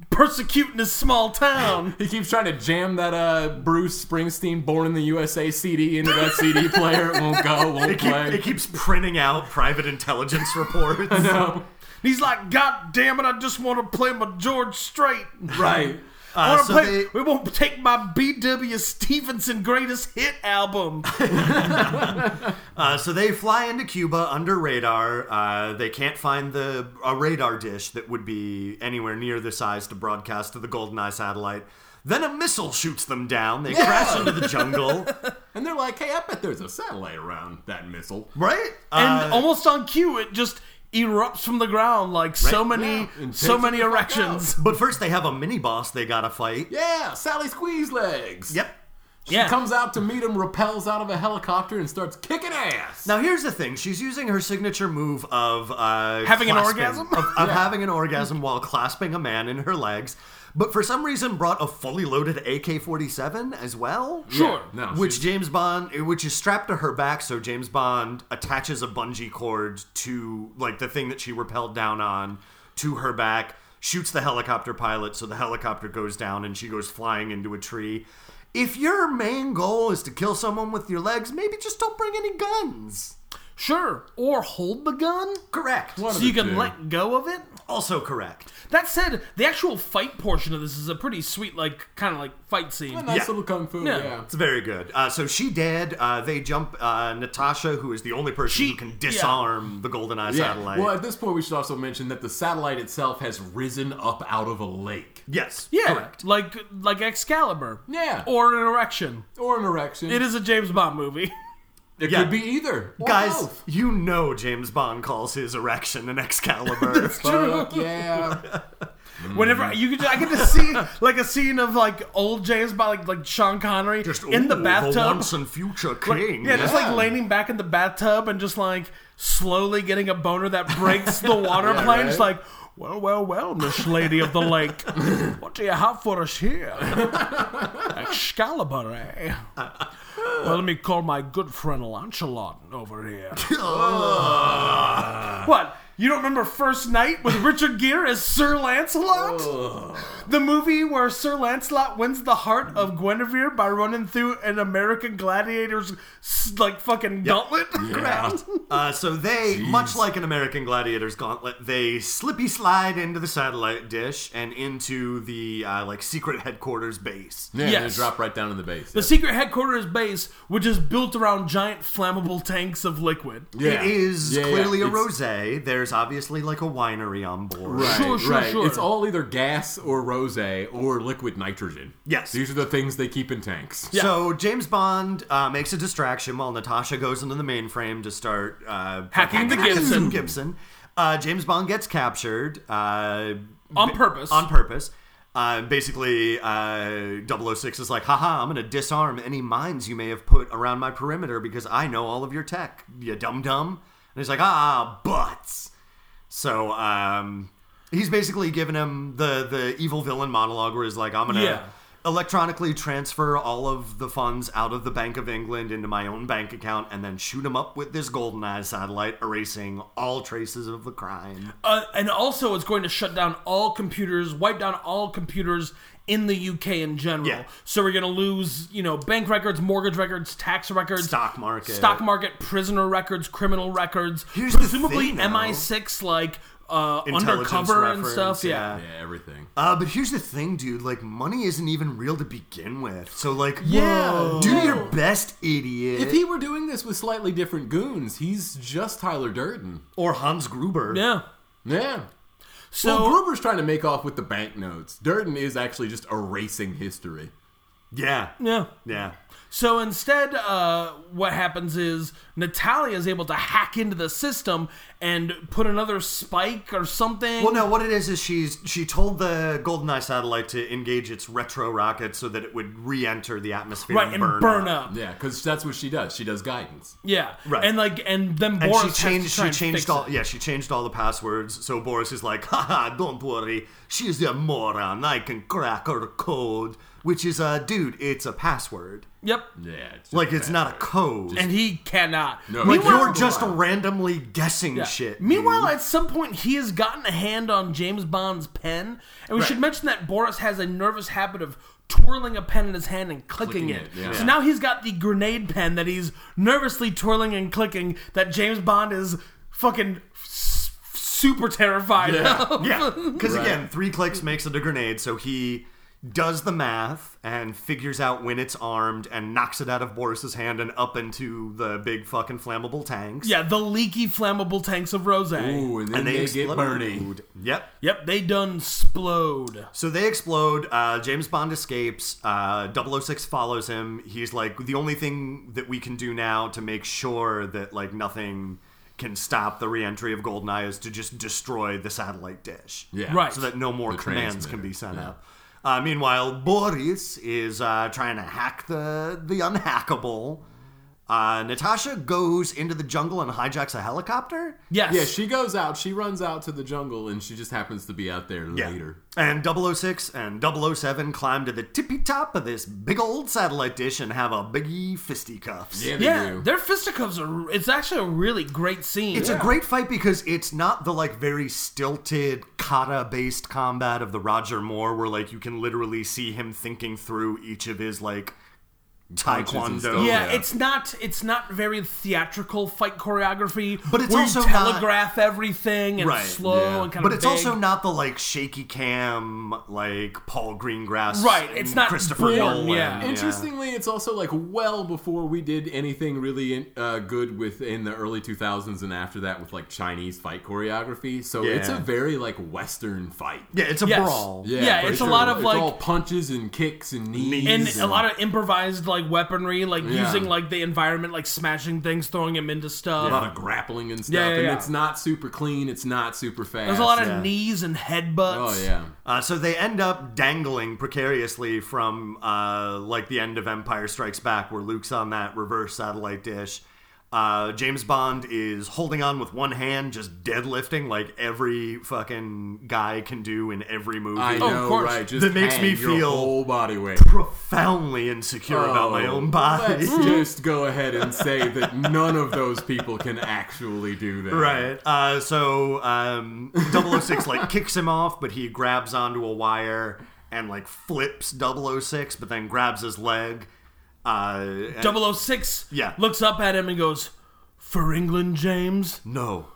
Speaker 1: persecuting this small
Speaker 2: [laughs]
Speaker 1: town.
Speaker 2: He keeps trying to jam that uh, Bruce Springsteen "Born in the USA" CD into that CD player. It won't go. Won't
Speaker 3: It, keep-
Speaker 2: play.
Speaker 3: it keeps printing out
Speaker 2: [laughs]
Speaker 3: private intelligence reports.
Speaker 2: No.
Speaker 1: He's like, God damn it, I just want to play my George Strait.
Speaker 2: Right.
Speaker 1: I wanna
Speaker 3: Uh, so
Speaker 1: play,
Speaker 3: they-
Speaker 1: we won't take my BW Stevenson greatest hit album.
Speaker 3: Uh, so they fly into Cuba under radar. Uh, they can't find the a radar dish that would be anywhere near the size to broadcast to the GoldenEye satellite. Then a missile shoots them down. They crash into
Speaker 1: [laughs]
Speaker 3: the jungle,
Speaker 2: And they're like, "Hey, I bet there's a satellite around that missile."
Speaker 3: right? Uh,
Speaker 1: and almost on cue, it just erupts from the ground like so many,
Speaker 2: Yeah, and
Speaker 1: so
Speaker 2: takes
Speaker 1: many
Speaker 2: it the fuck
Speaker 1: erections.
Speaker 3: but first, they have a mini boss they gotta fight.
Speaker 2: Yeah, Sally Squeeze Legs.
Speaker 3: Yep.
Speaker 2: She
Speaker 1: Yeah.
Speaker 2: comes out to meet him, repels out of a helicopter, and starts kicking ass.
Speaker 3: Now here's the thing: she's using her signature move of uh,
Speaker 1: Having an
Speaker 3: clasping-
Speaker 1: orgasm?
Speaker 3: of, of having an orgasm while clasping a man in her legs, but for some reason brought a fully loaded AK-47 as well.
Speaker 1: Sure.
Speaker 2: Yeah, no.
Speaker 3: Which
Speaker 2: she's-
Speaker 3: James Bond, which is strapped to her back, so James Bond attaches a bungee cord to like the thing that she rappelled down on to her back, shoots the helicopter pilot, so the helicopter goes down and she goes flying into a tree. If your main goal is to kill someone with your legs, maybe just don't bring any guns.
Speaker 1: Sure. Or hold the gun
Speaker 3: Correct.
Speaker 2: One
Speaker 1: so
Speaker 2: of
Speaker 1: you
Speaker 2: the
Speaker 1: can
Speaker 2: two.
Speaker 1: let go of it.
Speaker 3: Also correct.
Speaker 1: That said, the actual fight portion of this is a pretty sweet, like kind of like fight scene.
Speaker 2: A nice
Speaker 3: Yeah.
Speaker 2: little kung fu.
Speaker 1: Yeah.
Speaker 2: Yeah.
Speaker 3: It's very good. Uh, so she dead. Uh, they jump uh, Natasha, who is the only person
Speaker 1: She-
Speaker 3: who can disarm the Golden Eye
Speaker 2: Yeah.
Speaker 3: satellite.
Speaker 2: Well, at this point, we should also mention that the satellite itself has risen up out of a lake
Speaker 3: yes.
Speaker 1: yeah,
Speaker 3: Correct.
Speaker 1: like like Excalibur.
Speaker 2: Yeah.
Speaker 1: or an erection.
Speaker 2: or an erection.
Speaker 1: It is a James Bond movie.
Speaker 2: It
Speaker 3: Yeah.
Speaker 2: could be either. Or
Speaker 3: Guys,
Speaker 1: [laughs]
Speaker 2: both.
Speaker 3: you know James Bond calls his erection an
Speaker 1: [laughs]
Speaker 3: Excalibur.
Speaker 2: Fuck yeah. Mm.
Speaker 1: Whenever you could, I get to see like a scene of like old James Bond, like like Sean Connery in the
Speaker 3: "Ooh,
Speaker 1: bathtub.
Speaker 3: once and future king.
Speaker 1: Yeah, just like
Speaker 2: Yeah.
Speaker 1: leaning back in the bathtub and just like slowly getting a boner that breaks
Speaker 2: [laughs]
Speaker 1: the water
Speaker 2: Yeah,
Speaker 1: plane. Just
Speaker 2: right.
Speaker 1: like, well, well, well, Miss Lady of the Lake, what do you have for us
Speaker 2: [laughs]
Speaker 1: here? Excalibur, eh? Well, let me call my good friend Lancelot over here. what? You don't remember First Night with Richard Gere as Sir Lancelot? The movie where Sir Lancelot wins the heart of Guinevere by running through an American gladiator's s- like fucking gauntlet.
Speaker 2: Yeah.
Speaker 3: Uh, so they, much like an American Gladiator's gauntlet, they slippy slide into the satellite dish and into the uh, like secret headquarters base.
Speaker 2: Yeah, and
Speaker 1: Yes.
Speaker 2: they drop right down to the base.
Speaker 1: the secret headquarters base, which is built around giant flammable tanks of liquid.
Speaker 2: Yeah.
Speaker 3: It is
Speaker 2: Yeah, yeah.
Speaker 3: clearly a
Speaker 2: It's-
Speaker 3: rosé. There's obviously like a winery on board.
Speaker 2: Right,
Speaker 1: Sure, sure,
Speaker 2: right.
Speaker 1: sure.
Speaker 2: It's all either gas or rose or liquid nitrogen.
Speaker 3: Yes.
Speaker 2: These are the things they keep in tanks.
Speaker 3: So James Bond uh, makes a distraction while Natasha goes into the mainframe to start uh,
Speaker 1: Hacking the Gibson.
Speaker 3: Gibson. Uh, James Bond gets captured uh,
Speaker 1: On purpose.
Speaker 3: on purpose. Uh, basically, uh, 006 is like, haha, I'm going to disarm any mines you may have put around my perimeter because I know all of your tech, you dum dum. And he's like, ah, butts. So um, he's basically giving him the, the evil villain monologue where he's like, I'm going to
Speaker 1: Yeah.
Speaker 3: electronically transfer all of the funds out of the Bank of England into my own bank account and then shoot him up with this golden eye satellite, erasing all traces of the crime.
Speaker 1: Uh, and also, it's going to shut down all computers, wipe down all computers in the UK in general.
Speaker 3: Yeah.
Speaker 1: So we're going to lose, you know, bank records, mortgage records, tax records,
Speaker 3: Stock market.
Speaker 1: stock market, prisoner records, criminal records.
Speaker 3: Here's the
Speaker 1: presumably
Speaker 3: thing, though.
Speaker 1: MI6 like uh,
Speaker 3: Intelligence
Speaker 1: undercover and
Speaker 3: reference,
Speaker 1: stuff. Yeah.
Speaker 2: Yeah, everything.
Speaker 3: Uh, but here's the thing, dude. Like, money isn't even real to begin with. So, like,
Speaker 1: Yeah.
Speaker 3: do
Speaker 1: Whoa.
Speaker 3: your best, idiot.
Speaker 2: If he were doing this with slightly different goons, he's just Tyler Durden.
Speaker 3: or Hans Gruber.
Speaker 1: Yeah.
Speaker 2: Yeah.
Speaker 1: So
Speaker 2: well, Gruber's trying to make off with the banknotes. Durden is actually just erasing history.
Speaker 3: Yeah.
Speaker 1: yeah.
Speaker 3: Yeah.
Speaker 1: So instead, uh, what happens is Natalia is able to hack into the system and put another spike or something.
Speaker 3: Well, no. What it is is she's she told the GoldenEye satellite to engage its retro rocket so that it would re-enter the atmosphere
Speaker 1: right, and burn up.
Speaker 2: Yeah, because that's what she does. She does guidance.
Speaker 1: Yeah,
Speaker 3: Right.
Speaker 1: And like, and then
Speaker 3: And
Speaker 1: Boris
Speaker 3: she changed.
Speaker 1: Has to try
Speaker 3: She
Speaker 1: and fix
Speaker 3: changed all.
Speaker 1: it.
Speaker 3: Yeah, she changed all the passwords. So Boris is like, [laughs] "Haha, don't worry. She's a moron. I can crack her code." Which is, uh, dude, it's a password.
Speaker 1: Yep.
Speaker 2: Yeah. just
Speaker 3: Like it's
Speaker 2: bad.
Speaker 3: not a code.
Speaker 1: And he cannot.
Speaker 2: No,
Speaker 3: like
Speaker 2: Meanwhile-
Speaker 3: you're just randomly guessing
Speaker 1: Yeah.
Speaker 3: shit.
Speaker 1: Meanwhile,
Speaker 3: dude.
Speaker 1: at some point, he has gotten a hand on James Bond's pen, and we should mention that Boris has a nervous habit of twirling a pen in his hand and clicking,
Speaker 2: Clicking
Speaker 1: it.
Speaker 2: it, yeah.
Speaker 1: So now he's got the grenade pen that he's nervously twirling and clicking. That James Bond is fucking s- super terrified
Speaker 2: Yeah.
Speaker 1: of.
Speaker 3: [laughs] Yeah,
Speaker 1: [laughs]
Speaker 3: because
Speaker 2: Right.
Speaker 3: again, three clicks makes it a grenade. So he does the math and figures out when it's armed and knocks it out of Boris's hand and up into the big fucking flammable tanks.
Speaker 1: Yeah, the leaky flammable tanks of Rose.
Speaker 2: Ooh, and then
Speaker 3: and
Speaker 2: they,
Speaker 3: they,
Speaker 2: get
Speaker 3: explode.
Speaker 2: Bernie.
Speaker 3: Yep.
Speaker 1: Yep, they done splode.
Speaker 3: So they explode. Uh, James Bond escapes. Uh, 006 follows him. He's like, the only thing that we can do now to make sure that like nothing can stop the reentry of Goldeneye is to just destroy the satellite dish.
Speaker 2: Yeah.
Speaker 1: Right.
Speaker 3: so that no more
Speaker 2: The
Speaker 3: commands can
Speaker 2: transmitter,
Speaker 3: be sent
Speaker 2: yeah.
Speaker 3: up. Uh, meanwhile, Boris is uh, trying to hack the the unhackable. Uh, Natasha goes into the jungle and hijacks a helicopter.
Speaker 1: Yes.
Speaker 2: Yeah, she goes out. She runs out to the jungle, and she just happens to be out there later.
Speaker 3: And 006 and 007 climb to the tippy top of this big old satellite dish and have a biggie fisticuffs.
Speaker 2: Yeah, they
Speaker 1: Yeah,
Speaker 2: do.
Speaker 1: their fisticuffs are. It's actually a really great scene.
Speaker 3: It's a great fight because it's not the like very stilted kata based combat of the Roger Moore where like you can literally see him thinking through each of his like
Speaker 2: Punches and
Speaker 3: taekwondo.
Speaker 2: stuff.
Speaker 1: yeah,
Speaker 2: yeah.
Speaker 1: it's not. It's not very theatrical fight choreography,
Speaker 3: But it's
Speaker 1: where
Speaker 3: also
Speaker 1: you
Speaker 3: not-
Speaker 1: telegraph everything and
Speaker 3: Right,
Speaker 1: slow
Speaker 2: yeah.
Speaker 1: and kind
Speaker 3: But
Speaker 1: of.
Speaker 3: it's also not the like shaky cam like Paul Greengrass.
Speaker 1: Right, it's
Speaker 3: and
Speaker 1: not
Speaker 3: Christopher
Speaker 1: born,
Speaker 3: Nolan.
Speaker 1: yeah.
Speaker 2: Interestingly, it's also like well before we did anything really uh, good with in the early 2000s and after that with like Chinese fight choreography. So
Speaker 3: Yeah.
Speaker 2: it's a very like Western fight.
Speaker 3: Yeah, it's a
Speaker 1: Yes.
Speaker 3: brawl.
Speaker 1: Yeah, Yeah,
Speaker 2: for
Speaker 1: it's a lot of,
Speaker 2: It's
Speaker 1: like-
Speaker 2: all punches and kicks and knees
Speaker 1: and a lot of improvised like weaponry, like
Speaker 2: Yeah.
Speaker 1: using like the environment, like smashing things, throwing them into
Speaker 2: a
Speaker 1: stuff.
Speaker 2: lot of grappling and stuff.
Speaker 1: Yeah, yeah, yeah.
Speaker 2: And it's not super clean. It's not super fast.
Speaker 1: There's a lot of
Speaker 3: Yeah.
Speaker 1: knees and headbutts.
Speaker 2: Oh yeah.
Speaker 3: Uh, so they end up dangling precariously from uh, like the end of Empire Strikes Back, where Luke's on that reverse satellite dish. Uh, James Bond is holding on with one hand, just deadlifting like every fucking guy can do in every movie.
Speaker 2: I
Speaker 1: of
Speaker 2: know,
Speaker 1: course.
Speaker 2: right? Just
Speaker 3: That makes
Speaker 2: hang
Speaker 3: me
Speaker 2: your
Speaker 3: feel-
Speaker 2: whole body weight.
Speaker 3: Profoundly insecure about my
Speaker 2: Oh,
Speaker 3: own body.
Speaker 2: Let's just go ahead and say that none of those people can actually do that.
Speaker 3: [laughs] Right. Uh, so um, 006 like [laughs] kicks him off, but he grabs onto a wire and like flips 006, but then grabs his leg. Uh, and-
Speaker 1: 006
Speaker 3: Yeah.
Speaker 1: looks up at him and goes, "For England, James."
Speaker 3: no,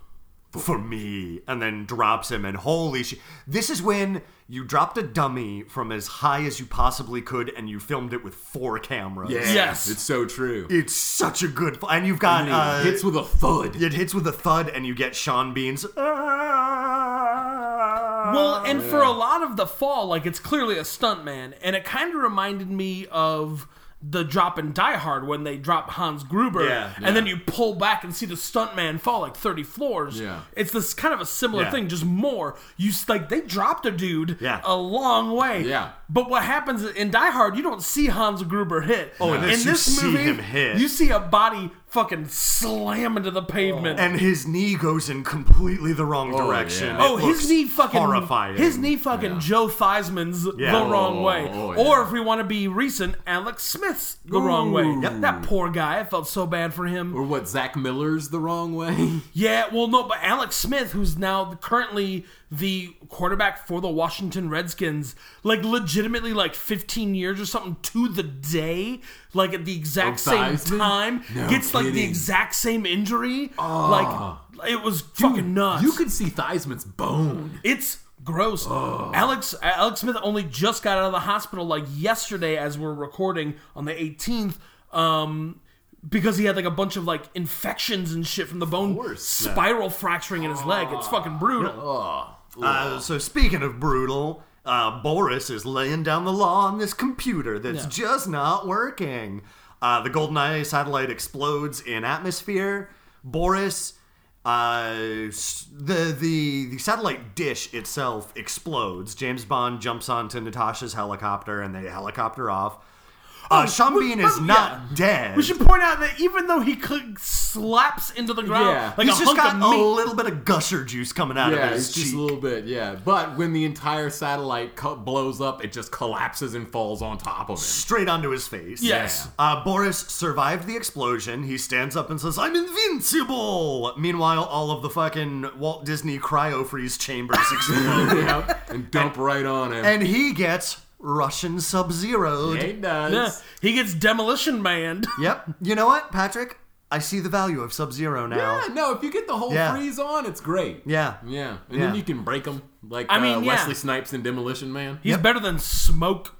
Speaker 3: for me. And then drops him, and holy shit. This is when you dropped a dummy from as high as you possibly could and you filmed it with four cameras.
Speaker 2: Yeah,
Speaker 1: Yes.
Speaker 2: It's so true.
Speaker 3: It's such a good. And you've got. uh,
Speaker 2: hits with a thud.
Speaker 3: it hits with a thud, and you get Sean Bean's. "Ah."
Speaker 1: Well, and for a lot of the fall, like it's clearly a stunt man, and it kind of reminded me of the drop in Die Hard when they drop Hans Gruber,
Speaker 3: Yeah.
Speaker 1: and then you pull back and see the stunt man fall like thirty floors.
Speaker 2: Yeah.
Speaker 1: it's this kind of a similar
Speaker 3: Yeah.
Speaker 1: thing, just more. You s- like they dropped a dude
Speaker 3: Yeah.
Speaker 1: a long way.
Speaker 2: Yeah.
Speaker 1: but what happens in Die Hard? You don't see Hans Gruber hit. Oh,
Speaker 3: in this you see him hit.
Speaker 1: you see a body fucking slam into the pavement.
Speaker 3: and his knee goes in completely the wrong
Speaker 2: Oh,
Speaker 3: direction.
Speaker 2: yeah.
Speaker 3: It
Speaker 1: Oh,
Speaker 3: looks
Speaker 1: his knee fucking
Speaker 3: horrifying.
Speaker 1: His knee fucking Joe Theismann's
Speaker 3: Yeah.
Speaker 1: the wrong
Speaker 2: Oh,
Speaker 1: way.
Speaker 2: oh, yeah.
Speaker 1: Or if we want to be recent, Alex Smith's the wrong way.
Speaker 2: Yep.
Speaker 1: That poor guy. I felt so bad for him.
Speaker 2: Or
Speaker 3: [laughs]
Speaker 2: what? Zach Miller's the wrong way.
Speaker 1: Yeah, well, no, but Alex Smith, who's now currently the quarterback for the Washington Redskins, like legitimately like 15 years or something to the day, like at the exact same
Speaker 2: Theismann?
Speaker 1: time,
Speaker 2: No
Speaker 1: gets like the
Speaker 2: kidding. Ah.
Speaker 1: exact same injury. Like it was fucking nuts.
Speaker 2: You could see Theismann's bone.
Speaker 1: It's gross. Alex Alex Smith only just got out of the hospital like yesterday as we're recording on the 18th. Um because he had like a bunch of like infections and shit from the bone
Speaker 2: course. Ah.
Speaker 1: spiral fracturing in his leg. It's fucking brutal.
Speaker 3: Uh, so speaking of brutal, uh, Boris is laying down the law on this computer that's just not working. Uh, the GoldenEye satellite explodes in atmosphere. Boris, uh, s- the the the satellite dish itself explodes. James Bond jumps onto Natasha's helicopter and they helicopter off. Uh, Sean
Speaker 1: Oh, we-
Speaker 3: Bean is
Speaker 1: but-
Speaker 3: not
Speaker 1: yeah.
Speaker 3: dead.
Speaker 1: We should point out that even though he cl- slaps into the ground
Speaker 2: Yeah.
Speaker 1: like
Speaker 3: He's
Speaker 1: a hunk
Speaker 3: just got
Speaker 1: of
Speaker 3: a
Speaker 1: meat,
Speaker 3: little bit of gusher juice coming out
Speaker 2: Yeah,
Speaker 3: of his
Speaker 2: it's just
Speaker 3: cheek.
Speaker 2: a little bit. Yeah, but when the entire satellite co- blows up, it just collapses and falls on top of it.
Speaker 3: straight onto his face.
Speaker 1: Yes.
Speaker 3: Uh, Boris survived the explosion. He stands up and says, I'm invincible! Meanwhile, all of the fucking Walt Disney cryo freeze chambers
Speaker 2: [laughs]
Speaker 3: explode.
Speaker 2: yeah, [laughs] and dump right on him.
Speaker 3: and he gets Russian Sub Zeroed.
Speaker 2: Yeah, he does.
Speaker 1: yeah, he gets demolition manned. [laughs]
Speaker 3: Yep. You know what, Patrick? I see the value of Sub Zero now.
Speaker 2: Yeah, no, if you get the whole
Speaker 3: Yeah.
Speaker 2: freeze on, it's great.
Speaker 3: Yeah.
Speaker 2: Yeah, and
Speaker 3: Yeah.
Speaker 2: then you can break them like
Speaker 1: I mean,
Speaker 2: uh,
Speaker 1: yeah.
Speaker 2: Wesley Snipes in Demolition Man.
Speaker 1: He's better than smoke.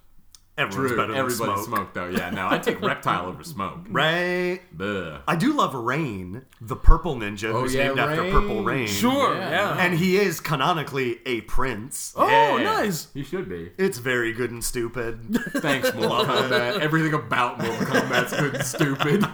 Speaker 3: Everyone's
Speaker 2: True.
Speaker 3: better than
Speaker 2: Everybody
Speaker 3: smoke.
Speaker 2: smoked though. Yeah, no, I [laughs] take Reptile over Smoke.
Speaker 3: Right?
Speaker 2: Buh.
Speaker 3: I do love Rain, the purple ninja
Speaker 2: Oh,
Speaker 3: who's
Speaker 2: yeah,
Speaker 3: named after
Speaker 2: Rain.
Speaker 3: Purple Rain.
Speaker 1: Sure,
Speaker 2: Yeah.
Speaker 1: yeah.
Speaker 3: And he is canonically a prince.
Speaker 1: oh,
Speaker 2: Yeah.
Speaker 1: nice.
Speaker 2: You should be.
Speaker 3: It's very good and stupid.
Speaker 2: [laughs] Thanks, Mortal Kombat. Everything about Mortal Kombat's good and [laughs] stupid.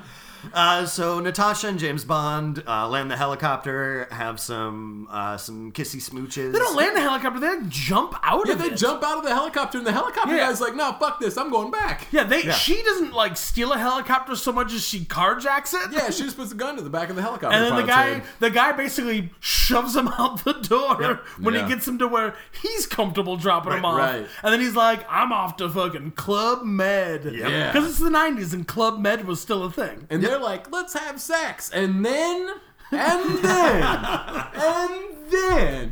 Speaker 3: Uh, so Natasha and James Bond uh, land the helicopter, have some uh, some kissy smooches.
Speaker 1: They don't land the helicopter. They like, jump out
Speaker 2: Yeah,
Speaker 1: of
Speaker 2: they
Speaker 1: it.
Speaker 2: jump out of the helicopter, and the helicopter
Speaker 1: Yeah.
Speaker 2: guy's like, "No, fuck this, I'm going back."
Speaker 1: Yeah, they. She doesn't like steal a helicopter so much as she carjacks it.
Speaker 2: Yeah, she just puts a gun to the back of the helicopter.
Speaker 1: And then the guy,
Speaker 2: pontoon.
Speaker 1: the guy basically shoves him [laughs] out the door when
Speaker 2: Yeah.
Speaker 1: he gets him to where he's comfortable dropping him off.
Speaker 2: right.
Speaker 1: And then he's like, "I'm off to fucking Club Med."
Speaker 2: Yeah.
Speaker 1: Because it's the '90s and Club Med was still a thing.
Speaker 2: and they're like, "Let's have sex," and then,
Speaker 1: [laughs]
Speaker 2: and then, and then.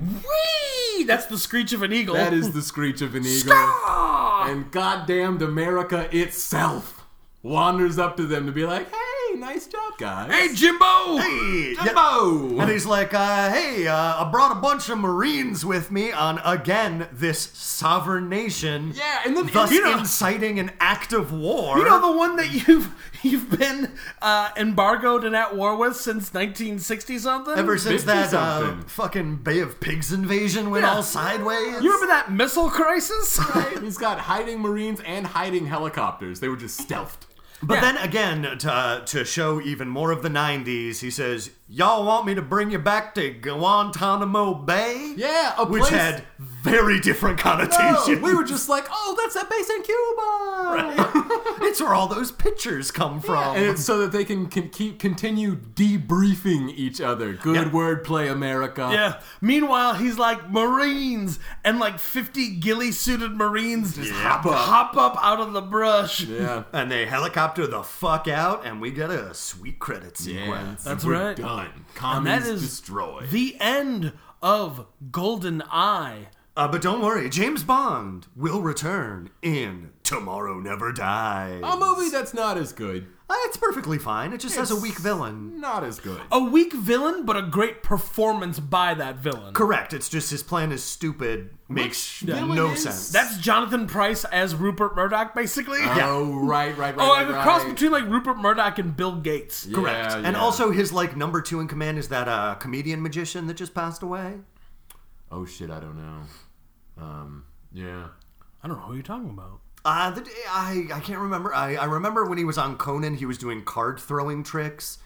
Speaker 1: Whee! That's the screech of an eagle.
Speaker 2: That is the screech of an eagle.
Speaker 1: Ah!
Speaker 2: And goddamned America itself wanders up to them to be like, "Hey, nice job, guys."
Speaker 1: Hey, Jimbo.
Speaker 3: Hey! Yeah.
Speaker 2: Jumbo!
Speaker 3: And he's like, uh, "Hey, uh, I brought a bunch of Marines with me on again this sovereign nation,
Speaker 2: Yeah, and then
Speaker 3: thus
Speaker 1: You know-
Speaker 3: inciting an act of war."
Speaker 1: You know the one that you've you've been uh, embargoed and at war with since 1960 something.
Speaker 3: ever since
Speaker 2: 50
Speaker 3: that uh,
Speaker 2: something.
Speaker 3: fucking Bay of Pigs invasion went
Speaker 1: Yeah.
Speaker 3: all sideways.
Speaker 1: You remember that missile crisis?
Speaker 2: Right? [laughs] He's got hiding marines and hiding helicopters. They were just stealthed.
Speaker 3: But
Speaker 1: Yeah.
Speaker 3: then again, to, uh, to show even more of the 90s, he says, Y'all want me to bring you back to Guantanamo Bay?
Speaker 2: Yeah, a
Speaker 3: Which
Speaker 2: place-
Speaker 3: had very different
Speaker 2: Oh,
Speaker 3: connotations.
Speaker 2: we were just like, oh, that's that base in Cuba.
Speaker 3: it's where all those pictures come from.
Speaker 2: And it's so that they can, can keep continue debriefing each other. Good
Speaker 3: Yeah.
Speaker 2: wordplay, America.
Speaker 1: Yeah. [laughs] Meanwhile, he's like Marines, and like fifty ghillie-suited Marines just
Speaker 2: hop up.
Speaker 1: hop up out of the brush.
Speaker 2: Yeah.
Speaker 3: And they helicopter the fuck out, and we get a sweet credit
Speaker 2: Yeah.
Speaker 3: sequence.
Speaker 1: That's
Speaker 2: we're
Speaker 1: right.
Speaker 2: Done. Commies
Speaker 1: is-
Speaker 2: destroyed.
Speaker 1: The end of Golden Eye.
Speaker 3: Uh, but don't worry, James Bond will return in Tomorrow Never Dies.
Speaker 2: A movie that's not as good.
Speaker 3: Uh, it's perfectly fine. It just has a
Speaker 2: It's-
Speaker 3: weak villain.
Speaker 2: Not as good.
Speaker 1: A weak villain, but a great performance by that villain.
Speaker 3: Correct. It's just his plan is stupid. Makes
Speaker 2: villain
Speaker 3: no
Speaker 2: is-
Speaker 3: sense.
Speaker 1: That's Jonathan Price as Rupert Murdoch, basically.
Speaker 2: Oh, right, right, right.
Speaker 1: Oh,
Speaker 2: right,
Speaker 1: like a cross
Speaker 2: right.
Speaker 1: between like Rupert Murdoch and Bill Gates.
Speaker 2: Yeah,
Speaker 3: Correct. And
Speaker 2: yeah.
Speaker 3: also his like number two in command is that uh, comedian magician that just passed away.
Speaker 2: Oh, shit, I don't know. Um, yeah.
Speaker 1: I don't know who you're talking about.
Speaker 3: Uh, the, I I can't remember. I, I remember when he was on Conan, he was doing card throwing tricks,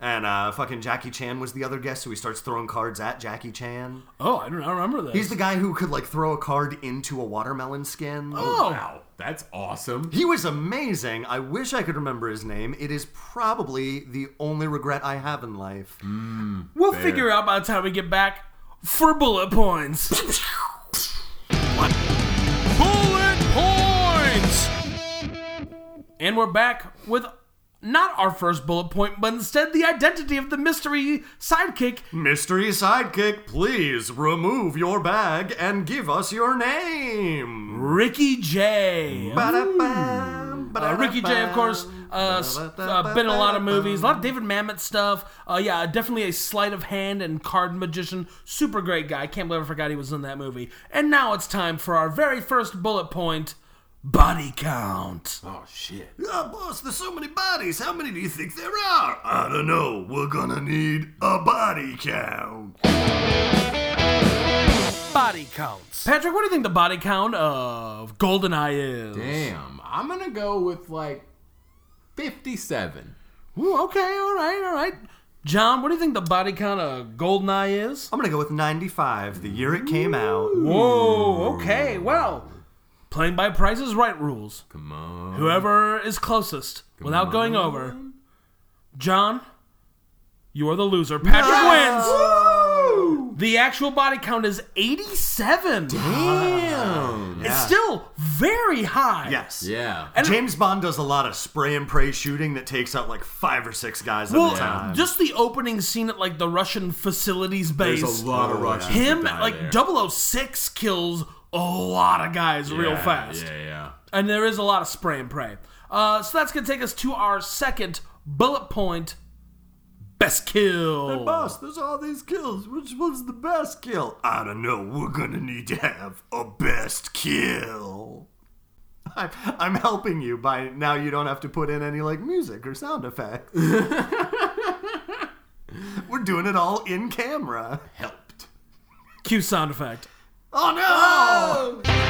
Speaker 3: and uh, fucking Jackie Chan was the other guest, so he starts throwing cards at Jackie Chan.
Speaker 1: Oh, I don't I remember this.
Speaker 3: He's the guy who could like throw a card into a watermelon skin.
Speaker 1: Oh.
Speaker 2: Wow. That's awesome.
Speaker 3: He was amazing. I wish I could remember his name. It is probably the only regret I have in life.
Speaker 1: we'll figure out by the time we get back for bullet points. bullet points. And we're back with not our first bullet point, but instead the identity of the mystery sidekick.
Speaker 3: Mystery sidekick, please remove your bag and give us your name.
Speaker 1: Ricky J.
Speaker 3: Ba-da-bam,
Speaker 1: Uh, Ricky J, of course, uh, s- uh, been in a lot of movies, a lot of David Mamet stuff. Uh, yeah, definitely a sleight of hand and card magician. Super great guy. I can't believe I forgot he was in that movie. And now it's time for our very first bullet point body count.
Speaker 2: Oh shit.
Speaker 3: Ah, boss, there's so many bodies. How many do you think there are? I don't know. We're gonna need a body count.
Speaker 1: Body counts. Patrick, what do you think the body count of GoldenEye is?
Speaker 2: Damn. I'm gonna go with like fifty-seven.
Speaker 1: Ooh, okay, all right, all right. John, what do you think the body count of GoldenEye is?
Speaker 3: I'm gonna go with 95, the year it came out.
Speaker 1: Whoa, okay, well, playing by Price is Right rules.
Speaker 2: Come on.
Speaker 1: Whoever is closest, without going over. John, you are the loser. Patrick wins. The actual body count is 87.
Speaker 2: Damn.
Speaker 1: It's still very high.
Speaker 3: Yes.
Speaker 2: Yeah.
Speaker 3: James Bond does a lot of spray and pray shooting that takes out like five or six guys
Speaker 1: Well,
Speaker 3: at a time.
Speaker 1: just the opening scene at like the Russian facilities base.
Speaker 2: There's a lot of Russians.
Speaker 1: oh, Him,
Speaker 2: that die
Speaker 1: like
Speaker 2: there.
Speaker 1: 006 kills a lot of guys real
Speaker 2: Yeah,
Speaker 1: fast.
Speaker 2: Yeah, yeah.
Speaker 1: And there is a lot of spray and pray. Uh, so that's going to take us to our second bullet point best kill.
Speaker 3: Boss, there's all these kills. Which one's the best kill? I don't know. We're gonna need to have a best kill. I'm, I'm helping you by now. You don't have to put in any like music or sound effects. We're doing it all in camera.
Speaker 2: Helped.
Speaker 1: Cue sound effect.
Speaker 3: Oh no!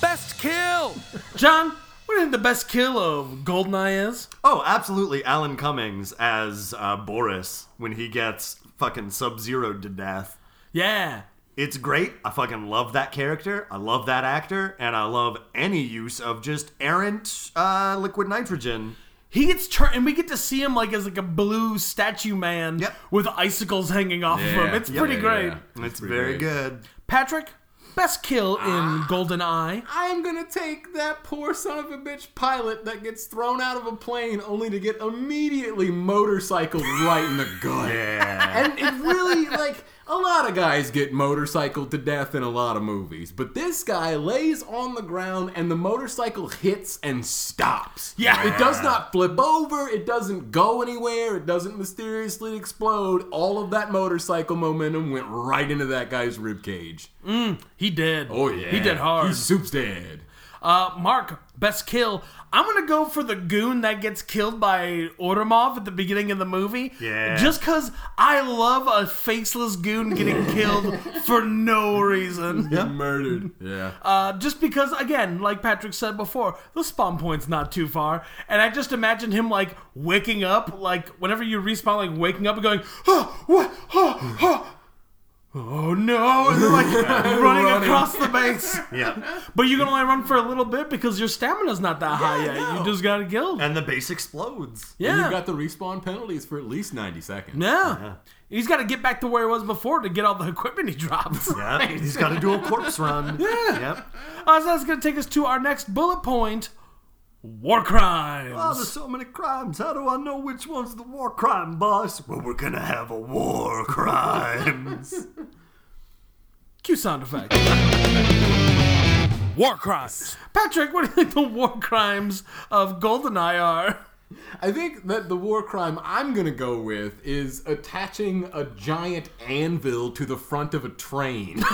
Speaker 1: Best kill! John, what do you think the best kill of Goldeneye is?
Speaker 3: Oh, absolutely. Alan Cummings as uh, Boris when he gets fucking sub zeroed to death.
Speaker 1: Yeah.
Speaker 3: It's great. I fucking love that character. I love that actor. And I love any use of just errant uh, liquid nitrogen.
Speaker 1: He gets turned, and we get to see him like as like a blue statue man
Speaker 3: Yep.
Speaker 1: with icicles hanging off
Speaker 2: Yeah.
Speaker 1: of him. It's
Speaker 2: Yeah,
Speaker 1: pretty
Speaker 2: yeah,
Speaker 1: great.
Speaker 2: yeah.
Speaker 3: It's
Speaker 2: pretty
Speaker 3: very
Speaker 2: great.
Speaker 3: good.
Speaker 1: Patrick, best kill in Golden Eye.
Speaker 2: I'm gonna take that poor son of a bitch pilot that gets thrown out of a plane only to get immediately motorcycled right in the gut.
Speaker 3: Yeah.
Speaker 2: And it really, like, a lot of guys get motorcycled to death in a lot of movies, but this guy lays on the ground and the motorcycle hits and stops.
Speaker 1: Yeah.
Speaker 2: It does not flip over, it doesn't go anywhere, it doesn't mysteriously explode. All of that motorcycle momentum went right into that guy's ribcage.
Speaker 1: He did.
Speaker 2: Oh, yeah.
Speaker 1: He did hard.
Speaker 2: He's soup's dead.
Speaker 1: Uh, Mark, best kill. I'm gonna go for the goon that gets killed by Ordomov at the beginning of the movie.
Speaker 3: Yeah.
Speaker 1: Just cause I love a faceless goon getting killed for no reason.
Speaker 2: [laughs] Murdered. Yeah.
Speaker 1: Uh, just because, again, like Patrick said before, the spawn point's not too far, and I just imagine him like waking up, like whenever you respawn, like waking up and going, oh, what, oh, oh, oh no, and then like running,
Speaker 2: Running.
Speaker 1: across the base. [laughs]
Speaker 3: yeah.
Speaker 1: But you can only run for a little bit because your stamina's not that high yet.
Speaker 2: no.
Speaker 1: You just got to killed.
Speaker 3: And the base explodes.
Speaker 2: And
Speaker 1: Yeah.
Speaker 2: you got the respawn penalties for at least 90 seconds.
Speaker 1: yeah. He's got to get back to where he was before to get all the [laughs] equipment he dropped.
Speaker 3: Yeah. He's got to do a corpse run. Yeah. Yep.
Speaker 1: [laughs] Uh, so that's going to take us to our next bullet point war crimes.
Speaker 3: Oh, there's so many crimes. How do I know which one's the war crime, boss? Well, we're gonna have a war [laughs] crimes.
Speaker 1: Cue sound effect. War crimes. Patrick, what do you think the war crimes of GoldenEye are?
Speaker 2: I think that the war crime I'm going to go with is attaching a giant anvil to the front of
Speaker 1: [laughs]
Speaker 2: a train.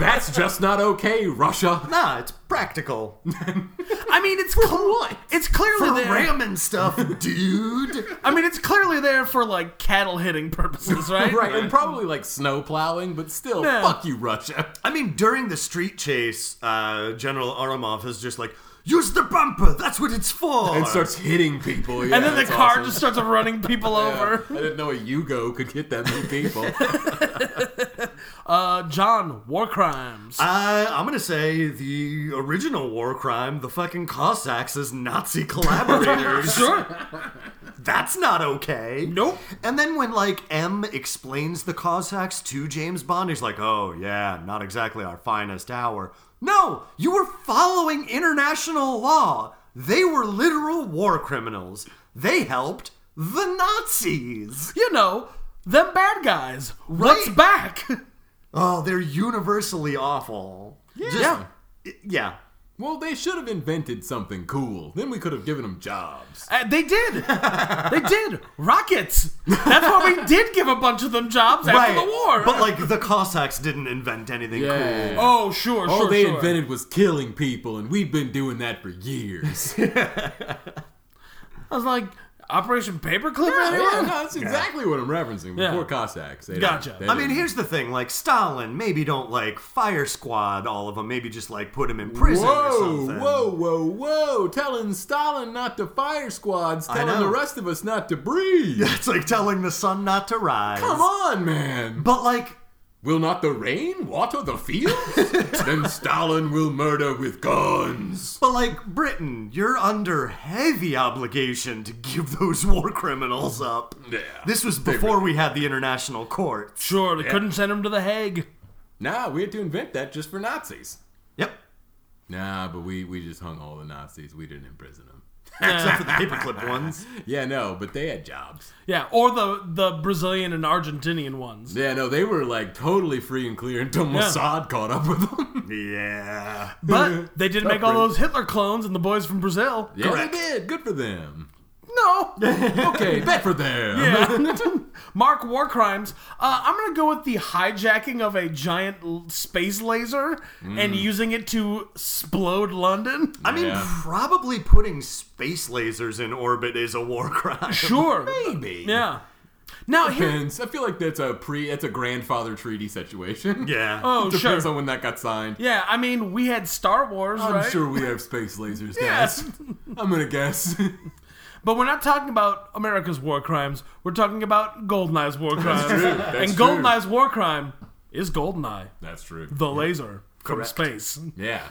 Speaker 2: That's just not okay, Russia.
Speaker 3: nah, it's practical.
Speaker 1: I mean, it's cl- It's clearly
Speaker 3: For
Speaker 1: there.
Speaker 3: ramming stuff, dude.
Speaker 1: I mean, it's clearly there for like cattle hitting [laughs] purposes, right?
Speaker 2: [laughs] Right, and probably like snow plowing, but still,
Speaker 1: Yeah.
Speaker 2: fuck you, Russia.
Speaker 3: I mean, during the street chase, uh, General Aramov is just like, use the bumper, that's what it's for.
Speaker 2: [laughs] And starts hitting people.
Speaker 1: And then
Speaker 2: yeah,
Speaker 1: the
Speaker 2: it's
Speaker 1: car
Speaker 2: awesome.
Speaker 1: just starts running people
Speaker 2: [laughs] Yeah.
Speaker 1: over.
Speaker 2: I didn't know a Yugo could hit that many
Speaker 1: [laughs]
Speaker 2: people.
Speaker 1: Uh, John, war [laughs] crimes.
Speaker 3: uh, I'm gonna say the original war crime, the fucking Cossacks
Speaker 2: [laughs]
Speaker 3: as Nazi collaborators. That's not okay.
Speaker 1: Nope.
Speaker 3: And then when like M explains the Cossacks to James Bond, he's like, "Oh yeah, not exactly our finest hour." No, you were following international law. They were literal war criminals. They helped the Nazis.
Speaker 1: You know, them bad guys. What's
Speaker 3: Right.
Speaker 1: back? [laughs] Uh,
Speaker 3: Oh, they're universally awful. Just-
Speaker 2: Yeah.
Speaker 3: yeah.
Speaker 2: Well, they should have invented something cool. Then we could have given them jobs.
Speaker 1: Uh, they [laughs] did. They did. Rockets. That's why [laughs] we did give a bunch of them jobs after the war.
Speaker 3: But like the Cossacks didn't invent anything
Speaker 2: Yeah.
Speaker 3: cool.
Speaker 1: oh, sure,
Speaker 2: All
Speaker 1: sure,
Speaker 2: they
Speaker 1: sure.
Speaker 2: invented was killing people, and we've been doing that for years.
Speaker 1: [laughs] I was like, Operation Paperclip,
Speaker 2: Yeah,
Speaker 1: anyone?
Speaker 2: no, [laughs] that's exactly what I'm referencing.
Speaker 1: Yeah.
Speaker 2: Before Cossacks. They don't-
Speaker 1: Gotcha.
Speaker 2: they
Speaker 3: I mean,
Speaker 2: didn't-
Speaker 3: here's the thing: like Stalin, maybe don't like fire squad all of them. Maybe just like put him in prison or
Speaker 2: Whoa,
Speaker 3: something.
Speaker 2: whoa, whoa, whoa. Telling Stalin not to fire squads, telling
Speaker 3: know.
Speaker 2: the rest of us not to breathe.
Speaker 3: [laughs] [laughs] It's like telling the sun not to rise.
Speaker 2: Come on, man.
Speaker 3: But like,
Speaker 2: Will not the rain water the
Speaker 3: [laughs]
Speaker 2: fields? then Stalin will murder with guns.
Speaker 3: but like Britain, you're under heavy obligation to give those war criminals up.
Speaker 2: Yeah.
Speaker 3: This was before we had the international courts.
Speaker 1: Sure, they couldn't send him to the
Speaker 2: [laughs]
Speaker 1: Hague.
Speaker 2: Nah, we had to invent that just for Nazis.
Speaker 3: Yep.
Speaker 2: Nah, but we, we just hung all the Nazis. We didn't imprison them.
Speaker 3: Except for the
Speaker 2: [laughs]
Speaker 3: paperclip ones.
Speaker 2: Yeah, no, but they had jobs.
Speaker 1: Yeah, or the the Brazilian and Argentinian
Speaker 2: [laughs]
Speaker 1: ones.
Speaker 2: Yeah, no, they were like totally free and clear until Mossad caught up with
Speaker 3: [laughs]
Speaker 2: them.
Speaker 3: Yeah.
Speaker 1: But they did make all
Speaker 2: Suffering.
Speaker 1: those Hitler clones and the boys from Brazil.
Speaker 2: yeah,
Speaker 3: Correct.
Speaker 2: they did. Good for them.
Speaker 1: No.
Speaker 2: [laughs]
Speaker 1: [laughs]
Speaker 2: Okay, bet for them.
Speaker 1: Yeah. [laughs] Mark war crimes. Uh, I'm gonna go with the hijacking of a giant l- space laser
Speaker 2: Mm.
Speaker 1: and using it to explode
Speaker 2: [laughs]
Speaker 1: London.
Speaker 3: I mean,
Speaker 2: Yeah.
Speaker 3: probably putting space lasers in orbit is a war crime.
Speaker 1: Sure.
Speaker 2: [laughs] Maybe.
Speaker 1: [laughs] Yeah. Now here.
Speaker 2: Depends. I feel like that's a pre, that's a grandfather treaty situation.
Speaker 3: Yeah.
Speaker 1: Oh,
Speaker 2: [laughs] Depends
Speaker 1: sure.
Speaker 2: on when that got signed.
Speaker 1: Yeah, I mean, we had Star Wars,
Speaker 2: I'm
Speaker 1: right?
Speaker 2: sure we have space lasers, guys.
Speaker 1: Yes.
Speaker 2: I'm gonna guess. [laughs]
Speaker 1: But we're not talking about America's war crimes. We're talking about Goldeneye's war crimes.
Speaker 2: true. That's
Speaker 1: and
Speaker 2: true.
Speaker 1: Goldeneye's war crime is Goldeneye,
Speaker 2: That's true.
Speaker 1: the laser from
Speaker 3: Correct.
Speaker 1: space.
Speaker 2: yeah.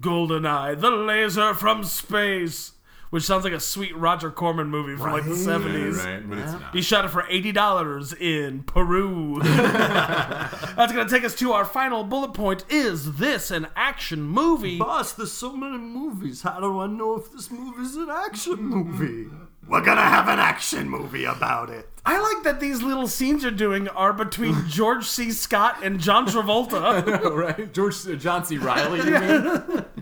Speaker 1: Goldeneye, the laser from space. Which sounds like a sweet Roger Corman movie from like the 70s.
Speaker 2: Yeah, right, but it's not.
Speaker 1: He shot it for $80 in [laughs] Peru. That's going to take us to our final bullet point. Is this an action movie?
Speaker 3: Boss, there's so many movies. How do I know if this movie's an action movie? We're gonna have an action movie about it.
Speaker 1: I like that these little scenes you're doing are [laughs] between George C. Scott and John Travolta.
Speaker 2: [laughs] right? George uh, John C. Riley, you mean?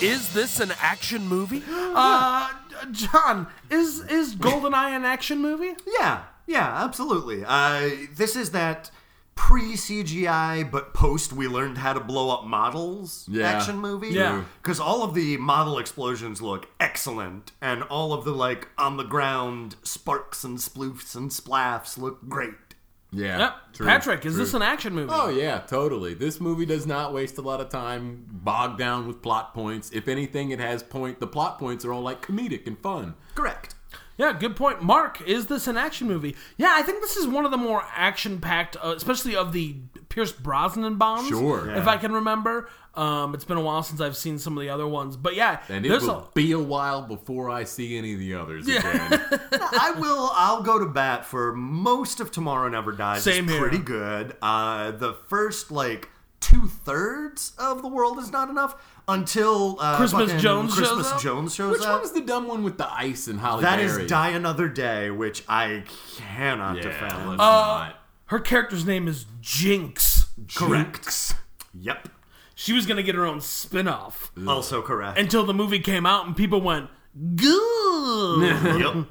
Speaker 1: is this an action movie? Uh, John, is is Goldeneye an action movie?
Speaker 3: Yeah, yeah, absolutely. Uh, this is that pre CGI but post we learned how to blow up models
Speaker 2: Yeah.
Speaker 3: action movie.
Speaker 1: Yeah.
Speaker 3: Because all of the model explosions look excellent, and all of the like on the ground sparks and sploofs and splaffs look great.
Speaker 2: Yeah.
Speaker 1: Yep.
Speaker 2: true,
Speaker 1: Patrick, is
Speaker 2: true.
Speaker 1: this an action movie?
Speaker 2: Oh yeah, totally. This movie does not waste a lot of time bogged down with plot points. If anything, it has point. The plot points are all like comedic and fun.
Speaker 3: Correct.
Speaker 1: Yeah, good point. Mark, is this an action movie? Yeah, I think this is one of the more action packed, uh, especially of the Pierce Brosnan bombs.
Speaker 2: Sure. Yeah.
Speaker 1: If I can remember. Um, it's been a while since I've seen some of the other ones. But yeah,
Speaker 2: And it
Speaker 1: there's
Speaker 2: will be a while before I see any of the others again.
Speaker 3: I will. I'll go to bat for most of Tomorrow Never Dies.
Speaker 1: Same
Speaker 3: is
Speaker 1: here.
Speaker 3: pretty good. Uh, the first like two thirds of the world is not enough until uh,
Speaker 1: Christmas
Speaker 3: fucking
Speaker 1: Jones shows
Speaker 3: Christmas
Speaker 1: up?
Speaker 3: Jones shows
Speaker 2: Which
Speaker 3: up.
Speaker 2: one was the dumb one with the ice and Holly
Speaker 3: that
Speaker 2: Berry?
Speaker 3: is Die Another Day, which I cannot
Speaker 2: Yeah, Oh,
Speaker 3: defend.
Speaker 2: let's not.
Speaker 1: her character's name is Jinx.
Speaker 3: correct.
Speaker 2: Jinx.
Speaker 3: Yep.
Speaker 1: She was going to get her own spin off
Speaker 3: Also correct.
Speaker 1: until the movie came out and people went, good.
Speaker 3: yep.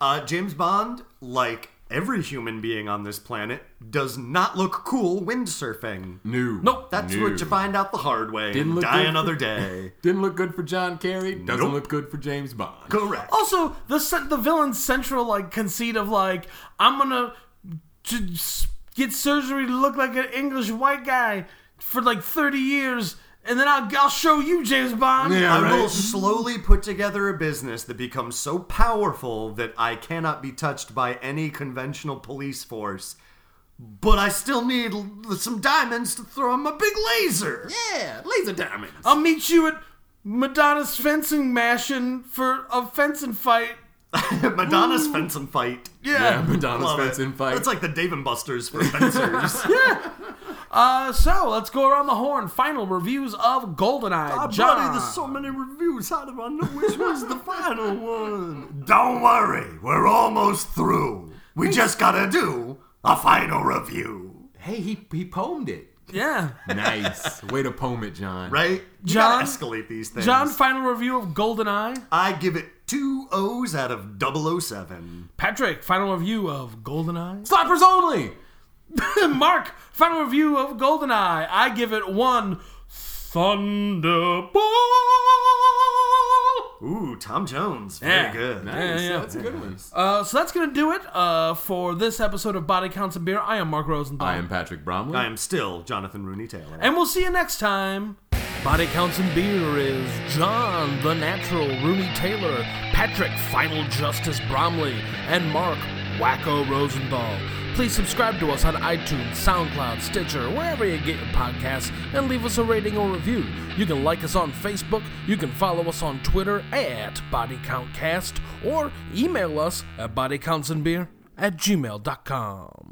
Speaker 3: Uh, James Bond, like every human being on this planet, does not look cool windsurfing.
Speaker 2: New.
Speaker 1: Nope.
Speaker 3: That's
Speaker 2: No.
Speaker 3: what you find out the hard way.
Speaker 2: Didn't
Speaker 3: in
Speaker 2: look
Speaker 3: Die
Speaker 2: good.
Speaker 3: Another
Speaker 2: [laughs]
Speaker 3: Day.
Speaker 2: Didn't look good for John Kerry. Doesn't
Speaker 3: Nope.
Speaker 2: look good for James Bond.
Speaker 3: Correct.
Speaker 1: Also, the cen- the villain's central like conceit of like I'm gonna to s- get surgery to look like an English white guy for like 30 years, and then I'll, I'll show you James Bond.
Speaker 2: Yeah.
Speaker 3: I will
Speaker 2: right.
Speaker 3: slowly put together a business that becomes so powerful that I cannot be touched by any conventional police force. But I still need l- some diamonds to throw in my big laser.
Speaker 2: Yeah, laser diamonds.
Speaker 1: I'll meet you at Madonna's fencing mashing for a fencing fight.
Speaker 3: [laughs] Madonna's fencing fight.
Speaker 1: Yeah.
Speaker 2: yeah, Madonna's
Speaker 3: Love it.
Speaker 2: fencing fight. [laughs]
Speaker 3: That's like the Dave and Buster's for fencers.
Speaker 1: Uh, so let's go around the horn. Final reviews of Goldeneye.
Speaker 3: Ah,
Speaker 1: John.
Speaker 3: buddy, there's so many reviews. How do I know which one's [laughs] the final one? Don't worry, we're almost through. We just gotta do a final review,
Speaker 2: Hey, he he poemed it.
Speaker 1: yeah.
Speaker 2: Nice way to poem it, John.
Speaker 3: right? You
Speaker 1: John-
Speaker 3: gotta escalate these things.
Speaker 1: John, final review of Goldeneye.
Speaker 3: I give it two O's out of 007.
Speaker 1: Patrick, final review of Goldeneye.
Speaker 2: Slappers only.
Speaker 1: [laughs] Mark, final review of Goldeneye. I give it one Thunderball.
Speaker 3: Ooh, Tom Jones, very
Speaker 1: Yeah.
Speaker 3: good.
Speaker 2: Nice.
Speaker 1: Yeah, yeah.
Speaker 2: That's a good one.
Speaker 1: Uh, so that's gonna do it uh, for this episode of Body Counts and Beer. I am Mark Rosenthal.
Speaker 2: I am Patrick Bromley.
Speaker 3: I am still Jonathan Rooney Taylor.
Speaker 1: And we'll see you next time. Body Counts and Beer is John the Natural, Rooney Taylor, Patrick Final Justice Bromley, and Mark Wacko Rosenthal. Please subscribe to us on iTunes, SoundCloud, Stitcher, wherever you get your podcasts, and leave us a rating or review. You can like us on Facebook, you can follow us on Twitter at BodyCountCast, or email us at bodycountsandbeer at gmail.com.